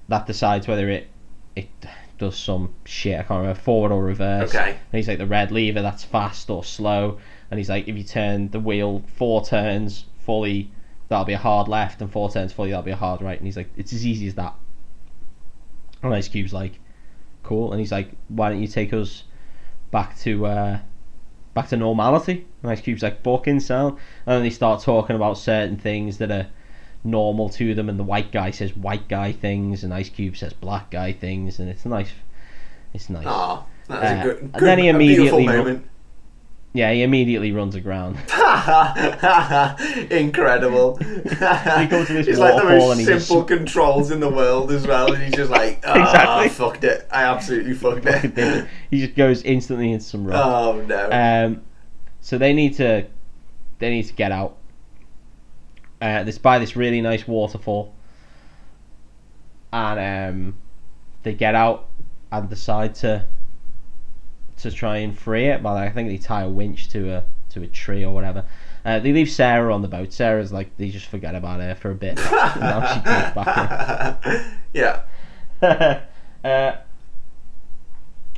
Speaker 1: that decides whether it it does some shit. I can't remember forward or reverse."
Speaker 2: Okay.
Speaker 1: And he's like, "The red lever that's fast or slow," and he's like, "If you turn the wheel four turns fully." That'll be a hard left, and four turns fully. That'll be a hard right. And he's like, "It's as easy as that." And Ice Cube's like, cool. And he's like, why don't you take us back to uh, back to normality? And Ice Cube's like, fucking sound. And then they start talking about certain things that are normal to them. And the white guy says white guy things, and Ice Cube says black guy things. And it's nice. It's nice.
Speaker 2: Aw, that was
Speaker 1: Uh,
Speaker 2: a good,
Speaker 1: and
Speaker 2: good
Speaker 1: then he
Speaker 2: a beautiful
Speaker 1: immediately ru-
Speaker 2: moment. (laughs)
Speaker 1: Yeah, he immediately runs aground. (laughs)
Speaker 2: Incredible.
Speaker 1: goes to this
Speaker 2: He's like the
Speaker 1: waterfall
Speaker 2: most
Speaker 1: and he just-
Speaker 2: simple controls in the world as well, and he's
Speaker 1: (laughs)
Speaker 2: just like, ah,
Speaker 1: Exactly.
Speaker 2: fucked it. I absolutely fucked
Speaker 1: (laughs)
Speaker 2: it.
Speaker 1: he just goes instantly into some rock.
Speaker 2: oh no.
Speaker 1: Um, so they need to they need to get out. Uh, this by this really nice waterfall, and um, they get out and decide to to try and free it. But I think they tie a winch to a to a tree or whatever. Uh, they leave Sarah on the boat. Sarah's like they just forget about her for a bit. And now she comes back in.
Speaker 2: yeah.
Speaker 1: (laughs) uh,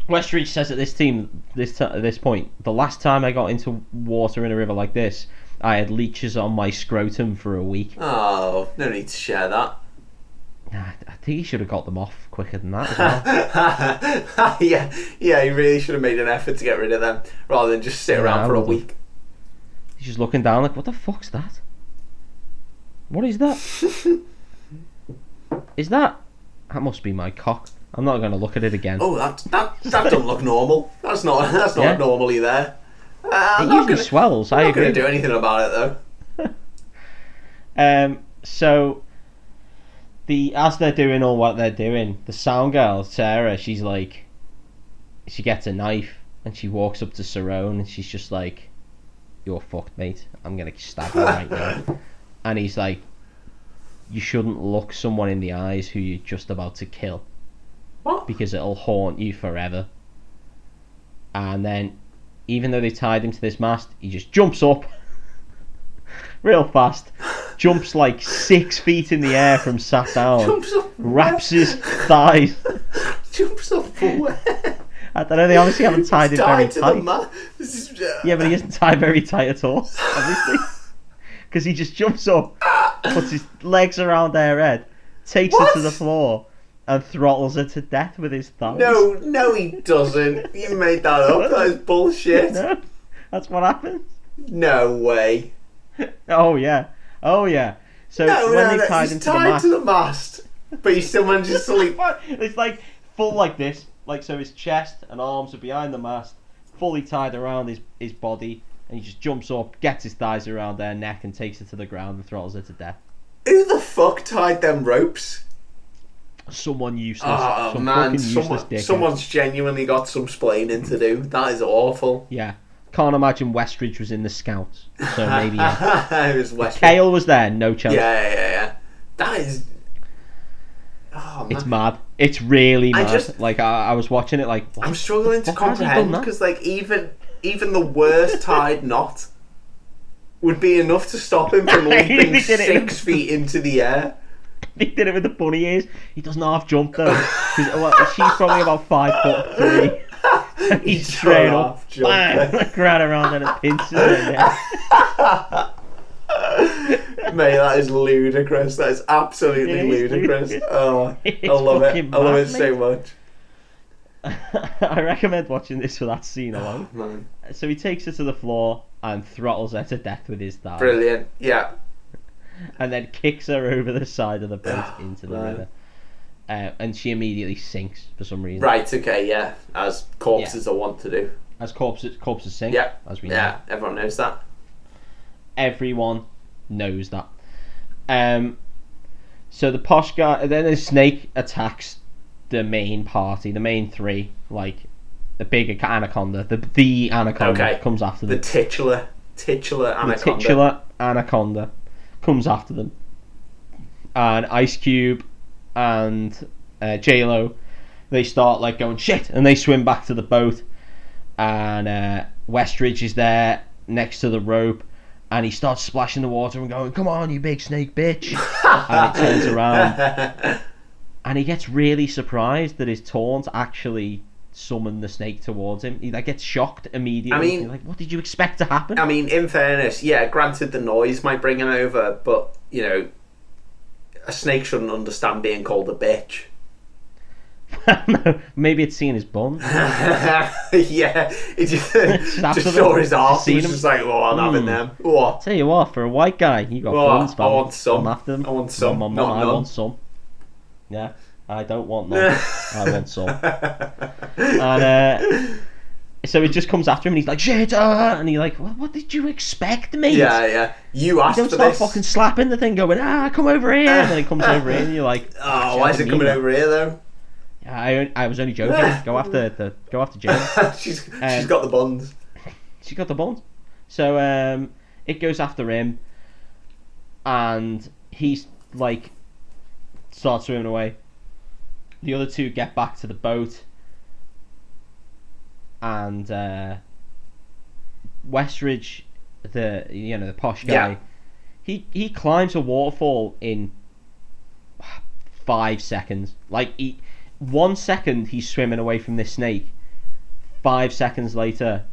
Speaker 1: Westridge says at this team this t- at this point, the last time I got into water in a river like this, I had leeches on my scrotum for a week.
Speaker 2: Oh, no need to share that.
Speaker 1: Nah, I I think he should have got them off quicker than that. As well.
Speaker 2: (laughs) yeah, yeah, he really should have made an effort to get rid of them rather than just sit
Speaker 1: Yeah,
Speaker 2: around
Speaker 1: I
Speaker 2: for a
Speaker 1: would've.
Speaker 2: week.
Speaker 1: He's just looking down like, what the fuck's that? What is
Speaker 2: (laughs)
Speaker 1: that? is that? That must be my cock. I'm not going to look at it again.
Speaker 2: Oh, that that that doesn't look normal. That's not (laughs) that's not
Speaker 1: Yeah.
Speaker 2: normally there. Uh, I'm
Speaker 1: it
Speaker 2: not
Speaker 1: usually
Speaker 2: gonna,
Speaker 1: swells. I
Speaker 2: I'm not
Speaker 1: agree.
Speaker 2: gonna do anything about it though.
Speaker 1: Um, so the as they're doing all what they're doing, the sound girl Sarah, she's like, she gets a knife and she walks up to Cerrone and she's just like, "You're fucked, mate. I'm gonna stab you right now." And he's like, "You shouldn't look someone in the eyes who you're just about to kill
Speaker 2: What?
Speaker 1: because it'll haunt you forever." And then, even though they tied him to this mast, he just jumps up (laughs) real fast, jumps like six feet in the air from sat down,
Speaker 2: (laughs) Jumps up.
Speaker 1: wraps his thighs.
Speaker 2: (laughs) Jumps up for
Speaker 1: (laughs)
Speaker 2: where?
Speaker 1: I don't know. They obviously haven't tied it
Speaker 2: He's
Speaker 1: very
Speaker 2: tied to the
Speaker 1: tight.
Speaker 2: ma- This is, uh,
Speaker 1: Yeah, but he isn't tied very tight at all,
Speaker 2: (laughs)
Speaker 1: obviously, because he just jumps up, puts his legs around her head, takes her to
Speaker 2: What?
Speaker 1: the floor, and throttles her to death with his thighs.
Speaker 2: No,
Speaker 1: (laughs)
Speaker 2: no, he doesn't. You made that up. That is bullshit.
Speaker 1: No? (laughs) that's what happens.
Speaker 2: No way.
Speaker 1: Oh yeah. Oh yeah. So
Speaker 2: No,
Speaker 1: when
Speaker 2: no,
Speaker 1: they
Speaker 2: no.
Speaker 1: tied
Speaker 2: He's
Speaker 1: into
Speaker 2: tied
Speaker 1: the mast,
Speaker 2: to the mast, but he still manages to leap.
Speaker 1: What? (laughs) It's like full like this, like so his chest and arms are behind the mast, fully tied around his, his body, and he just jumps up, gets his thighs around their neck, and takes her to the ground and throttles her to death.
Speaker 2: Who the fuck tied them ropes?
Speaker 1: Someone useless.
Speaker 2: Oh
Speaker 1: some
Speaker 2: man,
Speaker 1: fucking useless
Speaker 2: someone,
Speaker 1: dickhead.
Speaker 2: someone's genuinely got some splaining to do. That is awful.
Speaker 1: Yeah, can't imagine Westridge was in the Scouts, so
Speaker 2: (laughs)
Speaker 1: maybe. yeah.
Speaker 2: it was West. Yeah,
Speaker 1: Kale was there, no chance.
Speaker 2: yeah, yeah, yeah. That is. Oh man,
Speaker 1: It's mad. It's really
Speaker 2: I
Speaker 1: mad.
Speaker 2: just-
Speaker 1: Like I, I was watching it, like what?
Speaker 2: I'm struggling to
Speaker 1: What has he done
Speaker 2: comprehend
Speaker 1: that?
Speaker 2: because like even even the worst tied knot would be enough to stop
Speaker 1: (laughs)
Speaker 2: him from
Speaker 1: He
Speaker 2: leaping
Speaker 1: did it in-
Speaker 2: six feet into
Speaker 1: (laughs)
Speaker 2: the air.
Speaker 1: he did it with the bunny ears. He doesn't half jump though. 'Cause, well, she's probably about five foot three. straight
Speaker 2: He's straight
Speaker 1: up.
Speaker 2: off.
Speaker 1: (laughs) Bang!
Speaker 2: Mate,
Speaker 1: Like, right around and it pinches her neck.
Speaker 2: (laughs) that is ludicrous. That is absolutely
Speaker 1: It is
Speaker 2: ludicrous.
Speaker 1: ludicrous.
Speaker 2: Oh, I
Speaker 1: (laughs) It's
Speaker 2: love it.
Speaker 1: fucking
Speaker 2: I love
Speaker 1: mad,
Speaker 2: it so much.
Speaker 1: (laughs) I recommend watching this for that scene alone.
Speaker 2: Oh, Man,
Speaker 1: So he takes her to the floor and throttles her to death with his thigh,
Speaker 2: brilliant. Yeah.
Speaker 1: and then kicks her over the side of the
Speaker 2: (sighs)
Speaker 1: boat into the
Speaker 2: man.
Speaker 1: river. Uh, and she immediately sinks for some reason.
Speaker 2: Right. Okay. Yeah. As corpses are wont to do.
Speaker 1: As corpses, corpses sink,
Speaker 2: Yeah.
Speaker 1: as we know.
Speaker 2: Yeah. Everyone knows that.
Speaker 1: everyone knows that. Um, so the posh guy, then the snake attacks the main party, the main three, like the big anaconda, the the anaconda
Speaker 2: Okay.
Speaker 1: comes after
Speaker 2: The
Speaker 1: them.
Speaker 2: titular, titular
Speaker 1: The
Speaker 2: anaconda.
Speaker 1: titular anaconda comes after them, and Ice Cube and uh, J Lo, they start like going shit, and they swim back to the boat, and uh, Westridge is there next to the rope, and he starts splashing the water and going, "Come on, you big snake
Speaker 2: (laughs)
Speaker 1: bitch!" and he turns around, and he gets really surprised that his taunt actually summoned the snake towards him. He like gets shocked immediately.
Speaker 2: mean-
Speaker 1: He's like, what did you expect to happen?
Speaker 2: I mean, in fairness, yeah. Granted, the noise might bring him over, but you know, a snake shouldn't understand being called a bitch. (laughs)
Speaker 1: no, (laughs) maybe it's seen his bun.
Speaker 2: yeah,
Speaker 1: (laughs)
Speaker 2: he just, just
Speaker 1: absolute-
Speaker 2: saw his arse.
Speaker 1: just
Speaker 2: He
Speaker 1: seen
Speaker 2: was
Speaker 1: him.
Speaker 2: just like, "Oh, I'm having
Speaker 1: Hmm.
Speaker 2: them." What?
Speaker 1: Tell you what, for a white guy, you got
Speaker 2: Oh,
Speaker 1: buns,
Speaker 2: I
Speaker 1: pal.
Speaker 2: want some.
Speaker 1: Come after them.
Speaker 2: I want some,
Speaker 1: Mum, mum,
Speaker 2: not
Speaker 1: mum, I
Speaker 2: none.
Speaker 1: want some. Yeah, I don't want none.
Speaker 2: (laughs)
Speaker 1: I want some. And uh, so it just comes after him, and he's like, "Shit!" ah," and he's like, "What, what did you expect, mate?"
Speaker 2: Yeah, yeah. You
Speaker 1: You
Speaker 2: asked
Speaker 1: don't
Speaker 2: for
Speaker 1: start
Speaker 2: this.
Speaker 1: fucking slapping the thing, going, "Ah, come over here!" And then he comes over here, and you're like,
Speaker 2: (laughs) Oh, why is it coming over here though? (laughs)
Speaker 1: I, I was only joking. go after the, go after James.
Speaker 2: she's she's
Speaker 1: Um,
Speaker 2: got the buns. (laughs)
Speaker 1: she got the bond. So um, it goes after him, and he's like starts swimming away. The other two get back to the boat, and uh, Westridge, the you know the posh guy,
Speaker 2: Yeah.
Speaker 1: he he climbs a waterfall in five seconds. Like he, one second he's swimming away from this snake. Five seconds later,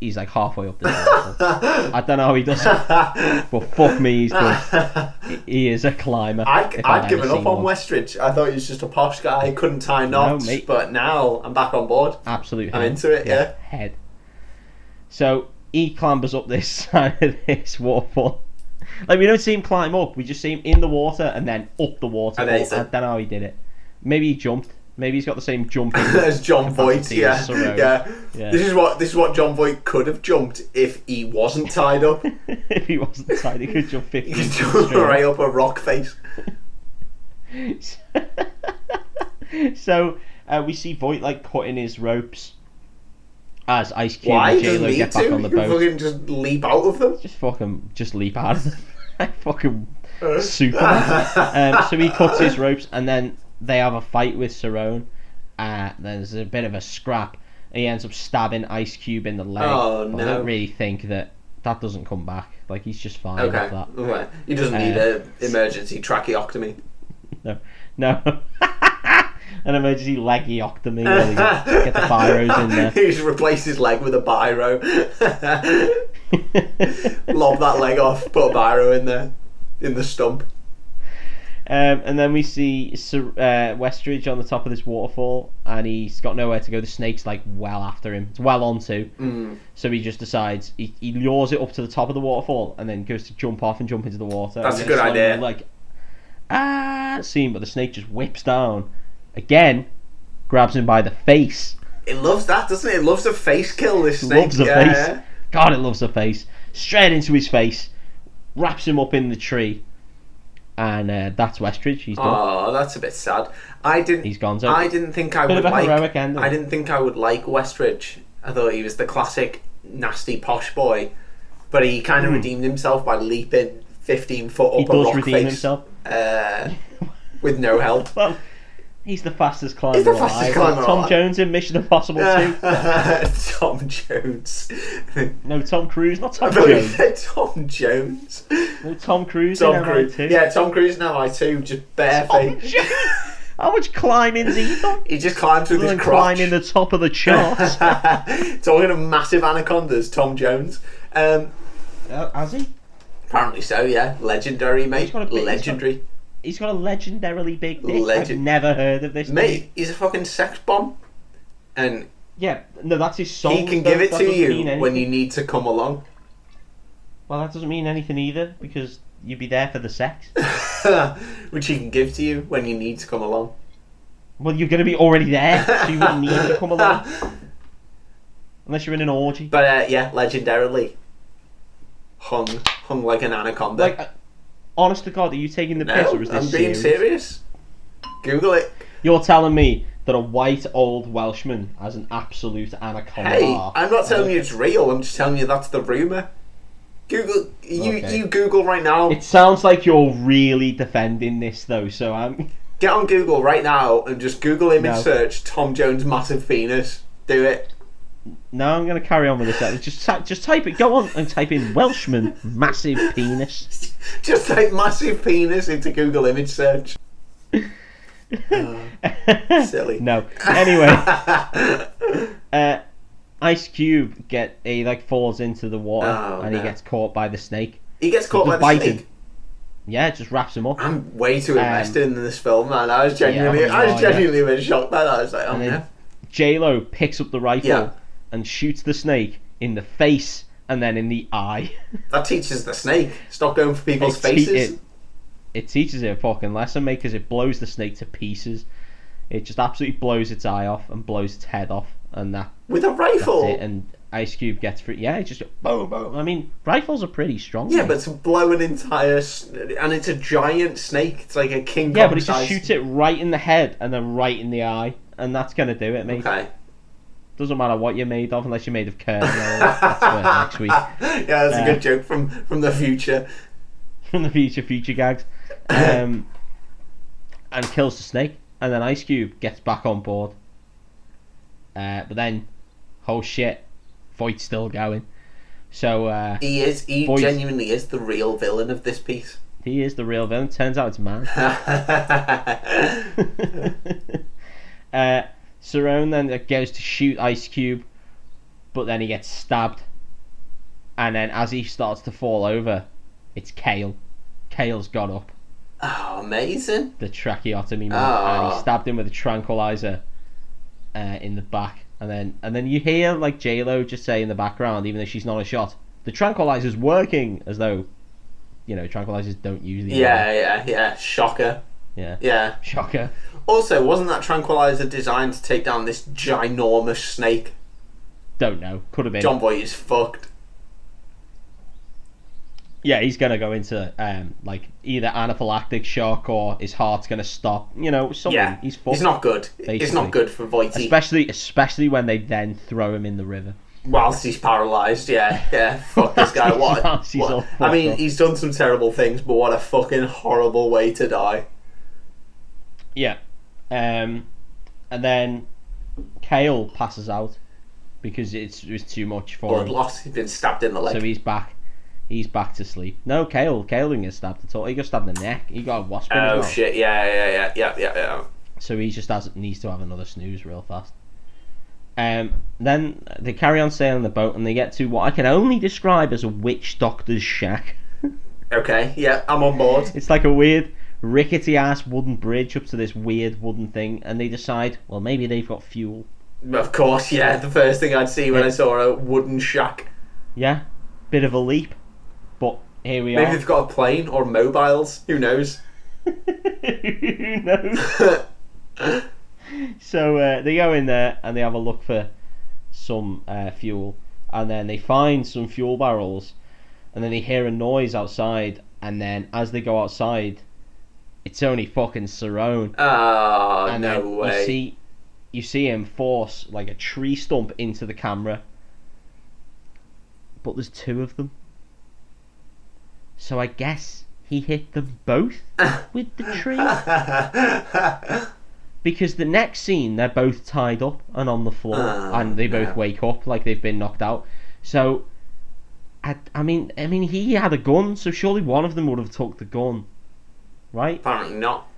Speaker 1: he's like halfway up the waterfall. I don't know how he does it, but fuck me, he's
Speaker 2: (laughs)
Speaker 1: good. He is a climber.
Speaker 2: I,
Speaker 1: if I've
Speaker 2: I'd
Speaker 1: ever
Speaker 2: given up
Speaker 1: seen
Speaker 2: on
Speaker 1: one.
Speaker 2: Westridge. I thought he was just a posh guy, couldn't tie knots.
Speaker 1: mate.
Speaker 2: but now I'm back on board. (laughs)
Speaker 1: Absolute.
Speaker 2: I'm
Speaker 1: head.
Speaker 2: into it, yeah.
Speaker 1: Head. So he clambers up this (laughs) side of this waterfall. Like we don't see him climb up, we just see him in the water and then up the water.
Speaker 2: Amazing.
Speaker 1: I don't know how he did it. Maybe he jumped. Maybe he's got the same jumping.
Speaker 2: (laughs) As John Voight,
Speaker 1: capacity
Speaker 2: yeah,
Speaker 1: as Sorrow.
Speaker 2: yeah,
Speaker 1: Yeah.
Speaker 2: This is what this is what John Voight could have jumped if he wasn't
Speaker 1: (laughs)
Speaker 2: tied up. (laughs) he
Speaker 1: (laughs) if he wasn't tied, he could
Speaker 2: (laughs)
Speaker 1: jump fifty.
Speaker 2: could jump right up a rock face.
Speaker 1: (laughs) so uh, we see Voight like cutting his ropes as Ice Cube
Speaker 2: Why
Speaker 1: and
Speaker 2: he
Speaker 1: J
Speaker 2: doesn't
Speaker 1: Lo
Speaker 2: need
Speaker 1: get back
Speaker 2: to?
Speaker 1: on
Speaker 2: He
Speaker 1: the
Speaker 2: can (laughs)
Speaker 1: boat.
Speaker 2: fucking just leap out of them.
Speaker 1: Just fucking just leap out of them. like (laughs) fucking
Speaker 2: Uh. (laughs)
Speaker 1: Superman. um, so he cuts his ropes and then they have a fight with Cerrone. Uh, there's a bit of a scrap. He ends up stabbing Ice Cube in the leg.
Speaker 2: Oh,
Speaker 1: But I
Speaker 2: no.
Speaker 1: don't really think that that doesn't come back. Like he's just fine
Speaker 2: Okay.
Speaker 1: with that.
Speaker 2: okay. He doesn't need
Speaker 1: Uh,
Speaker 2: an emergency tracheotomy.
Speaker 1: No, no. (laughs) An emergency leggy octomy. where they Get get the biros in there.
Speaker 2: (laughs) he just replaced his leg with a biro. (laughs) Lob that leg off, put a biro in there, in the stump.
Speaker 1: Um, and then we see Sir, uh, Westridge on the top of this waterfall, and he's got nowhere to go. The snake's like well after him. It's well onto.
Speaker 2: Mm.
Speaker 1: So he just decides he, he lures it up to the top of the waterfall, and then goes to jump off and jump into the water.
Speaker 2: That's
Speaker 1: And
Speaker 2: a
Speaker 1: then
Speaker 2: good
Speaker 1: it's
Speaker 2: idea.
Speaker 1: Like ah, scene, but the snake just whips down again, grabs him by the face.
Speaker 2: It loves that, doesn't it? It loves a face kill. This snake.
Speaker 1: Loves a
Speaker 2: yeah.
Speaker 1: face. God, it loves a face. Straight into his face, wraps him up in the tree, and uh, that's Westridge. He's done.
Speaker 2: Oh, that's a bit sad. I didn't.
Speaker 1: He's gone. So
Speaker 2: I didn't think I
Speaker 1: Bit
Speaker 2: would
Speaker 1: of a
Speaker 2: like.
Speaker 1: heroic ending.
Speaker 2: I didn't think I would like Westridge. I thought he was the classic nasty posh boy, but he kind of redeemed himself by leaping fifteen foot up
Speaker 1: Hmm. he
Speaker 2: a
Speaker 1: does
Speaker 2: rock
Speaker 1: redeem
Speaker 2: face,
Speaker 1: himself.
Speaker 2: Uh, with no
Speaker 1: (laughs)
Speaker 2: help.
Speaker 1: Well, he's the fastest climber
Speaker 2: the
Speaker 1: alive.
Speaker 2: fastest climber
Speaker 1: Tom
Speaker 2: alive.
Speaker 1: Jones in Mission Impossible 2.
Speaker 2: (laughs) Tom Jones.
Speaker 1: No, Tom Cruise, not
Speaker 2: (laughs)
Speaker 1: Tom Jones.
Speaker 2: Tom Jones.
Speaker 1: No, Tom Cruise
Speaker 2: Tom
Speaker 1: in
Speaker 2: Cruise.
Speaker 1: MI2.
Speaker 2: Yeah, Tom Cruise now I too just
Speaker 1: Tom
Speaker 2: bareface.
Speaker 1: Jones! How much climbing's he done?
Speaker 2: (laughs) He just climbed through
Speaker 1: Other
Speaker 2: this
Speaker 1: than
Speaker 2: crotch.
Speaker 1: climbing the top of the charts.
Speaker 2: (laughs) Talking of massive anacondas, Tom Jones. Um,
Speaker 1: Uh, has he?
Speaker 2: apparently so, yeah. Legendary, mate.
Speaker 1: He's got a big- he's got-
Speaker 2: Legendary.
Speaker 1: He's got a legendarily big dick. I've
Speaker 2: Legend-
Speaker 1: never heard of this. dude.
Speaker 2: Mate, he's a fucking sex bomb. And
Speaker 1: Yeah, no, that's his song.
Speaker 2: he can
Speaker 1: though.
Speaker 2: give it
Speaker 1: Oh, That
Speaker 2: to
Speaker 1: doesn't mean
Speaker 2: you
Speaker 1: anything.
Speaker 2: when you need to come along. (laughs)
Speaker 1: Well, that doesn't mean anything either because you'd be there for the sex.
Speaker 2: Which he can give to you when you need to come along.
Speaker 1: well, you're going to be already there, so you wouldn't need to come
Speaker 2: (laughs)
Speaker 1: along unless you're in an orgy.
Speaker 2: But uh, yeah, legendarily hung hung like an anaconda.
Speaker 1: like, uh, honest to God, are you taking the piss
Speaker 2: no,
Speaker 1: or is this
Speaker 2: I'm being
Speaker 1: serious?
Speaker 2: serious. Google it.
Speaker 1: You're telling me that a white old Welshman has an absolute anaconda.
Speaker 2: Hey,
Speaker 1: arse.
Speaker 2: I'm not telling you it's real. I'm just telling you that's the rumor. Google you.
Speaker 1: Okay.
Speaker 2: You Google right now.
Speaker 1: It sounds like you're really defending this though, so I'm.
Speaker 2: Get on Google right now and just Google image
Speaker 1: No.
Speaker 2: search Tom Jones massive penis. Do it. (laughs)
Speaker 1: No, I'm going to carry on with this. Uh, Just, ty- just type it. Go on and type in Welshman massive penis.
Speaker 2: Just type massive penis into Google
Speaker 1: (laughs)
Speaker 2: image search. Ah, Silly.
Speaker 1: no.
Speaker 2: (laughs)
Speaker 1: Anyway, uh, Ice Cube get he like falls into the water
Speaker 2: Oh,
Speaker 1: and he
Speaker 2: no.
Speaker 1: gets caught by the snake.
Speaker 2: He gets caught by
Speaker 1: Just
Speaker 2: the
Speaker 1: biting.
Speaker 2: snake.
Speaker 1: Yeah, it just wraps him up.
Speaker 2: I'm way too invested in this film, man. I was genuinely,
Speaker 1: Um, Yeah, I
Speaker 2: I was
Speaker 1: know, yeah.
Speaker 2: genuinely a bit shocked by that. I was like, oh
Speaker 1: And
Speaker 2: no.
Speaker 1: then J Lo picks up the rifle
Speaker 2: Yeah.
Speaker 1: and shoots the snake in the face and then in the eye. (laughs)
Speaker 2: That teaches the snake. Stop going for people's
Speaker 1: It te-
Speaker 2: faces.
Speaker 1: it- it teaches it a fucking lesson, mate, because it blows the snake to pieces. It just absolutely blows its eye off and blows its head off, and that
Speaker 2: With a rifle.
Speaker 1: it. And Ice Cube gets free. Yeah, it just boom, boom. I mean, rifles are pretty strong.
Speaker 2: Yeah,
Speaker 1: mate.
Speaker 2: but to blow an entire s- and it's a giant snake. It's like a king.
Speaker 1: yeah,
Speaker 2: Kong
Speaker 1: but it just
Speaker 2: size-
Speaker 1: shoots it right in the head and then right in the eye, and that's gonna do it, mate.
Speaker 2: Okay. (laughs)
Speaker 1: Doesn't matter what you're made of, unless you're made of curd. No, that's
Speaker 2: (laughs)
Speaker 1: for next week
Speaker 2: yeah, that's a
Speaker 1: Uh,
Speaker 2: good joke from from the future.
Speaker 1: (laughs) from the future future gags, um, (coughs) and kills the snake, and then Ice Cube gets back on board. Uh, but then, whole shit, Voight's still going. So uh,
Speaker 2: He is. He
Speaker 1: Voice.
Speaker 2: genuinely is the real villain of this piece. (laughs) Oh,
Speaker 1: he is the real villain. Turns out it's man. (laughs) uh, Cerrone then like, goes to shoot Ice Cube, but then he gets stabbed. And then as he starts to fall over, it's Kale. Kale's got up
Speaker 2: oh, amazing!
Speaker 1: the tracheotomy man, and
Speaker 2: Ah.
Speaker 1: he stabbed him with a tranquilizer uh, in the back. And then and then you hear like J Lo just say in the background, even though she's not a shot, the tranquilizer's working, as though you know tranquilizers don't usually. work.
Speaker 2: Yeah, yeah, yeah. Shocker.
Speaker 1: yeah,
Speaker 2: Yeah.
Speaker 1: shocker.
Speaker 2: Also, wasn't that tranquilizer designed to take down this ginormous snake?
Speaker 1: Don't know, could have been.
Speaker 2: John Boy is fucked.
Speaker 1: yeah, he's gonna go into um like either anaphylactic shock or his heart's gonna stop. You know, something.
Speaker 2: Yeah,
Speaker 1: He's fucked.
Speaker 2: He's not good. It's
Speaker 1: Basically.
Speaker 2: not good for Voighty.
Speaker 1: Especially, especially when they then throw him in the river.
Speaker 2: Whilst he's paralysed, yeah,
Speaker 1: (laughs)
Speaker 2: yeah. Fuck this guy. What?
Speaker 1: Whilst he's
Speaker 2: what-
Speaker 1: all
Speaker 2: I mean,
Speaker 1: fucked up.
Speaker 2: he's done some terrible things, but what a fucking horrible way to die.
Speaker 1: Yeah, um, and then Kale passes out because it's it was too much for
Speaker 2: Blood
Speaker 1: him,
Speaker 2: loss. He's been stabbed in the
Speaker 1: so
Speaker 2: leg.
Speaker 1: he's back. He's back to sleep. No, Kale. Kale didn't get stabbed at all. He got stabbed in the neck. He got a wasp in his
Speaker 2: oh
Speaker 1: mouth.
Speaker 2: shit! Yeah, yeah, yeah, yeah, yeah, yeah.
Speaker 1: So he just has needs to have another snooze real fast. Um, then they carry on sailing the boat and they get to what I can only describe as a witch doctor's shack. (laughs)
Speaker 2: Okay, yeah, I'm on board.
Speaker 1: It's like a weird rickety ass wooden bridge up to this weird wooden thing, and they decide, well, maybe they've got fuel.
Speaker 2: Of course, yeah. The first thing I'd see when I saw a wooden shack.
Speaker 1: Yeah, bit of a leap, but here we
Speaker 2: Maybe they've got a plane or mobiles. Who knows?
Speaker 1: (laughs) are. Who knows? So uh, they go in there and they have a look for some uh, fuel, and then they find some fuel barrels, and then they hear a noise outside, and then as they go outside, it's only fucking Cerrone.
Speaker 2: Ah,
Speaker 1: and
Speaker 2: no
Speaker 1: then
Speaker 2: way.
Speaker 1: you
Speaker 2: (laughs)
Speaker 1: see, you see him force like a tree stump into the camera, but there's two of them. So I guess he hit them
Speaker 2: (laughs)
Speaker 1: both with the tree. Because the next scene, they're both tied up and on the floor,
Speaker 2: Oh,
Speaker 1: and they both
Speaker 2: no.
Speaker 1: wake up like they've been knocked out. So, I, I mean, I mean, he had a gun, so surely one of them would have took the gun, right?
Speaker 2: Apparently not.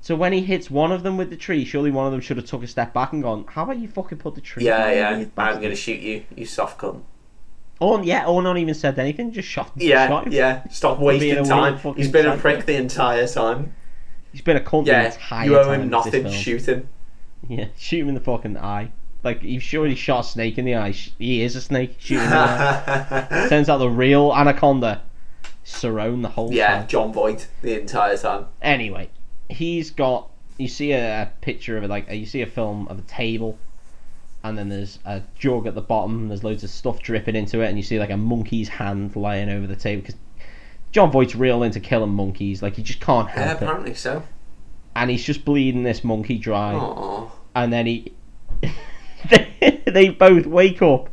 Speaker 1: So when he hits one of them with the tree, surely one of them should have took a step back and gone, "How about you fucking put the tree?"
Speaker 2: Yeah,
Speaker 1: down, you
Speaker 2: yeah. I'm
Speaker 1: bastard?"
Speaker 2: gonna shoot you. You soft cunt.
Speaker 1: Or yeah, or not even said anything, just shot.
Speaker 2: Yeah,
Speaker 1: shot him.
Speaker 2: yeah. Stop
Speaker 1: being a
Speaker 2: wasting
Speaker 1: real
Speaker 2: time.
Speaker 1: fucking
Speaker 2: He's been a
Speaker 1: psycho.
Speaker 2: prick the entire time.
Speaker 1: He's been a cunt the
Speaker 2: Yeah,
Speaker 1: entire
Speaker 2: you owe
Speaker 1: time
Speaker 2: him
Speaker 1: of this
Speaker 2: nothing.
Speaker 1: film. (laughs)
Speaker 2: Shoot him.
Speaker 1: Yeah, shoot him in the fucking eye. Like he surely shot a snake in the eye. Sh- He is a snake. Shoot him
Speaker 2: (laughs)
Speaker 1: in the eye. Turns out the real anaconda Cerrone the whole
Speaker 2: yeah,
Speaker 1: time.
Speaker 2: John Voight the entire time.
Speaker 1: Anyway, he's got you see a, a picture of it like uh, you see a film of a table and then there's a jug at the bottom and there's loads of stuff dripping into it and you see like a monkey's hand lying over the table because John Voight's real into killing monkeys like he just can't
Speaker 2: Yeah,
Speaker 1: help it
Speaker 2: apparently so.
Speaker 1: and he's just bleeding this monkey dry
Speaker 2: Aww.
Speaker 1: and then he (laughs) they, they both wake up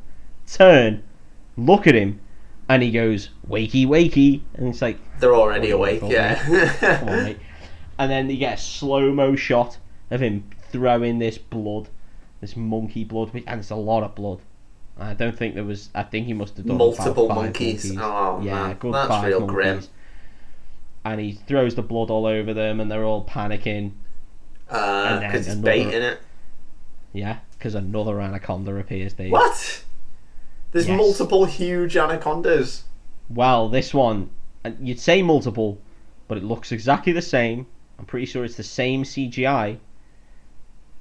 Speaker 1: turn look at him and he goes wakey wakey and it's like
Speaker 2: They're already
Speaker 1: Oh,
Speaker 2: awake,
Speaker 1: God, Come
Speaker 2: (laughs)
Speaker 1: on,
Speaker 2: yeah.
Speaker 1: mate. And then you get a slow mo shot of him throwing this blood, this monkey blood, which- and it's a lot of blood. I don't think there was. I think he must have done about
Speaker 2: Multiple
Speaker 1: five
Speaker 2: monkeys. Oh,
Speaker 1: yeah,
Speaker 2: man.
Speaker 1: good
Speaker 2: That's
Speaker 1: five
Speaker 2: real
Speaker 1: monkeys.
Speaker 2: grim.
Speaker 1: And he throws the blood all over them, and they're all panicking.
Speaker 2: Because
Speaker 1: And then
Speaker 2: Uh, it's
Speaker 1: another-
Speaker 2: bait in it.
Speaker 1: Yeah, because another anaconda appears. There.
Speaker 2: What? There's
Speaker 1: Yes.
Speaker 2: multiple huge anacondas.
Speaker 1: Well, this one, and you'd say multiple, but it looks exactly the same. I'm pretty sure it's the same CGI.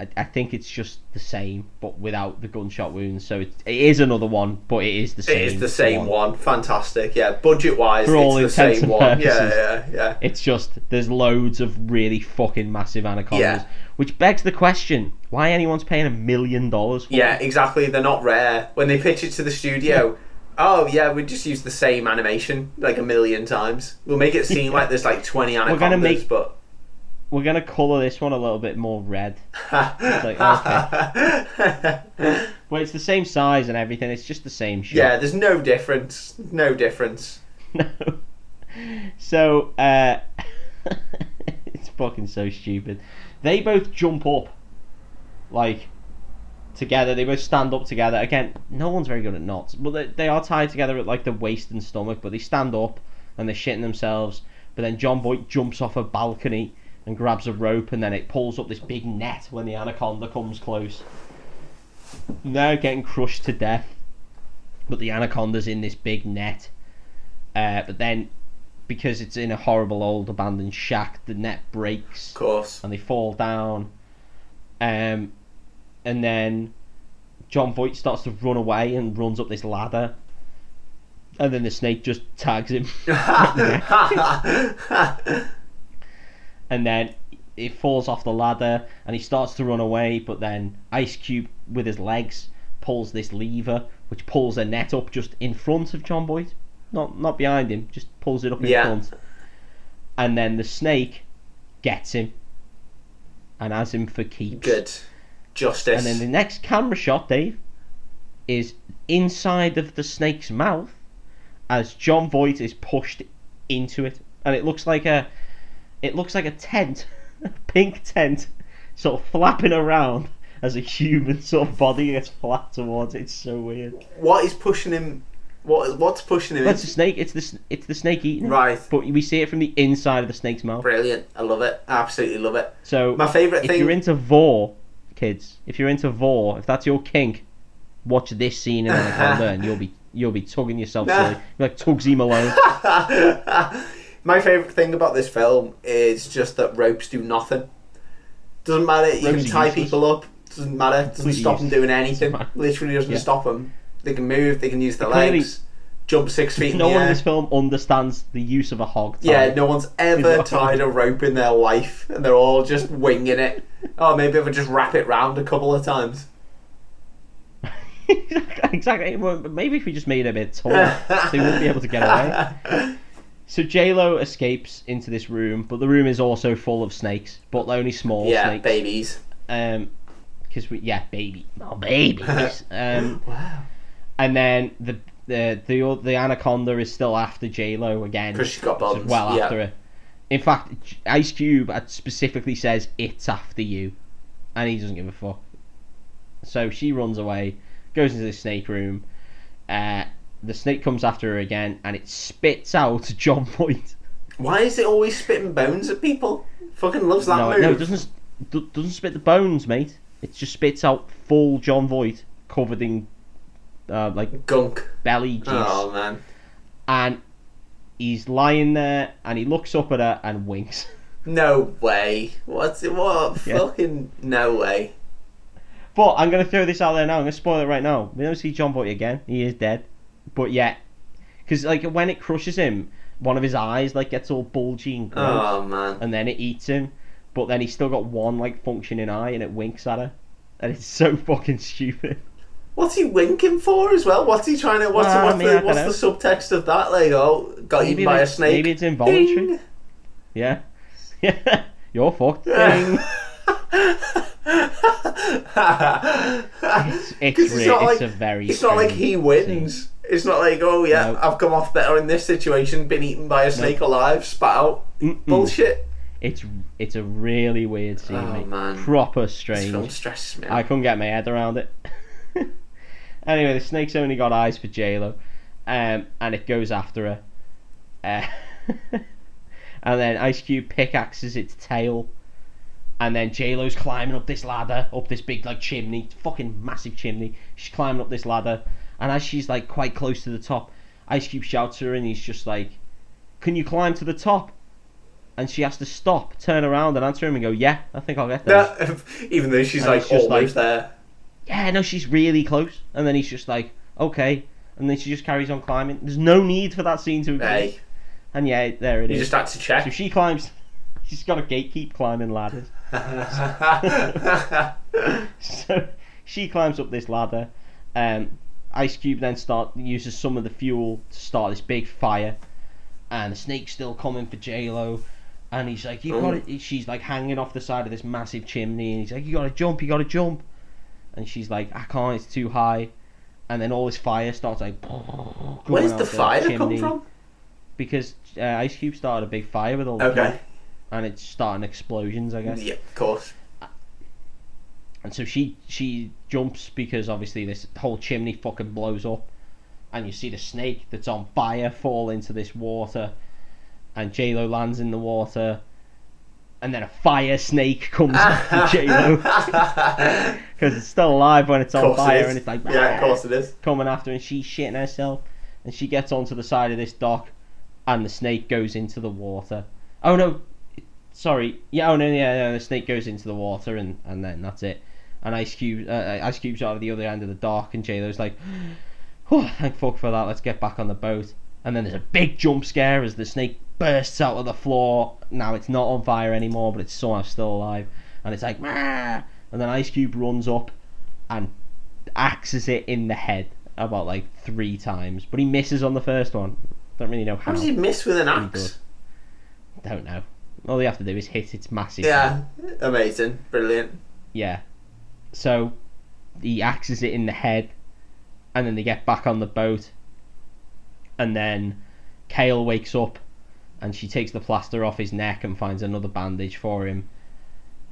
Speaker 1: I, I think it's just the same, but without the gunshot wounds. So it, it is another one, but it is the same.
Speaker 2: It is the same one. Fantastic. Yeah, budget wise,
Speaker 1: For all
Speaker 2: it's the
Speaker 1: intents
Speaker 2: same
Speaker 1: and
Speaker 2: one.
Speaker 1: purposes.
Speaker 2: Yeah, yeah, yeah.
Speaker 1: It's just there's loads of really fucking massive anacondas,
Speaker 2: Yeah.
Speaker 1: which begs the question: why anyone's paying a million dollars? for
Speaker 2: Yeah, exactly. They're not rare. When they pitch it to the studio, oh yeah, we just use the same animation like a million times. We'll make
Speaker 1: (laughs)
Speaker 2: it seem like there's like 20 anacondas,
Speaker 1: gonna make-
Speaker 2: but (laughs)
Speaker 1: We're gonna color this one a little bit more red. It's like, okay. Well, it's the same size and everything. It's just the same shit.
Speaker 2: yeah, there's no difference. No difference.
Speaker 1: (laughs) No. So, uh, (laughs) it's fucking so stupid. They both jump up, like, together. They both stand up together. Again, no one's very good at knots, but they, they are tied together at, like, the waist and stomach, but they stand up and they're shitting themselves. But then John Boyd jumps off a balcony and grabs a rope, and then it pulls up this big net when the anaconda comes close. And They're getting crushed to death, but the anaconda's in this big net. Uh, but then, because it's in a horrible old abandoned shack, the net breaks
Speaker 2: Of course. (laughs)
Speaker 1: and they fall down. Um, and then John Voight starts to run away and runs up this ladder. And then the snake just tags
Speaker 2: (laughs)
Speaker 1: him. (laughs) and then it falls off the ladder and he starts to run away. But then Ice Cube, with his legs, pulls this lever, which pulls a net up just in front of John Boyd. Not, not behind him, just pulls it up in
Speaker 2: Yeah.
Speaker 1: front. And then the snake gets him and has him for keeps.
Speaker 2: Good. Justice.
Speaker 1: And then the next camera shot, Dave, is inside of the snake's mouth as John Voight is pushed into it, and it looks like a, it looks like a tent, (laughs) a pink tent, sort of flapping around as a human sort of body gets flapped towards it. It's so weird.
Speaker 2: What is pushing him? What what's pushing him?
Speaker 1: That's
Speaker 2: That's
Speaker 1: a snake. It's the s- it's the snake eating. it,
Speaker 2: Right.
Speaker 1: But we see it from the inside of the snake's mouth.
Speaker 2: Brilliant. I love it. I absolutely love it.
Speaker 1: So
Speaker 2: My favourite
Speaker 1: if
Speaker 2: thing.
Speaker 1: you're into vor, kids, if you're into vor, if that's your kink, watch this scene
Speaker 2: (laughs)
Speaker 1: in
Speaker 2: (laughs)
Speaker 1: Anaconda, and you'll be you'll be tugging yourself silly. You're like Tugsy Malone.
Speaker 2: My favourite thing about this film is just that ropes do nothing. Doesn't matter. You
Speaker 1: Ropes
Speaker 2: can
Speaker 1: are
Speaker 2: tie
Speaker 1: useless.
Speaker 2: people up. Doesn't matter. Doesn't
Speaker 1: Completely
Speaker 2: stop them doing anything.
Speaker 1: Doesn't matter.
Speaker 2: Literally doesn't
Speaker 1: Yeah.
Speaker 2: stop them. They can move. They can use their
Speaker 1: Clearly-
Speaker 2: legs. Jump six feet. in
Speaker 1: No
Speaker 2: the
Speaker 1: one in
Speaker 2: air.
Speaker 1: this film understands the use of a hog. Tie.
Speaker 2: Yeah, no one's ever
Speaker 1: not-
Speaker 2: tied a rope in their life, and they're all just winging it. Oh, maybe if I just wrap it round a couple of times.
Speaker 1: (laughs) exactly. Well, maybe if we just made it a bit taller, they wouldn't be able to get away.
Speaker 2: (laughs)
Speaker 1: So J Lo escapes into this room, but the room is also full of snakes, but only small
Speaker 2: yeah,
Speaker 1: snakes.
Speaker 2: babies.
Speaker 1: Um, because we yeah, baby, oh
Speaker 2: (laughs)
Speaker 1: babies. um,
Speaker 2: Wow.
Speaker 1: and then the the the o- the anaconda is still after J Lo again.
Speaker 2: Because she's got
Speaker 1: so
Speaker 2: buns.
Speaker 1: well
Speaker 2: yeah.
Speaker 1: after her. In fact, J- Ice Cube uh, specifically says it's after you, and he doesn't give a fuck. So she runs away, goes into the snake room. Uh, the snake comes after her again, and it spits out (laughs) John Boyd.
Speaker 2: Why is it always spitting bones at people? Fucking loves that
Speaker 1: no,
Speaker 2: move.
Speaker 1: no, it doesn't do- doesn't spit the bones, mate. It just spits out full John Voight covered in uh, like
Speaker 2: Gunk.
Speaker 1: belly juice,
Speaker 2: Oh man.
Speaker 1: and he's lying there, and he looks up at her and winks. (laughs)
Speaker 2: No way. What's it? What?
Speaker 1: Yeah.
Speaker 2: Fucking no way.
Speaker 1: But I'm gonna throw this out there now. I'm gonna spoil it right now. We don't see John Boy again. He is dead. But yeah, because like when it crushes him, one of his eyes like gets all bulgy and gross,
Speaker 2: Oh man.
Speaker 1: and then it eats him. But then he's still got one like functioning eye, and it winks at her, and it's so (laughs) fucking stupid.
Speaker 2: What's he winking for as well? What's he trying to? What's,
Speaker 1: Well, I
Speaker 2: what's,
Speaker 1: mean, I
Speaker 2: the,
Speaker 1: don't
Speaker 2: what's the subtext of that? Like, oh, got eaten by
Speaker 1: like-
Speaker 2: a snake.
Speaker 1: Maybe it's involuntary.
Speaker 2: Ding.
Speaker 1: Yeah, yeah. You're fucked. (laughs)
Speaker 2: (laughs)
Speaker 1: Ding.
Speaker 2: it's
Speaker 1: it's re- it's a very
Speaker 2: It's not like
Speaker 1: strange
Speaker 2: he wins. It's not like oh yeah,
Speaker 1: No.
Speaker 2: I've come off better in this situation, been eaten by a snake alive, spat out
Speaker 1: Mm-mm.
Speaker 2: bullshit.
Speaker 1: It's it's a really weird scene.
Speaker 2: Oh,
Speaker 1: mate.
Speaker 2: man.
Speaker 1: Proper
Speaker 2: This film
Speaker 1: strange.
Speaker 2: stresses me.
Speaker 1: I
Speaker 2: out.
Speaker 1: couldn't get my head around it. (laughs) anyway, the snake's only got eyes for JLo, um, and it goes after her. Uh, (laughs) and then Ice Cube pickaxes its tail, and then JLo's climbing up this ladder, up this big like chimney, fucking massive chimney. She's climbing up this ladder, and as she's like quite close to the top, Ice Cube shouts to her, and he's just like, "Can you climb to the top?" And she has to stop, turn around, and answer him, and go, "Yeah, I think I'll get there."
Speaker 2: No, (laughs) even though she's
Speaker 1: And
Speaker 2: like
Speaker 1: it's just
Speaker 2: always
Speaker 1: like-
Speaker 2: there.
Speaker 1: yeah, no, she's really close. And then he's just like, okay. And then she just carries on climbing. There's no need for that scene to exist.
Speaker 2: Hey,
Speaker 1: And yeah, there it
Speaker 2: you
Speaker 1: is.
Speaker 2: just had to
Speaker 1: So (laughs)
Speaker 2: check.
Speaker 1: she climbs. She's got a gate, keep climbing ladders. (laughs) So she climbs up this ladder. Um, Ice Cube then start uses some of the fuel to start this big fire. And the snake's still coming for J Lo. And he's like, you got
Speaker 2: Oh.
Speaker 1: to She's like hanging off the side of this massive chimney. And he's like, you got to jump, you got to jump. And she's like, I can't, it's too high. And then all this fire starts like. (laughs) going
Speaker 2: Where's
Speaker 1: out
Speaker 2: the fire come
Speaker 1: chimney.
Speaker 2: from?
Speaker 1: Because uh, Ice Cube started a big fire with all the
Speaker 2: Okay.
Speaker 1: people, and it's starting explosions, I guess.
Speaker 2: Yeah,
Speaker 1: (laughs)
Speaker 2: of course.
Speaker 1: And so she she jumps because obviously this whole chimney fucking blows up, and you see the snake that's on fire fall into this water, and J Lo lands in the water, and then a fire snake
Speaker 2: (laughs)
Speaker 1: comes after J Lo because it's still alive when it's
Speaker 2: Of
Speaker 1: on
Speaker 2: course it
Speaker 1: fire
Speaker 2: is.
Speaker 1: and it's like
Speaker 2: yeah, of course it is.
Speaker 1: coming after her, and she's shitting herself, and she gets onto the side of this dock, and the snake goes into the water. Oh no, sorry, yeah, oh no, yeah, no, the snake goes into the water, and and then that's it. And Ice Cube, uh, Ice Cube's out of the other end of the dock, and J Lo's like, (gasps) oh, thank fuck for that. Let's get back on the boat. And then there's a big jump scare as the snake bursts out of the floor. Now it's not on fire anymore, but it's somehow still alive. And it's like, "Mah!" and then Ice Cube runs up and axes it in the head about like three times, but he misses on the first one. Don't really know
Speaker 2: How
Speaker 1: how.
Speaker 2: does he miss with an
Speaker 1: good.
Speaker 2: axe?
Speaker 1: Don't know. All you have to do is hit its massive. head.
Speaker 2: Yeah, amazing, brilliant.
Speaker 1: Yeah. So he axes it in the head, and then they get back on the boat, and then Kale wakes up, and she takes the plaster off his neck and finds another bandage for him,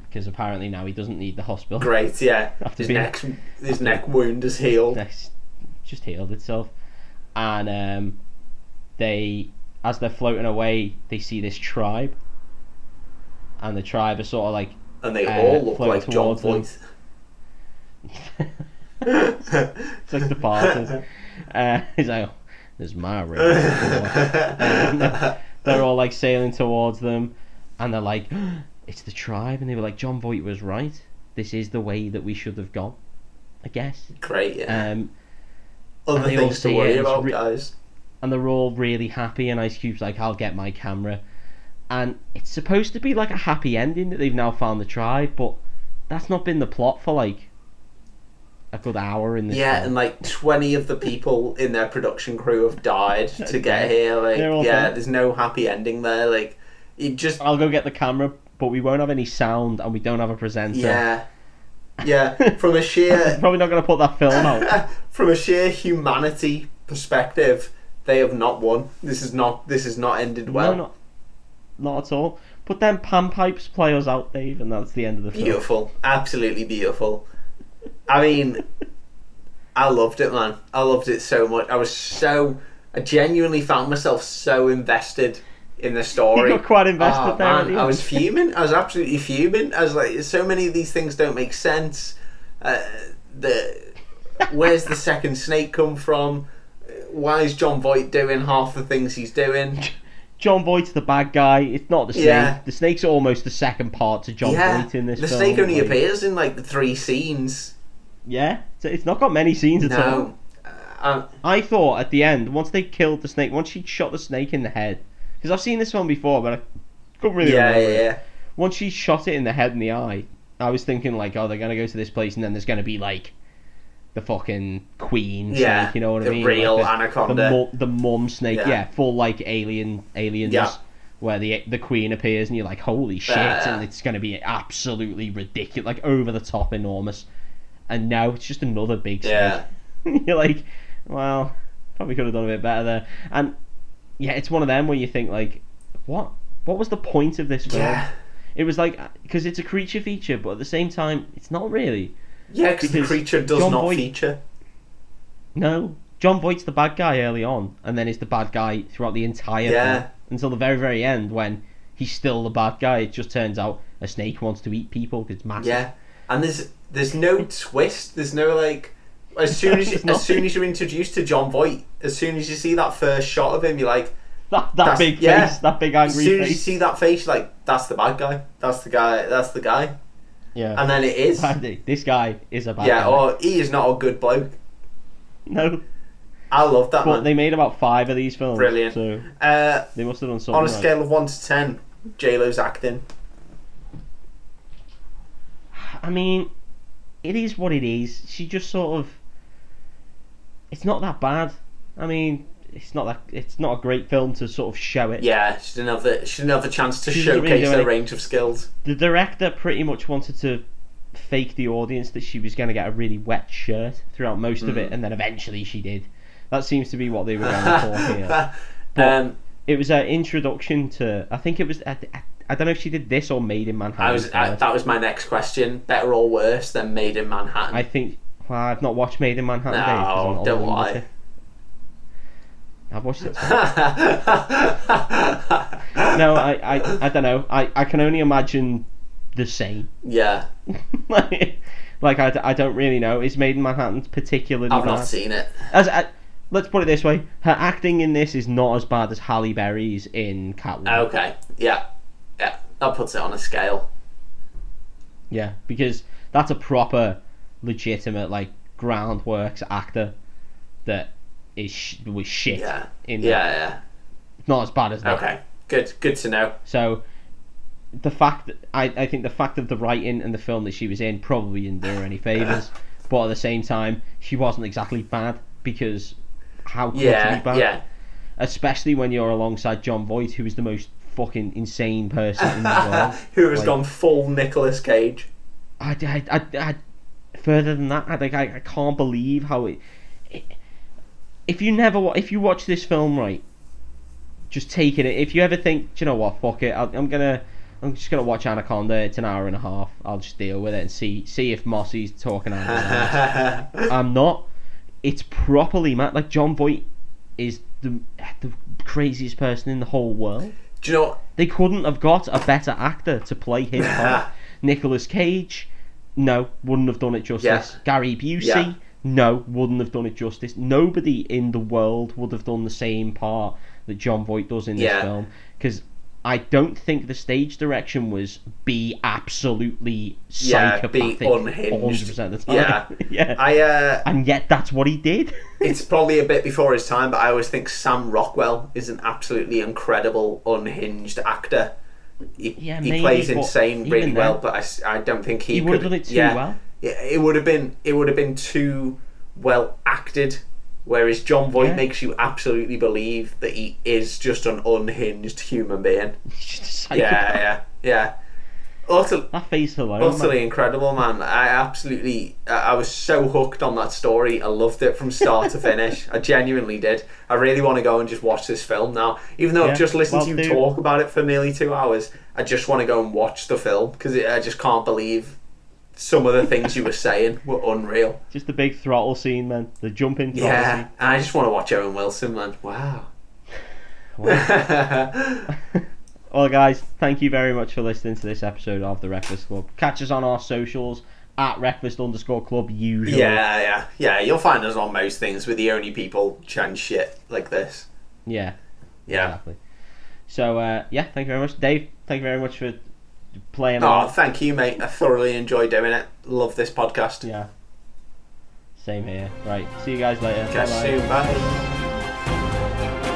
Speaker 1: because apparently now he doesn't need the hospital. (laughs)
Speaker 2: Great, yeah.
Speaker 1: After
Speaker 2: His
Speaker 1: being-
Speaker 2: neck, his neck wound is healed.
Speaker 1: next just healed itself and um, they as they're floating away they see this tribe and the tribe are sort of like
Speaker 2: and they
Speaker 1: uh,
Speaker 2: all look
Speaker 1: float
Speaker 2: like John
Speaker 1: towards them.
Speaker 2: Voight.
Speaker 1: it's like the
Speaker 2: (laughs)
Speaker 1: party uh, he's like "Oh, there's my room Um, They're all like sailing towards them, and they're like, "It's the tribe," and they were like, "John Voight was right. This is the way that we should have gone." I guess.
Speaker 2: Great, yeah.
Speaker 1: Um,
Speaker 2: Other
Speaker 1: they all
Speaker 2: things to
Speaker 1: see
Speaker 2: worry
Speaker 1: it as
Speaker 2: about,
Speaker 1: re-
Speaker 2: guys.
Speaker 1: and they're all really happy, and Ice Cube's like, I'll get my camera. And it's supposed to be like a happy ending that they've now found the tribe, but that's not been the plot for like a good hour in this.
Speaker 2: Yeah,
Speaker 1: film.
Speaker 2: and like twenty of the people in their production crew
Speaker 1: (laughs)
Speaker 2: have died to get here. Like,
Speaker 1: They're all
Speaker 2: yeah,
Speaker 1: dead.
Speaker 2: there's no happy ending there. Like, you just
Speaker 1: I'll go get the camera, but we won't have any sound and we don't have a presenter.
Speaker 2: yeah, yeah. From a sheer (laughs)
Speaker 1: Probably not going to put that film out.
Speaker 2: from a sheer humanity perspective, they have not won. This is not this is not ended well.
Speaker 1: no, not, not at all. But then Pan Pipes play us out, Dave, and that's the end of the film.
Speaker 2: Beautiful, absolutely beautiful. I mean, I loved it, man. I loved it so much. I was so, I genuinely found myself so invested in the
Speaker 1: You
Speaker 2: story.
Speaker 1: got quite invested
Speaker 2: Oh,
Speaker 1: there.
Speaker 2: man,
Speaker 1: didn't you?
Speaker 2: I was fuming. I was absolutely fuming. I was like, so many of these things don't make sense. Uh, the where's the second snake come from? Why is John Voight doing half the things he's doing?
Speaker 1: John Voight's the bad guy. It's not the snake.
Speaker 2: Yeah.
Speaker 1: The snake's almost the second part to John Voight in this
Speaker 2: the
Speaker 1: film.
Speaker 2: snake only
Speaker 1: like-
Speaker 2: appears in like three scenes.
Speaker 1: Yeah, so it's not got many scenes at all.
Speaker 2: No, uh,
Speaker 1: I thought at the end, once they killed the snake, once she shot the snake in the head, because I've seen this one before, but I couldn't really
Speaker 2: yeah,
Speaker 1: remember.
Speaker 2: yeah,
Speaker 1: it.
Speaker 2: yeah.
Speaker 1: Once she shot it in the head and the eye, I was thinking like, oh, they're gonna go to this place and then there's gonna be like the fucking queen
Speaker 2: Yeah,
Speaker 1: snake, you know what
Speaker 2: the
Speaker 1: I mean?
Speaker 2: real
Speaker 1: Like, the,
Speaker 2: anaconda.
Speaker 1: the, mum, the mum snake,
Speaker 2: Yeah.
Speaker 1: yeah. full like alien aliens.
Speaker 2: Yeah. Uh.
Speaker 1: Where the the queen appears and you're like, holy shit,
Speaker 2: Yeah.
Speaker 1: and it's going to be absolutely ridiculous, like over the top, enormous. And now it's just another big snake.
Speaker 2: Yeah.
Speaker 1: (laughs) you're like, well, probably could have done a bit better there. And yeah, it's one of them where you think like, what? What was the point of this film?
Speaker 2: Yeah,
Speaker 1: It was like because it's a creature feature, but at the same time, it's not really.
Speaker 2: yeah, because the
Speaker 1: Because
Speaker 2: creature does
Speaker 1: John
Speaker 2: not
Speaker 1: Voight-
Speaker 2: feature.
Speaker 1: No, John Voight's the bad guy early on, and then he's the bad guy throughout the entire
Speaker 2: Yeah.
Speaker 1: film until the very very end when he's still the bad guy. It just turns out a snake wants to eat people 'cause it's massive.
Speaker 2: Yeah, and there's there's no twist. There's no like. As
Speaker 1: (laughs)
Speaker 2: soon as
Speaker 1: There's
Speaker 2: as soon
Speaker 1: nothing.
Speaker 2: as you're introduced to John Voight, as soon as you see that first shot of him, you're like,
Speaker 1: (laughs) that, that
Speaker 2: That's-
Speaker 1: big
Speaker 2: yeah.
Speaker 1: face, that big
Speaker 2: as
Speaker 1: angry
Speaker 2: soon as you
Speaker 1: face.
Speaker 2: see that face, you're like that's the bad guy. That's the guy. That's the guy.
Speaker 1: Yeah,
Speaker 2: And then it
Speaker 1: (laughs)
Speaker 2: is.
Speaker 1: Andy, this guy is a bad
Speaker 2: Yeah, oh.
Speaker 1: guy.
Speaker 2: or he is not a good bloke.
Speaker 1: no,
Speaker 2: I love that
Speaker 1: but
Speaker 2: man.
Speaker 1: they made about five of these films.
Speaker 2: Uh, Brilliant.
Speaker 1: So
Speaker 2: Uh,
Speaker 1: they must have done something.
Speaker 2: on a
Speaker 1: right.
Speaker 2: scale of one to ten, J Lo's acting.
Speaker 1: I mean, it is what it is. She just sort of. It's not that bad. I mean, it's not that. It's not a great film to sort of show it.
Speaker 2: Yeah, she didn't have the she didn't have the chance to
Speaker 1: She doesn't really
Speaker 2: showcase
Speaker 1: do
Speaker 2: her
Speaker 1: any-
Speaker 2: range of skills.
Speaker 1: The director pretty much wanted to fake the audience that she was going to get a really wet shirt throughout most of
Speaker 2: Mm.
Speaker 1: it, and then eventually she did. That seems to be what they were
Speaker 2: (laughs)
Speaker 1: going for here.
Speaker 2: um,
Speaker 1: It was her introduction to. I think it was. I, I, I don't know if she did this or Made in Manhattan.
Speaker 2: I was I,
Speaker 1: first.
Speaker 2: that was my next question. Better or worse than Made in Manhattan?
Speaker 1: I think. Well, I've not watched Made in Manhattan.
Speaker 2: No,
Speaker 1: Dave, 'cause I'm
Speaker 2: don't
Speaker 1: old and
Speaker 2: lie.
Speaker 1: bitter. I've watched it. no, I, I, I don't know. I, I can only imagine the same.
Speaker 2: (laughs) yeah,
Speaker 1: (laughs) like, I, d- I don't really know. Is Made in Manhattan particularly
Speaker 2: I've
Speaker 1: bad?
Speaker 2: not seen it.
Speaker 1: As I, let's put it this way: her acting in this is not as bad as Halle Berry's in Catwoman.
Speaker 2: Okay, yeah, yeah, that puts it on a scale.
Speaker 1: Yeah, because that's a proper, legitimate like groundworks actor that is sh- was shit.
Speaker 2: Yeah,
Speaker 1: In
Speaker 2: yeah,
Speaker 1: not as bad as
Speaker 2: yeah.
Speaker 1: that.
Speaker 2: Okay, good, good to know.
Speaker 1: So the fact I, I think the fact of the writing and the film that she was in probably didn't do her any
Speaker 2: (coughs)
Speaker 1: favors. but at the same time, she wasn't exactly bad because how could she
Speaker 2: Yeah,
Speaker 1: be bad?
Speaker 2: yeah,
Speaker 1: Especially when you're alongside John Voight, who is the most fucking insane person in
Speaker 2: (laughs)
Speaker 1: the world.
Speaker 2: who has
Speaker 1: Like-
Speaker 2: gone full Nicolas Cage? (laughs)
Speaker 1: I, I, I, I, further than that, I like I, I can't believe how it, it. If you never, wa- if you watch this film right, just take it. If you ever think, do you know what, fuck it, I, I'm gonna, I'm just gonna watch Anaconda. It's an hour and a half. I'll just deal with it and see, see if Mossy's talking out. of his
Speaker 2: (laughs)
Speaker 1: ass." I'm not. It's properly mad. Like John Voight is the the craziest person in the whole world.
Speaker 2: Do you know? what-
Speaker 1: They couldn't have got a better actor to play his
Speaker 2: (laughs)
Speaker 1: part. Nicolas Cage, no, wouldn't have done it justice. Gary Busey,
Speaker 2: Yeah.
Speaker 1: no, wouldn't have done it justice. Nobody in the world would have done the same part that John Voight does in this
Speaker 2: Yeah.
Speaker 1: film because I don't think the stage direction was be absolutely
Speaker 2: Yeah, be
Speaker 1: psychopathic,
Speaker 2: unhinged.
Speaker 1: 100% of the
Speaker 2: Yeah.
Speaker 1: time. (laughs) yeah.
Speaker 2: I uh,
Speaker 1: and yet that's what he did. (laughs)
Speaker 2: it's probably a bit before his time, but I always think Sam Rockwell is an absolutely incredible, unhinged actor. He,
Speaker 1: Yeah,
Speaker 2: he
Speaker 1: maybe,
Speaker 2: plays
Speaker 1: but
Speaker 2: insane
Speaker 1: even
Speaker 2: really well,
Speaker 1: then-
Speaker 2: but I s- I, don't think he,
Speaker 1: He would
Speaker 2: could
Speaker 1: have done it too
Speaker 2: yeah.
Speaker 1: well.
Speaker 2: Yeah, it would have been it would have been too well acted. Whereas John Voight
Speaker 1: Yeah.
Speaker 2: makes you absolutely believe that he is just an unhinged human
Speaker 1: (laughs)
Speaker 2: being.
Speaker 1: He's just a psychopath.
Speaker 2: Yeah, yeah, yeah. Utter,
Speaker 1: That face alone. man.
Speaker 2: utterly incredible, man. I absolutely, I I was so hooked on that story. I loved it from start to finish. I genuinely did. I really want to go and just watch this film now. Even though
Speaker 1: Yeah,
Speaker 2: I've just listened
Speaker 1: well,
Speaker 2: to
Speaker 1: do-
Speaker 2: you talk about it for nearly two hours, I just want to go and watch the film because I just can't believe some of the things you were saying were unreal.
Speaker 1: Just the big throttle scene, man. The jumping throttle
Speaker 2: Yeah, and I just want to watch Owen Wilson, man. Wow.
Speaker 1: scene. well, guys, thank you very much for listening to this episode of The Breakfast Club. Catch us on our socials at breakfast underscore club usually.
Speaker 2: Yeah, yeah, yeah. You'll find us on most things. We're the only people chatting shit like this.
Speaker 1: Yeah.
Speaker 2: Yeah.
Speaker 1: Exactly. So, uh, yeah, thank you very much. Dave, thank you very much for playing
Speaker 2: Oh,
Speaker 1: on.
Speaker 2: thank you, mate. I thoroughly enjoy doing it. Love this podcast.
Speaker 1: Yeah. Same here. Right. See you guys later.
Speaker 2: Catch
Speaker 1: Bye-bye.
Speaker 2: you soon. Bye.